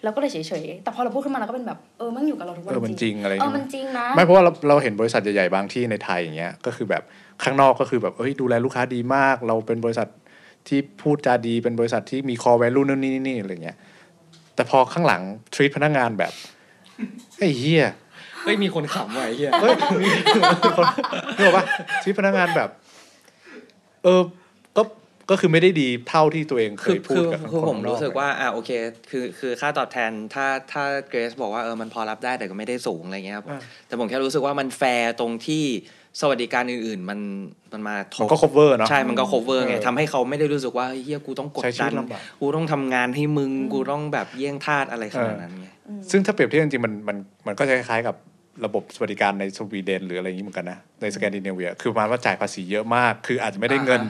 [SPEAKER 5] เราก็เลยเฉยๆแต่พอเราพูดขึ้นมาเราก็เป็นแบบเออมันอยู่กับเราทุกวัน
[SPEAKER 3] เออมันจริงอะไรอย่าง
[SPEAKER 5] เอ
[SPEAKER 3] เงี้
[SPEAKER 5] อย มันจริงนะ
[SPEAKER 3] ไม่เพราะว่าเราเราเห็นบริษัทใหญ่ๆบางที่ในไทยอย่างเงี้ยก็คือแบบข้างนอกก็คือแบบเอ้ยดูแลลูกค้าดีมาก เราเป็นบริษัทที่พูดจาดีเป็นบริษัทที่มี core value นู่นนี่นี่อะไรเงี้ยแต่พอข้างหลัง treat พนักงานแบบไอ้เฮีย
[SPEAKER 8] เฮ้ยมีคนขำว่ะไอ้เหี้ย
[SPEAKER 3] เฮ้ยนึกออกปะ treat พนักงานแบบ เออก็ก็คือไม่ได้ดีเท่าที่ตัวเองเค
[SPEAKER 8] คือย
[SPEAKER 3] พู
[SPEAKER 8] คื
[SPEAKER 3] ด
[SPEAKER 8] อ
[SPEAKER 3] กับข้าง
[SPEAKER 8] คือ
[SPEAKER 3] คน
[SPEAKER 8] ผม
[SPEAKER 3] ข้างนอ
[SPEAKER 8] รู้สึก
[SPEAKER 3] ก
[SPEAKER 8] ว่าอ่าโอเคคือคือค่าตอบแทนถ้าถ้าเกรซบอกว่าเออมันพอรับได้แต่ก็ไม่ได้สูงอะไรเงี้ยครับแต่ผมแค่รู้สึกว่ามันแฟร์ตรงที่สวัสดิการอื่นๆ มันมันมาท
[SPEAKER 3] มั
[SPEAKER 8] บ
[SPEAKER 3] นก็ cover เนาะ
[SPEAKER 8] ใช่มันก็ cover ไง
[SPEAKER 3] เออ
[SPEAKER 8] ทำให้เขาไม่ได้รู้สึกว่าเฮยเหียกูต้องกด
[SPEAKER 3] ใช้
[SPEAKER 8] ดั
[SPEAKER 3] ชีวิ
[SPEAKER 8] น
[SPEAKER 3] ตลำบาก
[SPEAKER 8] กูต้องทำงานให้มึงกูต้องแบบเยี่ยงทาสอะไรขนาดนั้นไง
[SPEAKER 3] ซึ่งถ้าเปรียบเทียบจริงๆมันมันมันก็จะคล้ายๆกับระบบสวัสดิการในสวีเดนหรืออะไรอย่างนี้เหมือนกันนะ ในสแกนดิเนเวีย คือประมาณว่าจ่ายภาษีเยอะมาก คืออาจจะไม่ได้เงิน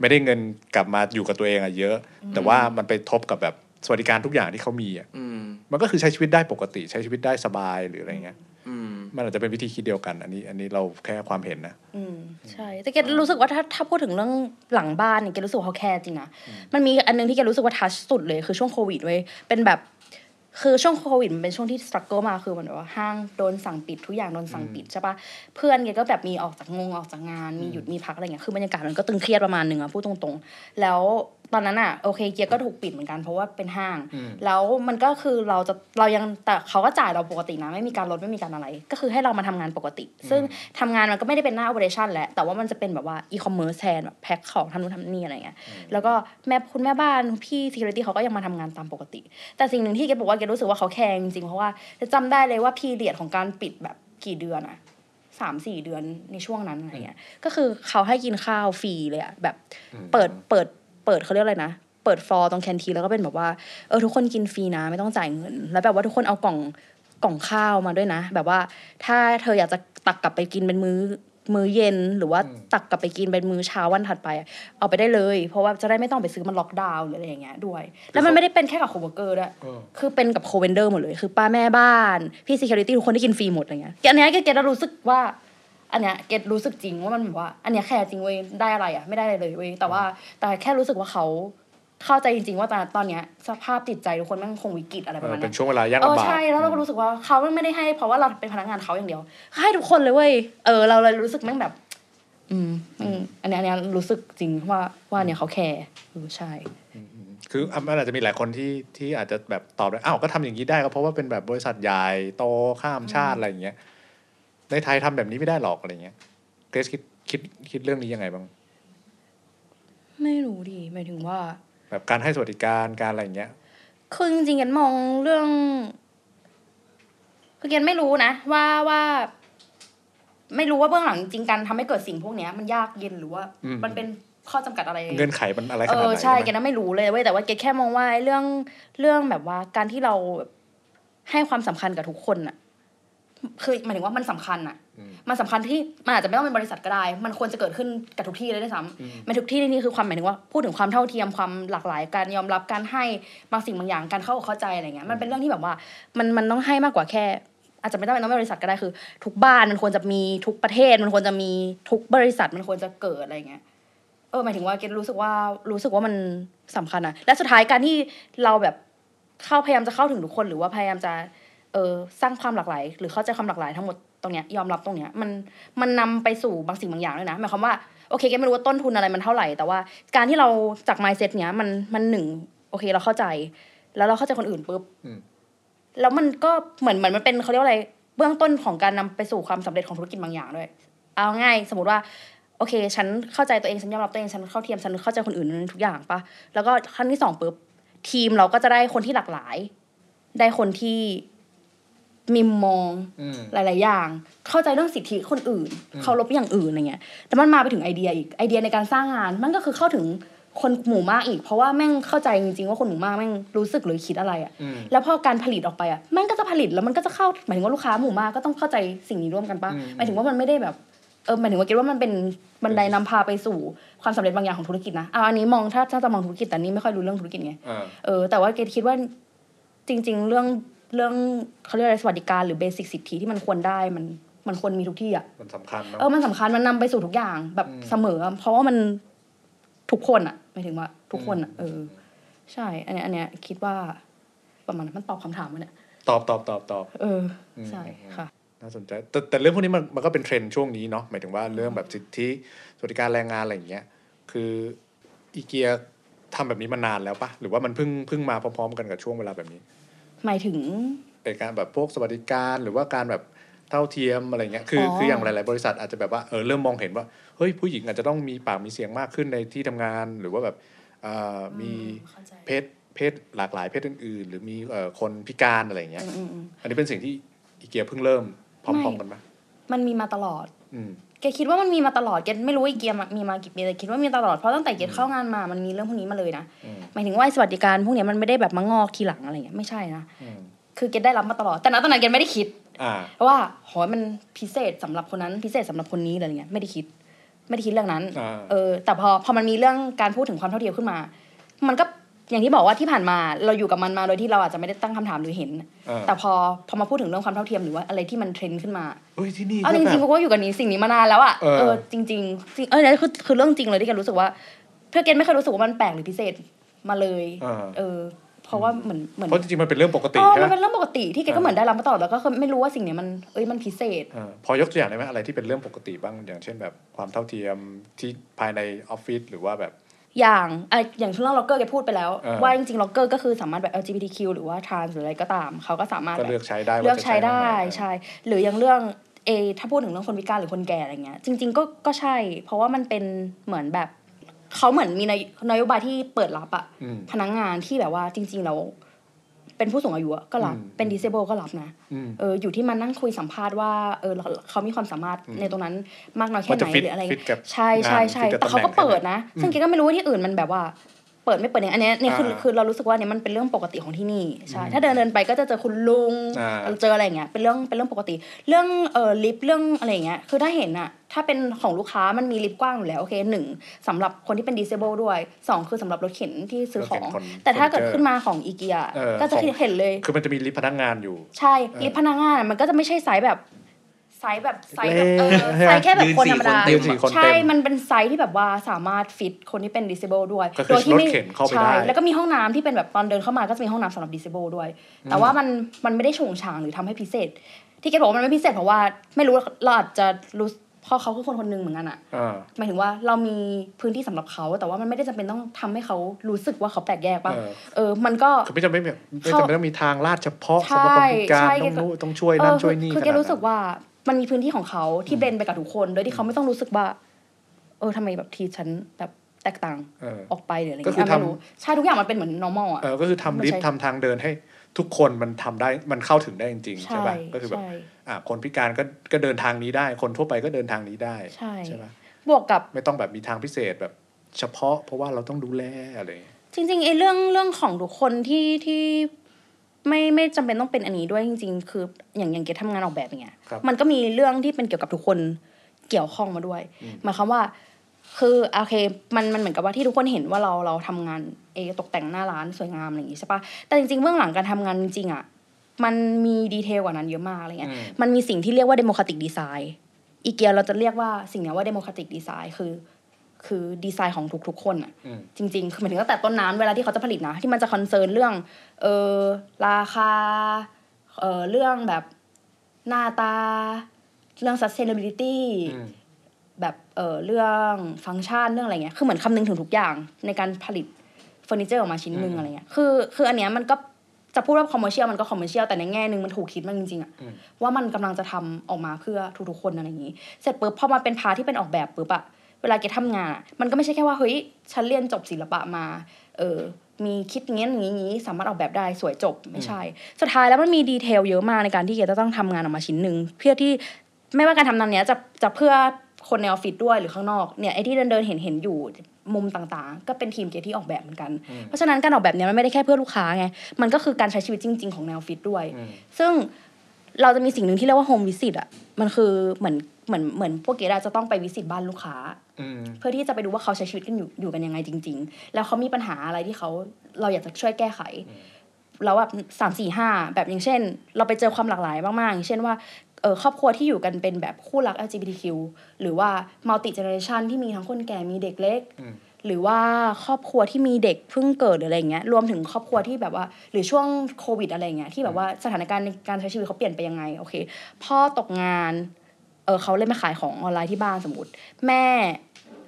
[SPEAKER 3] ไม่ได้เงินกลับมาอยู่กับตัวเองอะเยอะ แต่ว่ามันไปทบกับแบบสวัสดิการทุกอย่างที่เขามีอะ
[SPEAKER 8] อืม
[SPEAKER 3] มันก็คือใช้ชีวิตได้ปกติ ใช้ชีวิตได้สบายหรืออะไรเงี้ย
[SPEAKER 8] อืม
[SPEAKER 3] มันอาจจะเป็นวิธีคิดเดียวกัน อันนี้อันนี้เราแค่ความเห็นนะ
[SPEAKER 5] อืมใช่แต่เกดรู้สึกว่าถ้าถ้าพูดถึงเรื่องหลังบ้านเนี่ยเกดรู้สึกว่าเขาแคร์จริงนะมันมีอันนึงที่เกดรู้สึกว่าทัชสุดเลยคือช่วงโควิดเว้ยเป็นแบบ คือช่วงโควิดมันเป็นช่วงที่สตรัคเกิลมากคือมันแบบว่าห้างโดนสั่งปิดทุกอย่างโดนสั่งปิดใช่ปะเพื่อนเกดก็แบบมีออกจากงงออกจากงานมีหยุดมีพักอะไรเงี้ยคือบรรยากาศมันก็ตึงเครียดประมาณหนึ่งอะพูดตรงๆ แล้วตอนนั้นอะโอเคเกียร์ก็ถูกปิดเหมือนกันเพราะว่าเป็นห้าง แล้วมันก็คือเราจะเรายังแต่เขาก็จ่ายเราปกตินะไม่มีการลดไม่มีการอะไร ก็คือให้เรามาทำงานปกติ ซึ่งทำงานมันก็ไม่ได้เป็นหน้า operation แหละแต่ว่ามันจะเป็นแบบว่า e-commerce แทนแบบแพ็คของทำนู่นทำนี่อะไรเงี้ยแล้วก็แม่คุณแม่บ้านพี่ security เขาก็ยังมาทำงานตามปกติ แต่สิ่งหนึ่งที่เกดบอกว่าเกดรู้สึกว่าเขาแคร์จริงๆเพราะว่าจะจำได้เลยว่าพีเดียดของการปิดแบบกี่เดือนอะ สามสี่เดือนในช่วงนั้นอะไรเงี้ย ก็คือเขาให้กินข้าวฟรีเลยอะแบบเปิดเปิดเปิดเขาเรียกอะไรนะ เปิดฟอร์ตรงแคนทีนแล้วก็เป็นแบบว่าเออทุกคนกินฟรีนะไม่ต้องจ่ายเงิน แล้วแบบว่าทุกคนเอากล่องกล่องข้าวมาด้วยนะ แบบว่าถ้าเธออยากจะตักกลับไปกินเป็นมื้อมื้อเย็น หรือว่าตักกลับไปกินเป็นมื้อเช้าวันถัดไปอะเอาไปได้เลย เพราะว่าจะได้ไม่ต้องไปซื้อมันล็อกดาวน์หรืออะไรอย่างเงี้ยด้วย แล้วมันไม่ได้เป็นแค่กับโคเวอร์เกอร์ด้วย คือเป็นกับโคเวนเดอร์หมดเลย คือป้าแม่บ้าน พี่ security ทุกคนได้กินฟรีหมดอะไรเงี้ยอันเนี้ยเกดรู้สึกว่า อันเนี้ยเกดรู้สึกจริงว่ามันแบบว่า อันเนี้ยแคร์จริงเว้ยได้อะไรอ่ะไม่ได้อะไรเลยเว้ยแต่ว่าแต่แค่รู้สึกว่าเขาเข้าใจจริง ๆ ว่าตอนตอนเนี้ยสภาพจิตใจทุกคนแม่งคงวิกฤตอะไร
[SPEAKER 3] เอ
[SPEAKER 5] ประ
[SPEAKER 3] อ
[SPEAKER 5] มาณ
[SPEAKER 3] เป็
[SPEAKER 5] นั้น น
[SPEAKER 3] ช่วงเวลายาก
[SPEAKER 5] เออ
[SPEAKER 3] ลำบาก
[SPEAKER 5] ใช่แล้วเราก็รู้สึกว่าเขาแม่งไม่ได้ให้ เพราะว่าเราเป็นพนักงานเขาอย่างเดียวเขาให้ทุกคนเลยเว้ยเออเราเลยรู้สึกแม่งแบบ อืมอืมอันเนี้ยอันเนี้ยรู้สึกจริงว่าว่าเนี่ยเขาแคร์เออใช่
[SPEAKER 3] คืออ่ะมันอาจจะมีหลายคนที่ที่อาจจะแบบตอบได้อ้าวก็ทำอย่างนี้ได้ก็เพราะว่าเป็นแบบบริษัทใหญ่โตข้ามชาติอะไรอย่างเงี้ยในไทยทำแบบนี้ไม่ได้หรอกอะไรเงี้ยเกรซคิดคิดคิดเรื่องนี้ยังไงบ้าง
[SPEAKER 5] ไม่รู้ดิหมายถึงว่า
[SPEAKER 3] แบบการให้สวัสดิการการอะไรอย่างเงี้ย
[SPEAKER 5] คือจริงๆกันมองเรื่องคือเกนไม่รู้นะว่าว่า ไม่รู้ว่าเบื้องหลังจริงๆการทำให้เกิดสิ่งพวกเนี้ยมันยากเย็นหรือว่า
[SPEAKER 3] อืม
[SPEAKER 5] มันเป็นข้อจำกัดอะไร
[SPEAKER 3] เงื่อนไขมันอะไรข
[SPEAKER 5] เอ
[SPEAKER 3] นาด
[SPEAKER 5] อ
[SPEAKER 3] ไหน
[SPEAKER 5] ใช่
[SPEAKER 3] ไหม
[SPEAKER 5] เกนน่ะไม่รู้เลยเว้ยแต่ว่าเกนแค่มองว่าไอ้เรื่องเรื่องแบบว่าการที่เราให้ความสำคัญกับทุกคนอะคือหมายถึงว่ามันสำคัญอะ
[SPEAKER 3] อืม
[SPEAKER 5] มันสำคัญที่มันอาจจะไม่ต้องเป็นบริษัทก็ได้ มันควรจะเกิดขึ้นกับทุกที่เลยด้วยซ้ำ มันทุกที่ในนี้คือความหมายถึงว่าพูดถึงความเท่าเทียมความหลากหลายการยอมรับการให้บางสิ่งบางอย่างการเข้าอกเข้าใจอะไรเงี้ยมันเป็นเรื่องที่แบบว่ามันมันต้องให้มากกว่าแค่ อาจจะไม่ต้องเป็นต้องเป็นบริษัทก็ได้คือ ทุกบ้านมันควรจะมีทุกประเทศ มันควรจะมีทุกบริษัทมันควรจะเกิดอะไรเงี้ยเออหมายถึงว่าเกดรู้สึกว่ารู้สึกว่ามันสำคัญอะและสุดท้ายการที่เราแบบเข้าพยายามจะเข้าถึงทุกคนหรือว่าพยายามจะ เออสร้างความหลากหลาย หรือเข้าใจความหลากหลายทั้งหมดตรงเนี้ยยอมรับตรงเนี้ยมันมันนำไปสู่บางสิ่งบางอย่างด้วยนะหมายความว่าโอเคแกไม่รู้ว่าต้นทุนอะไรมันเท่าไหร่ แต่ว่าการที่เราจาก mindset เนี้ยมันมันหนึ่งโอเคเราเข้าใจ แล้วเราเข้าใจคนอื่นปุ๊บ
[SPEAKER 3] อืม
[SPEAKER 5] แล้วมันก็เหมือนเหมือนมันเป็นเขาเรียกว่าอะไรเบื้องต้นของการนำไปสู่ความสำเร็จของธุรกิจบางอย่างด้วย เอาง่ายสมมติว่า โอเค ฉันเข้าใจตัวเองฉันยอมรับตัวเองฉันเข้าเทียมฉันเข้าใจคนอื่นทุกอย่างปะแล้วก็ขั้นที่สองปุ๊บทีมเราก็จะได้คนที่หลากหลาย ได้คนที่ มีมุมมอง
[SPEAKER 3] อืม
[SPEAKER 5] หลาย ๆ อย่าง เข้าใจเรื่องสิทธิคนอื่น
[SPEAKER 3] อืม
[SPEAKER 5] เคารพอย่างอื่นอะไรเงี้ย แต่มันมาไปถึงไอเดียอีกไอเดียในการสร้างงาน มันก็คือเข้าถึงคนหมู่มากอีก เพราะว่าแม่งเข้าใจจริง ๆ ว่าคนหมู่มากแม่งรู้สึกหรือคิดอะไรอะ่ะ
[SPEAKER 3] อืม
[SPEAKER 5] แล้วพอการผลิตออกไปอะ่ะมันก็จะผลิตแล้วมันก็จะเข้าหมายถึงว่าลูกค้าหมู่มากก็ต้องเข้าใจสิ่งนี้ร่วมกันปะ
[SPEAKER 3] อืม
[SPEAKER 5] หมายถึงว่ามันไม่ได้แบบเออหมายถึงว่าคิดว่ามันเป็นบันไดนำพาไปสู่ความสำเร็จบางอย่างของธุรกิจนะเอาอันนี้มองถ้าถ้าจะมองธุรกิจแต่นี่ไม่ค่อยรู้เรื่องธุรกิจไง
[SPEAKER 3] อ่า
[SPEAKER 5] เออแต่ว่าเกดคิดว่าจริง ๆ เรื่องเรื่องเขาเรียกอะไรสวัสดิการหรือเบสิกสิทธิที่มันควรได้มันมันควรมีทุกที่อ่ะ
[SPEAKER 3] มันสำคัญเนอะ
[SPEAKER 5] เออมันสำคัญมันนำไปสู่ทุกอย่างแบบ
[SPEAKER 3] อืม
[SPEAKER 5] เสมออะเพราะว่ามันทุกคนอ่ะหมายถึงว่า ทุกคนอ่ะเออ ใช่ อันเนี้ยอันเนี้ยคิดว่าประมาณนั้นมันตอบคำถามมันเนี่ย
[SPEAKER 3] ตอบตอบตอบตอบ
[SPEAKER 5] เอออ
[SPEAKER 3] ม
[SPEAKER 5] ใช่ค่ะ
[SPEAKER 3] น่าสนใจแต่แต่เรื่องพวกนี้มันมันก็เป็นเทรนด์ช่วงนี้เนาะหมายถึงว่าเรื่องแบบสิทธิสวัสดิการแรงงานอะไรอย่างเงี้ยคืออีเกียทำแบบนี้มานานแล้วปะหรือว่ามันเพิ่งเพิ่งมาพร้อมๆ กันกับช่วงเวลาแบบนี้
[SPEAKER 5] หมายถึง
[SPEAKER 3] ไอการแบบพวกสวัสดิการหรือว่าการแบบเท่าเทียมอะไรเงี้ยคือ
[SPEAKER 5] อ๋อ
[SPEAKER 3] คืออย่างหลายๆบริษัทอาจจะแบบว่าเออเริ่มมองเห็นว่าเฮ้ยผู้หญิงอาจจะต้องมีปากมีเสียงมากขึ้นในที่ทำงาน หรือว่าแบบเอ่ออมี
[SPEAKER 5] เข้าใจ
[SPEAKER 3] เพศเพศหลากหลายเพศอื่นๆ หรือมีเอ่อคนพิการอะไรอย่างเงี้ย
[SPEAKER 5] อืม
[SPEAKER 3] อันนี้เป็นสิ่งที่อีเกียเพิ่งเริ่มพร้อม
[SPEAKER 5] ไม่
[SPEAKER 3] ๆกันไหม
[SPEAKER 5] ๆมันมีมาตลอด
[SPEAKER 3] อืม
[SPEAKER 5] เกดคิดว่ามันมีมาตลอดเกดไม่รู้ว่าอีเกียมมีมากี่ปีแต่คิดว่ามีตลอดเพราะตั้งแต่เกดเข้างานมามันมีเรื่องพวกนี้มาเลยนะ
[SPEAKER 3] อืม
[SPEAKER 5] หมายถึงว่าไอ้สวัสดิการพวกเนี้ยมันไม่ได้แบบมางอกทีหลังอะไรเงี้ยไม่ใช่นะ
[SPEAKER 3] อืม
[SPEAKER 5] คือเกดได้รับมาตลอดแต่ณตอนนั้นเกดไม่ได้คิด
[SPEAKER 3] อ่า
[SPEAKER 5] ว่าโหยมันพิเศษสำหรับคนนั้นพิเศษสำหรับคนนี้อะไรเงี้ยไม่ได้คิด ไม่ได้คิดเรื่องนั้น
[SPEAKER 3] อ่า
[SPEAKER 5] เออ แต่พอพอมันมีเรื่องการพูดถึงความเท่าเทียมขึ้นมา มันก็อย่างที่บอกว่าที่ผ่านมาเราอยู่กับมันมาโดยที่เราอาจจะไม่ได้ตั้งคำถามหรือเห็น
[SPEAKER 3] เออ
[SPEAKER 5] แต่พอพอมาพูดถึงเรื่องความเท่าเทียมหรือว่าอะไรที่มันเทรนด์ขึ้นมา
[SPEAKER 3] เอ้ยที่นี่
[SPEAKER 5] เอา
[SPEAKER 3] ก็แบ
[SPEAKER 5] จริ
[SPEAKER 3] บ
[SPEAKER 5] งๆกูก็อยู่กับนี้สิ่งนี้มานานแล้วอ่ะ
[SPEAKER 3] เออ
[SPEAKER 5] จริงๆจริงเออเนี่ยคือคือเรื่องจริงเลยที่แกรู้สึกว่า เพื่อแกไม่เคยรู้สึกว่ามันแปลกหรือพิเศษมาเลย
[SPEAKER 3] เออ
[SPEAKER 5] เออ เพราะว่าเหมือนเหมือน
[SPEAKER 3] เพราะจริงๆมันเป็นเรื่องปกติ
[SPEAKER 5] เออ
[SPEAKER 3] ใช่
[SPEAKER 5] มัน
[SPEAKER 3] ไหม
[SPEAKER 5] เป็นเรื่องปกติที่แก
[SPEAKER 3] เอ
[SPEAKER 5] ก็
[SPEAKER 3] อ
[SPEAKER 5] เหมือนได้รับมาตลอดแล้วก็คือไม่รู้ว่าสิ่งเนี้ยมันเอ้ยมันพิเศษ
[SPEAKER 3] เออพอยกตัวอย่างได้ไหมอะไรที่เป็นเรื่องปกติบ้างอย่างเช่นแบบความเท่าเทียมที่ภายในออฟฟิศหรือว่าแบบ
[SPEAKER 5] อย่างอ่ะอย่างช่วงเรื่องล็อกเกอร์แกพูดไปแล้ว
[SPEAKER 3] เออ
[SPEAKER 5] ว่าจริงๆล็อกเกอร์ก็คือสามารถแบบ LGBTQ หรือว่า trans หรืออะไรก็ตาม เขาก็สามารถ
[SPEAKER 3] ก็
[SPEAKER 5] แบบ
[SPEAKER 3] เลือกใช้ได้
[SPEAKER 5] เลือก
[SPEAKER 3] ว่าจะ
[SPEAKER 5] ใช้ได้
[SPEAKER 3] ทำหม
[SPEAKER 5] ใช่ หรืออย่างเรื่องเอถ้าพูดถึงเรื่องคนพิการหรือคนแก่อะไรเงี้ย จริง ๆ ก็ก็ใช่ เพราะว่ามันเป็นเหมือนแบบเขาเหมือนมีนโยนโยบายที่เปิดรับอะ
[SPEAKER 3] อืม
[SPEAKER 5] พนักงานที่แบบว่าจริง ๆ แล้วเป็นผู้สูงอายุอะก็รับ
[SPEAKER 3] อืม
[SPEAKER 5] เป็นดิเซเบิลก็รับนะ
[SPEAKER 3] อืม
[SPEAKER 5] เอออยู่ที่มันนั่งคุยสัมภาษณ์ว่าเออเราเขามีความสามารถ
[SPEAKER 3] อืม
[SPEAKER 5] ในตรงนั้นมากน้อยแค่
[SPEAKER 3] ว่า
[SPEAKER 5] ไห
[SPEAKER 3] จะ
[SPEAKER 5] น
[SPEAKER 3] fit
[SPEAKER 5] หรืออะไร
[SPEAKER 3] fit กับ
[SPEAKER 5] ใช่ใช่
[SPEAKER 3] งาน
[SPEAKER 5] ใช่
[SPEAKER 3] fit กับ
[SPEAKER 5] แต่เขาก็
[SPEAKER 3] ตำแหน่ง
[SPEAKER 5] เปิดนะ ซึ่ง
[SPEAKER 3] อืม
[SPEAKER 5] เกก็ไม่รู้ว่าที่อื่นมันแบบว่า เปิดไม่เปิดเนี่ยอันเนี้ยเนี่ยคือ
[SPEAKER 3] อ่า
[SPEAKER 5] คือเรารู้สึกว่าเนี่ยมันเป็นเรื่องปกติของที่นี่ใช่
[SPEAKER 3] อืม
[SPEAKER 5] ถ้าเดินเดินไปก็จะเจอคุณลุง
[SPEAKER 3] อ่า
[SPEAKER 5] เจออะไรอย่างเงี้ยเป็นเรื่องเป็นเรื่องปกติ เรื่องเอ่อลิฟต์เรื่องอะไรอย่างเงี้ยคือถ้าเห็นอะถ้าเป็นของลูกค้ามันมีลิฟต์กว้างอยู่แล้วโอเคหนึ่งสำหรับคนที่เป็นดิเซเบิลด้วยสองคือสำหรับรถเข็นที่ซื้อขอ
[SPEAKER 3] ร
[SPEAKER 5] ง
[SPEAKER 3] ถเข็นคน
[SPEAKER 5] แต่ถ้าเกิด
[SPEAKER 3] คนเจอ
[SPEAKER 5] ขึ้นมาของอีเกีย
[SPEAKER 3] เออ
[SPEAKER 5] ก็จะ
[SPEAKER 3] ของ
[SPEAKER 5] เห็นเลย
[SPEAKER 3] คือมันจะมีลิฟต์พนักงานอยู่
[SPEAKER 5] ใช่
[SPEAKER 3] เออ
[SPEAKER 5] ลิฟต์พนักงานอะมันก็จะไม่ใช่สายแบบ ไซส์แบบไซส์แบบเออไซส์แค่แบบคนธรรมดา
[SPEAKER 3] ยืนสี่คนเต็ม
[SPEAKER 5] ใช่ มันเป็นไซส์ที่แบบว่าสามารถฟิตคนที่เป็น disable ด้วย
[SPEAKER 3] ก็คือ
[SPEAKER 5] โดยที่ไม่
[SPEAKER 3] รถเข็นเข้าไปได้
[SPEAKER 5] ใช่แล้วก็มีห้องน้ำที่เป็นแบบตอนเดินเข้ามาก็จะมีห้องน้ำสำหรับ disable ด้วย แต่ว่ามันมันไม่ได้โฉงฉางหรือทำให้พิเศษ ที่เกดบอกว่ามันไม่พิเศษเพราะว่าไม่รู้เราอาจจะรู้เพราะเขาคือคนคนหนึ่งเหมือนกันอะ
[SPEAKER 3] อ่า
[SPEAKER 5] หมายถึงว่าเรามีพื้นที่สำหรับเขา แต่ว่ามันไม่ได้จำเป็นต้องทำให้เขารู้สึกว่าเขาแปลกแยกป่ะ
[SPEAKER 3] เออ
[SPEAKER 5] เออ มันก็
[SPEAKER 3] คือไม่จำเป็นแบบไม่
[SPEAKER 5] เข้า
[SPEAKER 3] จำเป็นต้องมีทางลาดเฉพาะ
[SPEAKER 5] ใช่
[SPEAKER 3] สำหรับคนพิการ
[SPEAKER 5] ใช่
[SPEAKER 3] ต้องนู้นต้องช่วยนั่น
[SPEAKER 5] เออ
[SPEAKER 3] ช่วยนี่
[SPEAKER 5] คือ
[SPEAKER 3] ข
[SPEAKER 5] แก
[SPEAKER 3] นาดนั้น
[SPEAKER 5] รู้สึกว่ามันมีพื้นที่ของเขาที่เบนไปกับทุกคนโดยที่เขาไม่ต้องรู้สึกว่า เออทำไมแบบทีฉันแบบแตกต่าง
[SPEAKER 3] เออ
[SPEAKER 5] ออกไปหรืออะไร
[SPEAKER 3] ก็
[SPEAKER 5] เงี้ย
[SPEAKER 3] คือทำ
[SPEAKER 5] อ่ะไม่รู้ใช่ทุกอย่างมันเป็นเหมือน normal อ่ะ
[SPEAKER 3] เออก็คือทำลิฟ
[SPEAKER 5] มั
[SPEAKER 3] ต์
[SPEAKER 5] นใช้
[SPEAKER 3] ทำทางเดินให้ทุกคนมันทำได้มันเข้าถึงได้จริงๆ
[SPEAKER 5] ใช่
[SPEAKER 3] ใช่ป่ะก็คือแบบ
[SPEAKER 5] ใช่
[SPEAKER 3] อ่ะคนพิการก็ก็เดินทางนี้ได้ คนทั่วไปก็เดินทางนี้ได้
[SPEAKER 5] ใช่
[SPEAKER 3] ใช่ป่ะ
[SPEAKER 5] บวกกับ
[SPEAKER 3] ไม่ต้องแบบมีทางพิเศษแบบเฉพาะ เพราะว่าเราต้องดูแลอะไรอย่างเงี้ย
[SPEAKER 5] จริงๆไอ้เรื่องเรื่องของทุกคนที่ที่ไม่ไม่จำเป็นต้องเป็นอันนี้ด้วยจริง ๆ คืออย่างอย่างเกดทำงานออกแบบอย่างเงี้ย
[SPEAKER 3] ครับ
[SPEAKER 5] มันก็มีเรื่องที่เป็นเกี่ยวกับทุกคนเกี่ยวข้องมาด้วยหมายความว่า คือโอเคมันมันเหมือนกับว่าที่ทุกคนเห็นว่าเราเราทำงานเอตกแต่งหน้าร้านสวยงามอะไรอย่างงี้ใช่ปะแต่จริงๆเบื้องหลังการทำงานจริงๆอ่ะมันมีดีเทลกว่านั้นเยอะมากอะไรเงี้ยมันมีสิ่งที่เรียกว่าเดโมค r a ติกดีไซน์อีเกียเราจะเรียกว่าสิ่งเนี้ยว่าเดโมค r a ติกดีไซน์คือ คือดีไซน์ของทุกๆคนอ่ะ จริงๆ คือหมายถึงตั้งแต่ต้นน้ำเวลาที่เขาจะผลิตนะ ที่มันจะคอนเซิร์นเรื่อง เออราคา เออเรื่องแบบหน้าตา เรื่อง sustainability แบบเออเรื่องฟังก์ชันเรื่องอะไรเงี้ย คือเหมือนคำนึงถึงทุกอย่างในการผลิตเฟอร์นิเจอร์ออกมาชิ้นหนึ่งอะไรเงี้ย คือคืออันเนี้ยมันก็จะพูดว่าคอมเมอร์เชียลมันก็คอมเมอร์เชียลแต่ในแง่หนึ่งมันถูกคิดมากจริงๆอะว่ามันกำลังจะทำออกมาเพื่อทุกๆคนอะไรอย่างนี้ เสร็จปุ๊บพอมาเป็นพาร์ทที่เป็นออกแบบปุ๊บอะเวลาเกดทำงานอะมันก็ไม่ใช่แค่ว่าเฮ้ยฉันเรียนจบศิลปะมา เออมีคิดอย่างนี้อย่างนี้อย่างนี้สามารถออกแบบได้สวยจบไม่ใช่ สุดท้ายแล้วมันมีดีเทลเยอะมากในการที่เกดจะต้องทำงานออกมาชิ้นหนึ่งเพื่อที่ ไม่ว่าการทำนั้นเนี้ยจะจะเพื่อคนในออฟฟิศด้วยหรือข้างนอกเนี่ยไอ้ที่เดินเดินเห็นเห็นอยู่มุมต่างๆ ก็เป็นทีมเกที่ออกแบบเหมือนกัน เพราะฉะนั้นการออกแบบเนี้ยมันไม่ได้แค่เพื่อลูกค้าไง มันก็คือการใช้ชีวิตจริง ๆ ของในออฟฟิศด้วย ซึ่งเราจะมีสิ่งหนึ่งที่เรียกว่าโฮมวิสิตอ่ะมันคือเหมือนเหมือนเหมือนพวกเกดจะต้องไปวิสิตบ้านลูกค้า เพื่อที่จะไปดูว่าเขาใช้ชีวิตกันอยู่อยู่กันยังไงจริง ๆ แล้วเขามีปัญหาอะไรที่เขาเราอยากจะช่วยแก้ไข แล้วแบบสามสี่ห้าแบบอย่างเช่น เราไปเจอความหลากหลายมากๆ อย่างเช่นว่าเออครอบครัวที่อยู่กันเป็นแบบคู่รัก LGBTQ หรือว่า multi generation ที่มีทั้งคนแก่มีเด็กเล็ก หรือว่าครอบครัวที่มีเด็กเพิ่งเกิดหรืออะไรอย่างเงี้ยรวมถึงครอบครัวที่แบบว่า หรือช่วงโควิดอะไรอย่างเงี้ยที่แบบว่าสถานการณ์ในการใช้ชีวิตเขาเปลี่ยนไปยังไงโอเคพ่อตกงานเออเขาเลยมาขายของออนไลน์ที่บ้านสมมติ แม่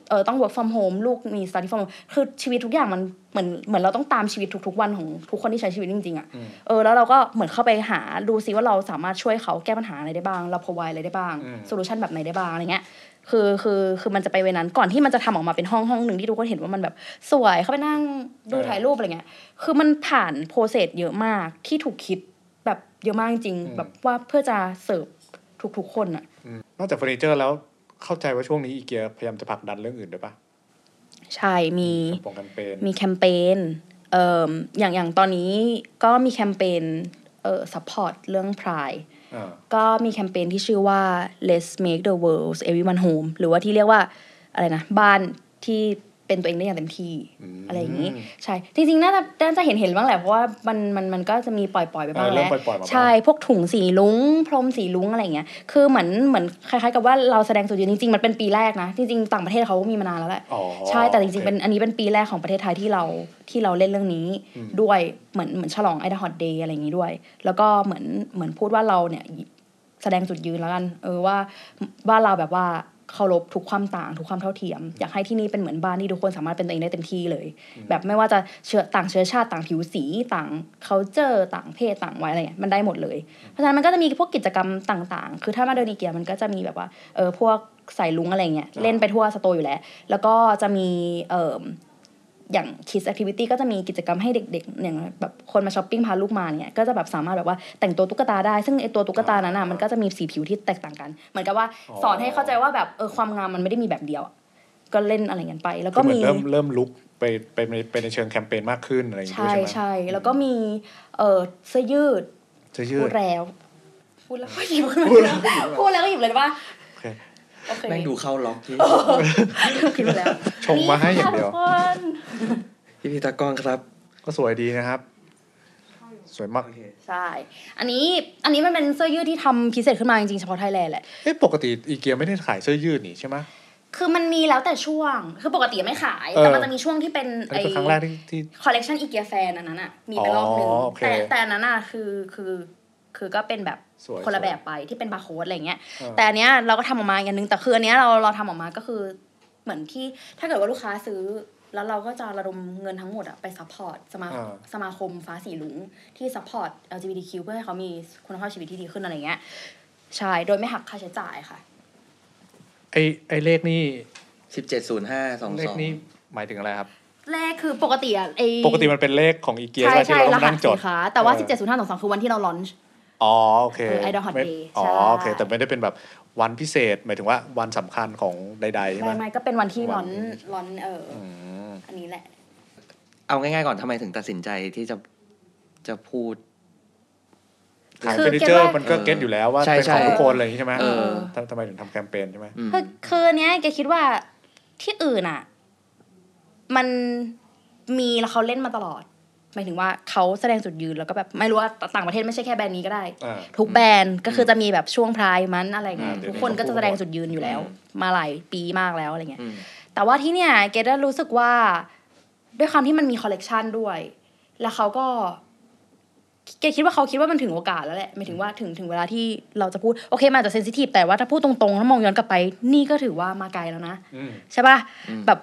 [SPEAKER 5] เออต้อง work from home ลูกมี study from home คือชีวิตทุกอย่างมันเหมือนเหมือนเราต้องตามชีวิตทุกๆวันของทุกคนที่ใช้ชีวิตจริงๆอะ่ะเออแล้วเราก็เหมือนเข้าไปหาดูซิว่าเราสามารถช่วยเขาแก้ปัญหาอะไรได้บ้าง เรา provide อะไรได้บ้าง solution แบบไหนได้บ้างอะไรเงี้ยคือคือคือมันจะไปเวนั้นก่อนที่มันจะทำออกมาเป็นห้องห้องหนึ่งที่ทุกคนเห็นว่ามันแบบสวยเข้าไปนั่งดูถ่ายรูปอะไรเงี้ยคือมันผ่านโปรเซสเยอะมากที่ถูกคิดแบบเยอะมากจริงๆแบบว่าเพื่อจะเสิร์ฟทุกๆคนอ่ะ
[SPEAKER 3] นอกจากเฟอร์นิเจอร์แล้วเข้าใจว่าช่วงนี้อีเกียพยายามจะผลักดันเรื่องอื่นด้วยป่ะ
[SPEAKER 5] ใช่มี
[SPEAKER 3] ปองกันเปน
[SPEAKER 5] มีแคมเปญ เอ่อ อย่างอย่างตอนนี้ก็มีแคมเปญ เอ่อ support เรื่องพราย
[SPEAKER 3] อ่า
[SPEAKER 5] ก็มีแคมเปญที่ชื่อว่า let's make the world everyone home หรือว่าที่เรียกว่าอะไรนะ บ้านที่เป็นตัวเองได้อย่างเต็มที่ อะไรอย่างนี้ ใช่ จริงๆ น่าจะน่าจะเห็นเห็นบ้างแหละ เพราะว่ามันมันมันก็จะมีปล่อยปล่อยๆ
[SPEAKER 3] เอ
[SPEAKER 5] ไปบ้า
[SPEAKER 3] อง เริ่
[SPEAKER 5] แล้
[SPEAKER 3] ม
[SPEAKER 5] ว
[SPEAKER 3] ปล่อยๆมา
[SPEAKER 5] ใช่ พวกถุงสีลุงพรมสีลุงอะไรอย่างเงี้ย คือเหมือนเหมือนคล้ายๆกับว่าเราแสดงจุดยืนจริงๆ มันเป็นปีแรกนะ จริงๆ ต่างประเทศเขาก็มีมานานแล้วแหละ
[SPEAKER 3] อ๋อ
[SPEAKER 5] ใช่แต่จ
[SPEAKER 3] โอค
[SPEAKER 5] ริงๆเป็นอันนี้เป็นปีแรกของประเทศไทยที่เราที่เราเล่นเรื่องนี้ด้วยเหมือนเหมือนฉลองไอเดฮอตเดย์อะไรอย่างนี้ด้วย แล้วก็เหมือนเหมือนพูดว่าเราเนี่ยแสดงจุดยืนแล้วกัน เออว่าว่าเราแบบว่าเคารพทุกความต่างทุกความเท่าเทียม อยากให้ที่นี่เป็นเหมือนบ้านที่ทุกคนสามารถเป็นตัวเองได้เต็มที่เลย แบบไม่ว่าจะเชื้อต่างเชื้อชาติต่างผิวสีต่าง culture ต่างเพศต่างวัยอะไรเงี้ยมันได้หมดเลย เพราะฉะนั้นมันก็จะมีพวกกิจกรรมต่างๆ คือถ้ามาเดินอีเกียมันก็จะมีแบบว่า เออพวกใส่ลุงอะไรเงี้ยเล่นไปทั่วสโตร์อยู่แล้ว แล้วก็จะมีเอ่มอย่าง Kids Activity ก็จะมีกิจกรรมให้เด็กๆอย่างแบบคนมาช้อปปิ้งพาลูกมาเนี่ยก็จะแบบสามารถแบบว่าแต่งตัวตุ๊กตาได้ ซึ่งไอตัวตุ๊กตานั้นน่ะมันก็จะมีสีผิวที่แตกต่างกัน เหมือนกับว่า
[SPEAKER 3] อ๋อ
[SPEAKER 5] สอนให้เข้าใจว่าแบบเออความงามมันไม่ได้มีแบบเดียวอะก็เล่นอะไรกันไป แล้ว
[SPEAKER 3] ก็
[SPEAKER 5] ก็
[SPEAKER 3] เหมือ
[SPEAKER 5] มี
[SPEAKER 3] นเริ่มเริ่มลุกไปไปในไปในเชิงแคมเปญมากขึ้นอะไรอย่างงี้ด้วย
[SPEAKER 5] ใช่
[SPEAKER 3] ใช่ไหม
[SPEAKER 5] ใช่แล้วก็มีเอ่อเสื้อยืด
[SPEAKER 3] เสื้อยื
[SPEAKER 5] พู
[SPEAKER 3] ด
[SPEAKER 5] ดแล้ว พูดแล้วก็หยิบขึ้นมาพูดแล้วก็หยิบเลยว่า
[SPEAKER 3] โอเค
[SPEAKER 5] โอเค
[SPEAKER 8] แม่งดูเข้าล็อก
[SPEAKER 3] <laughs>
[SPEAKER 8] ที่
[SPEAKER 5] ผิดไปแล้ว
[SPEAKER 3] ชงมาให้อย่างเดียว
[SPEAKER 5] นี่ค่ะทุกคน
[SPEAKER 8] พี่พีตากล้องครับ
[SPEAKER 3] ก็สวยดีนะครับ สวยมาก
[SPEAKER 5] ใช่ อันนี้อันนี้มันเป็นเสื้อยืดที่ทำพิเศษขึ้นมาจริงๆเฉพาะไทยแลนด์แหละ
[SPEAKER 3] เอ๊ะปกติอีเกียไม่ได้ขายเสื้อยืดนี่ใช่ไหม
[SPEAKER 5] คือมันมีแล้วแต่ช่วง คือปกติไม่ขาย
[SPEAKER 3] เออ
[SPEAKER 5] แต่มันจะมีช่วงที่เป็น
[SPEAKER 3] อันนี้เป็นครั้งแรกที่ที่
[SPEAKER 5] คอลเลกชันอีเกียแฟนอันนั้นอ่ะ มีไปรอบนึง
[SPEAKER 3] อ๋อโอเค
[SPEAKER 5] แต่แต่อันนั้นอ่ะคือคือคือก็เป็นแบบ
[SPEAKER 3] สวย
[SPEAKER 5] คนละ
[SPEAKER 3] สวย
[SPEAKER 5] แบบไปที่เป็นบาร์โค้ดอะไรเงี้ย
[SPEAKER 3] เออ
[SPEAKER 5] แต่อันเนี้ยเราก็ทำออกมาอย่างหนึง แต่คืออันเนี้ยเราเราทำออกมาก็คือเหมือนที่ถ้าเกิดว่าลูกค้าซื้อ แล้วเราก็จะระดมเงินทั้งหมดอะไปซัพพอร์ตสมา
[SPEAKER 3] อ่า
[SPEAKER 5] สมาคมฟ้าสีลุงที่ซัพพอร์ต LGBTQ เพื่อให้เขามีคุณภาพชีวิตที่ดีขึ้นอะไรเงี้ยใช่โดยไม่หักค่าใช้จ่ายค่ะ
[SPEAKER 3] ไอไอเลขนี่
[SPEAKER 8] สิบเจ็ดศูนย์ห้าสอง
[SPEAKER 3] เล
[SPEAKER 8] ส
[SPEAKER 3] ข
[SPEAKER 8] อง
[SPEAKER 3] นี่หมายถึงอะไรครับ
[SPEAKER 5] แรกคือปกติอะไอ
[SPEAKER 3] ปกติมันเป็นเลขของอีเกีย
[SPEAKER 5] ใช่
[SPEAKER 3] ใช่ไหมที่
[SPEAKER 5] ใช่
[SPEAKER 3] เรา
[SPEAKER 5] ร
[SPEAKER 3] ต้อง
[SPEAKER 5] หัส
[SPEAKER 3] นั่งจ
[SPEAKER 5] สิ
[SPEAKER 3] ด
[SPEAKER 5] นค้า แต่ว่า
[SPEAKER 3] เออ
[SPEAKER 5] 17.522 คือวันที่เราลอนช์
[SPEAKER 3] อ๋อโอเค
[SPEAKER 5] เออ Idol Hot
[SPEAKER 3] ไม่
[SPEAKER 5] Day
[SPEAKER 3] อ๋อ
[SPEAKER 5] ใช่
[SPEAKER 3] โอเค แต่ไม่ได้เป็นแบบวันพิเศษหมายถึงว่าวันสำคัญของใดๆใช่ไหม
[SPEAKER 5] ไม่ไม่ก็เป็นวันที่ล
[SPEAKER 3] วั
[SPEAKER 5] อน น
[SPEAKER 3] นี้
[SPEAKER 5] ลอนเออ
[SPEAKER 3] อืม
[SPEAKER 5] อันนี้แหละ
[SPEAKER 8] เอาง่ายๆก่อนทำไมถึงตัดสินใจที่จะจะพูด
[SPEAKER 3] ขาย
[SPEAKER 5] คือ
[SPEAKER 3] เฟอร์นิเจอร์
[SPEAKER 5] เก็ตว่ามั
[SPEAKER 3] มันก็
[SPEAKER 8] เออ
[SPEAKER 3] เก็ตอยู่แล้วว่า
[SPEAKER 8] ใช่
[SPEAKER 3] เป็นของ
[SPEAKER 8] ใช่
[SPEAKER 3] ทุกคนอะไรอย่างนี้ใช่ไหม
[SPEAKER 8] เออ
[SPEAKER 3] ทำทำไมถึงทำแคมเปญใช่ไหม
[SPEAKER 8] อืม
[SPEAKER 5] คือคืออันเนี้ยแกคิดว่าที่อื่นอ่ะ มันมีแล้วเขาเล่นมาตลอด หมายถึงว่าเขาแสดงจุดยืนแล้วก็แบบไม่รู้ว่าต่างประเทศไม่ใช่แค่แบรนด์นี้ก็ได้
[SPEAKER 3] อ่า
[SPEAKER 5] ทุกแบรนด์ก็คือจะมีแบบช่วงพรายมันอะไรเงี้ย
[SPEAKER 3] อ่าเดี๋ยว
[SPEAKER 5] ทุกคน
[SPEAKER 3] นี้
[SPEAKER 5] ก็
[SPEAKER 3] เขา
[SPEAKER 5] จะแสดงจุดยืนอยู่แล้ว
[SPEAKER 8] อื
[SPEAKER 5] มาหลายปีมากแล้วอะไรเงี้ย
[SPEAKER 8] อืม
[SPEAKER 5] แต่ว่าที่เนี่ยเกดได้รู้สึกว่าด้วยความที่มันมีคอลเลกชันด้วย แล้วเขาก็เกดคิดว่าเขาคิดว่ามันถึงโอกาสแล้วแหละหมายถึงว่าถึงถึงเวลาที่เราจะพูดโอเคมันอาจจะเซนซิทีฟแต่ว่าถ้าพูดตรงๆแล้วมองย้อนกลับไป นี่ก็ถือว่ามาไกลแล้วนะ
[SPEAKER 3] อืม
[SPEAKER 5] ใช่ป่ะ
[SPEAKER 8] อืม
[SPEAKER 5] แบบ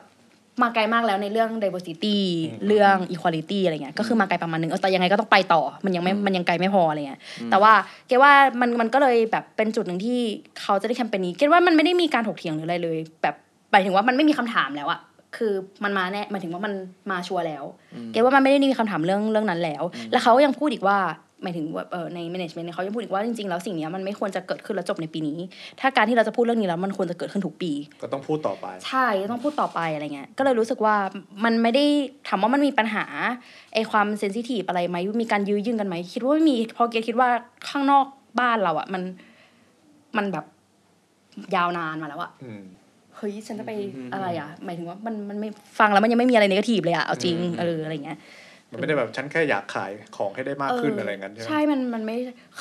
[SPEAKER 5] มาไกลมากแล้วในเรื่อง diversity
[SPEAKER 3] อืม
[SPEAKER 5] เรื่อง equality อะไรเงี้ยก็คือมาไกลประมาณนึงเออแต่ยังไงก็ต้องไปต่อ มันยังไม่มันยังไกลไม่พออะไรเงี้ยแต่ว่าเกดว่ามันมันก็เลยแบบเป็นจุดหนึ่งที่เขาจะได้แคมเปญนี้เกดว่ามันไม่ได้มีการถกเถียงหรืออะไรเลย แบบหมายถึงว่ามันไม่มีคำถามแล้วอะคือมันมาแน่หมายถึงว่ามันมาชัวร์แล้ว เกดว่ามันไม่ได้มีคำถามเรื่องเรื่องนั้นแล้ว แล้วเขาก็ยังพูดอีกว่าหมายถึงว่าเอ่อใน management เนี่ยเขายังพูดอีกว่าจริงๆแล้วสิ่งเนี้ยมันไม่ควรจะเกิดขึ้นแล้วจบในปีนี้ ถ้าการที่เราจะพูดเรื่องนี้แล้วมันควรจะเกิดขึ้นทุกปี
[SPEAKER 3] ก็ต้องพูดต่อไป
[SPEAKER 5] ใช่ต้องพูดต่อไปอะไรเงี้ยก็เลยรู้สึกว่ามันไม่ได้ถามว่ามันมีปัญหาไอความเซนซิทีฟอะไรไหมมีการยื้อยึงกันไหมคิดว่าไม่มีเพราะเกรดคิดว่าข้างนอกบ้านเราอะมันมันแบบยาวนานมาแล้วอะ
[SPEAKER 3] อืม
[SPEAKER 5] เฮ้ยฉันจะไปอะไรอะหมายถึงว่ามันมันไม่ฟังแล้วมันยังไม่มีอะไรเนกาทีฟเลยอะเอาจริงเอออะไรเงี้ย
[SPEAKER 3] มันไม่ได้แบบฉันแค่อยากขายของให้ได้มากขึ้นอะไรอย่างนั้นใช่ไหม
[SPEAKER 5] ใช่มันมันไม่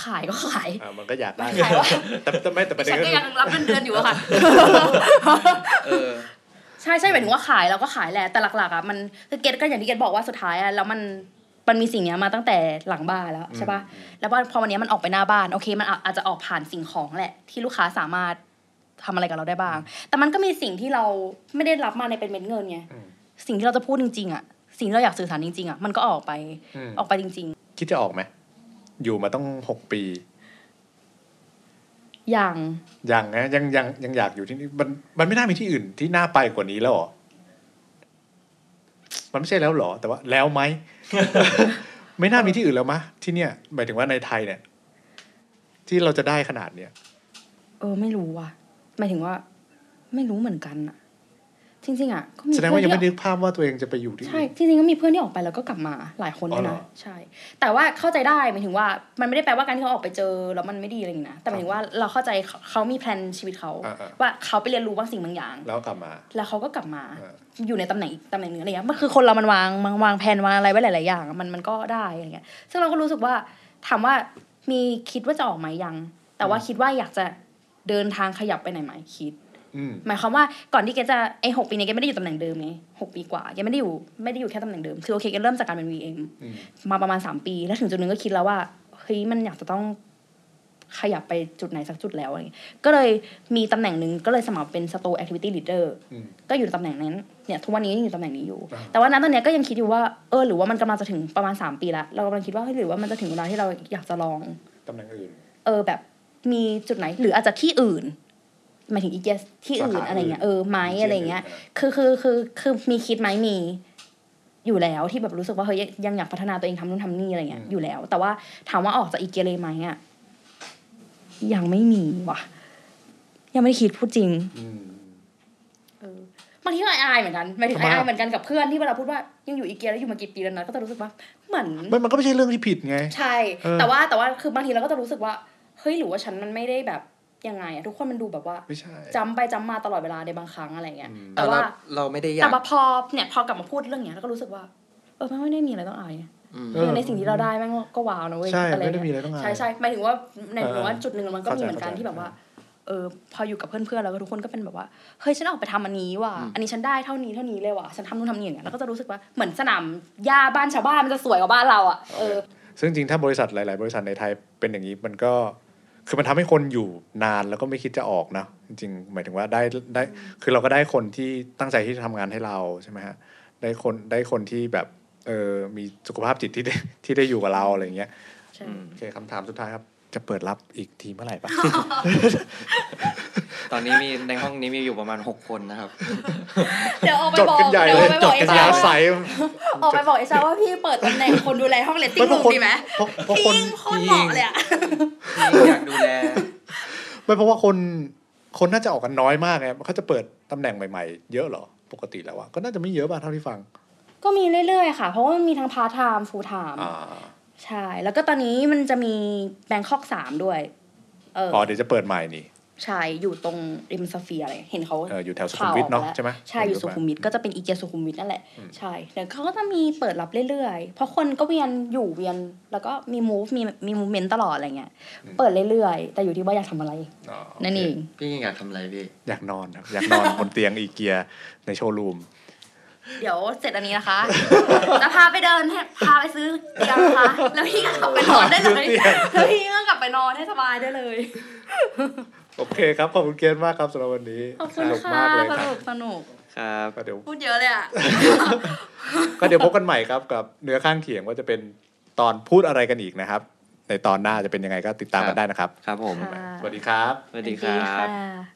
[SPEAKER 5] ขายก็ขาย
[SPEAKER 3] อ่ามันก็อยากได้
[SPEAKER 5] มันขายว่า
[SPEAKER 3] แต่แต่ไม่แต่ประเด็น
[SPEAKER 5] ฉัน
[SPEAKER 3] ก็คื
[SPEAKER 5] ก็
[SPEAKER 3] อ
[SPEAKER 5] ยังรับเงินเดือนอยู่
[SPEAKER 3] <laughs>
[SPEAKER 5] อะค่ะ <laughs>
[SPEAKER 8] เออ
[SPEAKER 5] ใช่ใช่หมายถึงว่าขายเราก็ขายแหละแต่หลักๆอ่ะมันคือเกตก็อย่างที่เกตบอกว่าสุดท้ายอ่ะแล้วมันมันมีสิ่งเนี้ยมาตั้งแต่หลังบ้านแล้วใช่ปะแล้วพอพอวันเนี้ยมันออกไปหน้าบ้านโอเค มันอาอาจจะออกผ่านสิ่งของแหละ ที่ลูกค้าสามารถทำอะไรกับเราได้บ้าง แต่มันก็มีสิ่งที่เราไม่ได้รับมาในเป็นเม็ดเงินไง
[SPEAKER 3] อืม
[SPEAKER 5] สิ่งที่เราจะพูดจริงๆอ่ะสิ่งที่เราอยากสื่อสารจริงๆอ่ะมันก็ออกไป
[SPEAKER 3] อืม
[SPEAKER 5] ออกไปจริง
[SPEAKER 3] คิดจะออกไหมอยู่มาต้องหกปี
[SPEAKER 5] ๆ อย่าง
[SPEAKER 3] ยังนะยังยังยังอยากอยู่ที่นี่มันมันไม่น่ามีที่อื่นที่น่าไปกว่านี้แล้วเหรอ มันไม่ใช่แล้วเหรอ แต่ว่าแล้วไหม <laughs> ไม่น่ามีที่อื่นแล้วมะที่เนี่ยหมายถึงว่าในไทยเนี่ย ที่เราจะได้ขนาดเนี้ย
[SPEAKER 5] เออไม่รู้ว่ะหมายถึงว่า ไม่รู้เหมือนกันอ่ะ จริงๆอ่ะก็มี
[SPEAKER 3] แสดงว่ายัง
[SPEAKER 5] เพื่อน
[SPEAKER 3] ไม่
[SPEAKER 5] ที่
[SPEAKER 3] นึกภาพว่าตัวเองจะไปอยู่ที่
[SPEAKER 5] ใช่
[SPEAKER 3] อื่น
[SPEAKER 5] จริงๆก็มีเพื่อนที่ออกไปแล้วก็กลับมาหลายคนด้
[SPEAKER 3] อ๋อ
[SPEAKER 5] วยนะ
[SPEAKER 3] เหรอ
[SPEAKER 5] ใช่ แต่ว่าเข้าใจได้หมายถึงว่า มันไม่ได้แปลว่าการที่เขาออกไปเจอแล้วมันไม่ดีอะไรอย่างนี้นะแต่หมายถึงว่าเราเข้าใจเขาเขามีแพลนชีวิตเขา
[SPEAKER 3] อ่าๆ
[SPEAKER 5] ว่าเขาไปเรียนรู้บางสิ่งบางอย่าง
[SPEAKER 3] แล้วกลับมา
[SPEAKER 5] แล้วเขาก็กลับมา
[SPEAKER 3] อ่า
[SPEAKER 5] อยู่ในตำแหน่งอีกตำแหน่งหนึงอะไรเงี้ยมันคือคนเรามันวางมันวางแผนวางอะไรไว้หลาย ๆ อย่าง มันมันก็ได้อะไรเงี้ยซึ่งเราก็รู้สึกว่าถามว่ามีคิดว่าจะออกไหมยัง แต่ว่าคิดว่าอยากจะเดินทางขยับไปไหนไหมคิด
[SPEAKER 3] อืม
[SPEAKER 5] หมายความว่าก่อนที่แกจะไอหกปีเนี้แกไม่ได้อยู่ตำแหน่งเดิมไงหกปีกว่าแกไม่ได้อยู่ไม่ได้อยู่แค่ตำแหน่งเดิมคือโอเคแกเริ่มจากการเป็น VM
[SPEAKER 3] อืม
[SPEAKER 5] มาประมาณสามปี แล้วถึงจุดหนึงก็คิดแล้วว่าเฮ้ยมันอยากจะต้องขยับไปจุดไหนสักจุดแล้วอะไรเงี้ยก็เลยมีตำแหน่งหนึ่งก็เลยสมัครเป็น Store Activity Leader
[SPEAKER 3] อืม
[SPEAKER 5] ก็อยู่ตำแหน่งนั้นเนี่ยทุกวันนี้ยังอยู่ตำแหน่งนี้อยู่
[SPEAKER 3] อ่า
[SPEAKER 5] แต่ว่านั้นตอนเนี้ยก็ยังคิดอยู่ว่าเออหรือว่ามันกำลังจะถึงประมาณสามปีละเรากำลังคิดว่าเฮ้ยหรือว่ามันจะถึงเวลาที่เราอยากจะลอง
[SPEAKER 3] ตำแหน่งอื่น
[SPEAKER 5] เออแบบมีจุดไหนหรืออาจจะที่อื่นหมายถึงอีกที่อื่
[SPEAKER 3] สาน ขา
[SPEAKER 5] อะไรเงี้ยเออไหม
[SPEAKER 3] อื่น
[SPEAKER 5] อะไรเงี้ย
[SPEAKER 3] ที่อื่น
[SPEAKER 5] คือคือคือคือมีคิดไหมมี อยู่แล้วที่แบบรู้สึกว่าเฮ้ยยังอยากพัฒนาตัวเองทำนู่นทำนี่อะไรเงี้ยอยู่แล้ว แต่ว่าถามว่าออกจากอีเกียเลยไหมอ่ะยังไม่มีว่ะ ยังไม่ได้คิดพูดจริง
[SPEAKER 3] อืม
[SPEAKER 5] บางทีก็อายๆเหมือนกันหมายถึง
[SPEAKER 3] ทำไมอะ
[SPEAKER 5] อายๆเหมือนกันกับเพื่อนที่เวลาพูดว่ายังอยู่อีเกียแล้วอยู่มากี่ปีแล้วนะก็จะรู้สึกว่าเหมือน
[SPEAKER 3] มันมันก็ไม่ใช่เรื่องที่ผิดไง
[SPEAKER 5] ใช่
[SPEAKER 3] เออ
[SPEAKER 5] แต่ว่าแต่ว่าคือบางทีเราก็จะรู้สึกว่า เฮ้ยหรือว่าฉันมันไม่ได้แบบยังไงอะทุกคนมันดูแบบว่า
[SPEAKER 3] ไม่ใช่
[SPEAKER 5] จำไปจำมาตลอดเวลาในบางครั้งอะไรเงี้ย
[SPEAKER 8] แต่
[SPEAKER 5] แต่
[SPEAKER 8] ว่า
[SPEAKER 5] ว่า
[SPEAKER 8] เราไม่ได้อยา
[SPEAKER 5] แต่
[SPEAKER 8] ก
[SPEAKER 5] ว่าพอเนี่ยพอกลับมาพูดเรื่องเนี้ยเราก็รู้สึกว่า เออมันไม่ได้มีอะไรต้องอาย คือในสิ่งที่เราได้แม่งก็ว้าวนะเว้ย
[SPEAKER 3] ใช่
[SPEAKER 5] อะไร
[SPEAKER 3] ไม่ได้มี
[SPEAKER 5] เงี้ย
[SPEAKER 3] อะไรต้องอาย
[SPEAKER 5] ใช่ใช่หมายถึงว่าในหมายถึงว่า
[SPEAKER 3] เออ
[SPEAKER 5] จุดหนึ่งมันก็มี
[SPEAKER 3] เข้าใจ
[SPEAKER 5] เหมือนกัน
[SPEAKER 3] เข้าใจ
[SPEAKER 5] ที่แบบว่าเออพออยู่กับเพื่อนๆแล้วก็ทุกคนก็เป็นแบบว่าเฮ้ยฉันออกไปทำอันนี้ว่ะอันนี้ฉันได้เท่านี้เท่านี้เลยว่ะฉันทำนู่นทำนี่อย่างเงี้ยแล้วก็จะรู้สึกว่าเหมือนสนามหญ้าบ้านชาวบ้านมันจะสวยกว่าบ้านเราอ่ะเออ
[SPEAKER 3] ซึ่งจริงๆถ้าบริษัทหลาย ๆ บริษัทในไทยเป็นอย่างนี้มันก็คือมันทำให้คนอยู่นานแล้วก็ไม่คิดจะออกนะจริงๆหมายถึงว่าได้ได้ คือเราก็ได้คนที่ตั้งใจที่จะทำงานให้เราใช่ไหมฮะได้คนได้คนที่แบบเออมีสุขภาพจิตที่ได้ที่ได้อยู่กับเราอะไรอย่างเงี้ย
[SPEAKER 5] ใช่
[SPEAKER 3] โอเคคำถามสุดท้ายครับ จะเปิดรับอีกทีเมื่อไหร่ปะ
[SPEAKER 8] ตอนนี้มีในห้องนี้มีอยู่ประมาณ 6 คน <laughs> นะครับ
[SPEAKER 5] <laughs> เดี๋ยวออกไป
[SPEAKER 3] จด
[SPEAKER 5] บอก
[SPEAKER 3] กันใหญ่
[SPEAKER 5] เดี๋ยว
[SPEAKER 3] เล
[SPEAKER 5] ออย ก
[SPEAKER 3] จด
[SPEAKER 5] ไปบอก
[SPEAKER 3] กั
[SPEAKER 5] ไอ้ชาย
[SPEAKER 3] นาว วใส
[SPEAKER 5] ว่าออกไปบอกไอ้ชายว่าพี่เปิดตำแหน่งคนดูแลห้องเลตติ้ง
[SPEAKER 3] ไม่เพ
[SPEAKER 5] รู
[SPEAKER 3] ราะ
[SPEAKER 5] ม
[SPEAKER 3] คน
[SPEAKER 5] ดีไหม
[SPEAKER 3] เพราะเพราะ
[SPEAKER 5] พี่
[SPEAKER 3] คน
[SPEAKER 5] ยิ่งโคตรเหมาะเลยอะ
[SPEAKER 8] อยากดูแล
[SPEAKER 3] ไม่เพราะว่าคนคนน่าจะออกกันน้อยมากไงเขาจะเปิดตำแหน่งใหม่ๆ เยอะเหรอปกติแล้วอะก็น่าจะไม่เยอะป่ะเท่าที่ฟัง
[SPEAKER 5] ก็มีเรื่อยๆ ค่ะ เพราะว่ามันมีทั้งพาร์ทไทม์ฟูลไทม์
[SPEAKER 3] อ่า
[SPEAKER 5] ใช่ แล้วก็ตอนนี้มันจะมีแบงคอกสามด้วย เออ
[SPEAKER 3] อ๋อเดี๋ยวจะเปิดใหม่นี่
[SPEAKER 5] ใช่อยู่ตรงริมสเฟียร์อะไรเห็นเขา
[SPEAKER 3] เอออยู่แถวสุขุมวิทเนอะ
[SPEAKER 5] ข่ออกแล้
[SPEAKER 3] ใช่ไหม
[SPEAKER 5] ใช่ อยู่สุขุมวิทก็จะเป็นอีเกียสุขุมวิทนั่นแหละ
[SPEAKER 3] อืม
[SPEAKER 5] ใช่แต่เขาก็จะมีเปิดรับเรื่อยๆ เพราะคนก็เวียนอยู่เวียน แล้วก็มีมูฟมีมีมูเมนต์ตลอดอะไรเงี้ย เปิดเรื่อยๆ แต่อยู่ที่ว่าอยากทำอะไร
[SPEAKER 3] อ๋อ
[SPEAKER 5] นั่นเอง
[SPEAKER 8] พี่อยากทำอะไรพี่
[SPEAKER 3] อยากน <laughs> อนครับอยากนอน บนเตียงอีเกียในโชว์รูม
[SPEAKER 5] เดี๋ยวเสร็จอันนี้นะคะ จะพาไปเดินให้พาไปซื้อเตียงค่ะ แล้วพี่ก็กลับไปนอนได้เลย
[SPEAKER 3] ซื้อเตียง
[SPEAKER 5] แล้วพี่ก็กลับไปนอนให้สบายได้เลย
[SPEAKER 3] โอเคครับ ขอบคุณเกณฑ์มากครับสำหรับวันนี้
[SPEAKER 5] ขอบคุณ
[SPEAKER 3] สนุก
[SPEAKER 5] ค่ะ
[SPEAKER 3] มากเลยค
[SPEAKER 5] ส
[SPEAKER 3] รับ
[SPEAKER 5] นุกสนุก
[SPEAKER 8] ครับ
[SPEAKER 3] ก็เดี๋ยว
[SPEAKER 5] พูดเยอะเลยอ่ะ
[SPEAKER 3] ก็เดี๋ยวพบกันใหม่ครับกับเนื้อข้างเคียงว่าจะเป็นตอนพูดอะไรกันอีกนะครับ ในตอนหน้าจะเป็นยังไงก็ติดตามกันได้นะครับ
[SPEAKER 8] ครับผม
[SPEAKER 5] ค่ะ
[SPEAKER 3] สวัสดีครับ
[SPEAKER 8] สวัสดีครับ
[SPEAKER 5] บ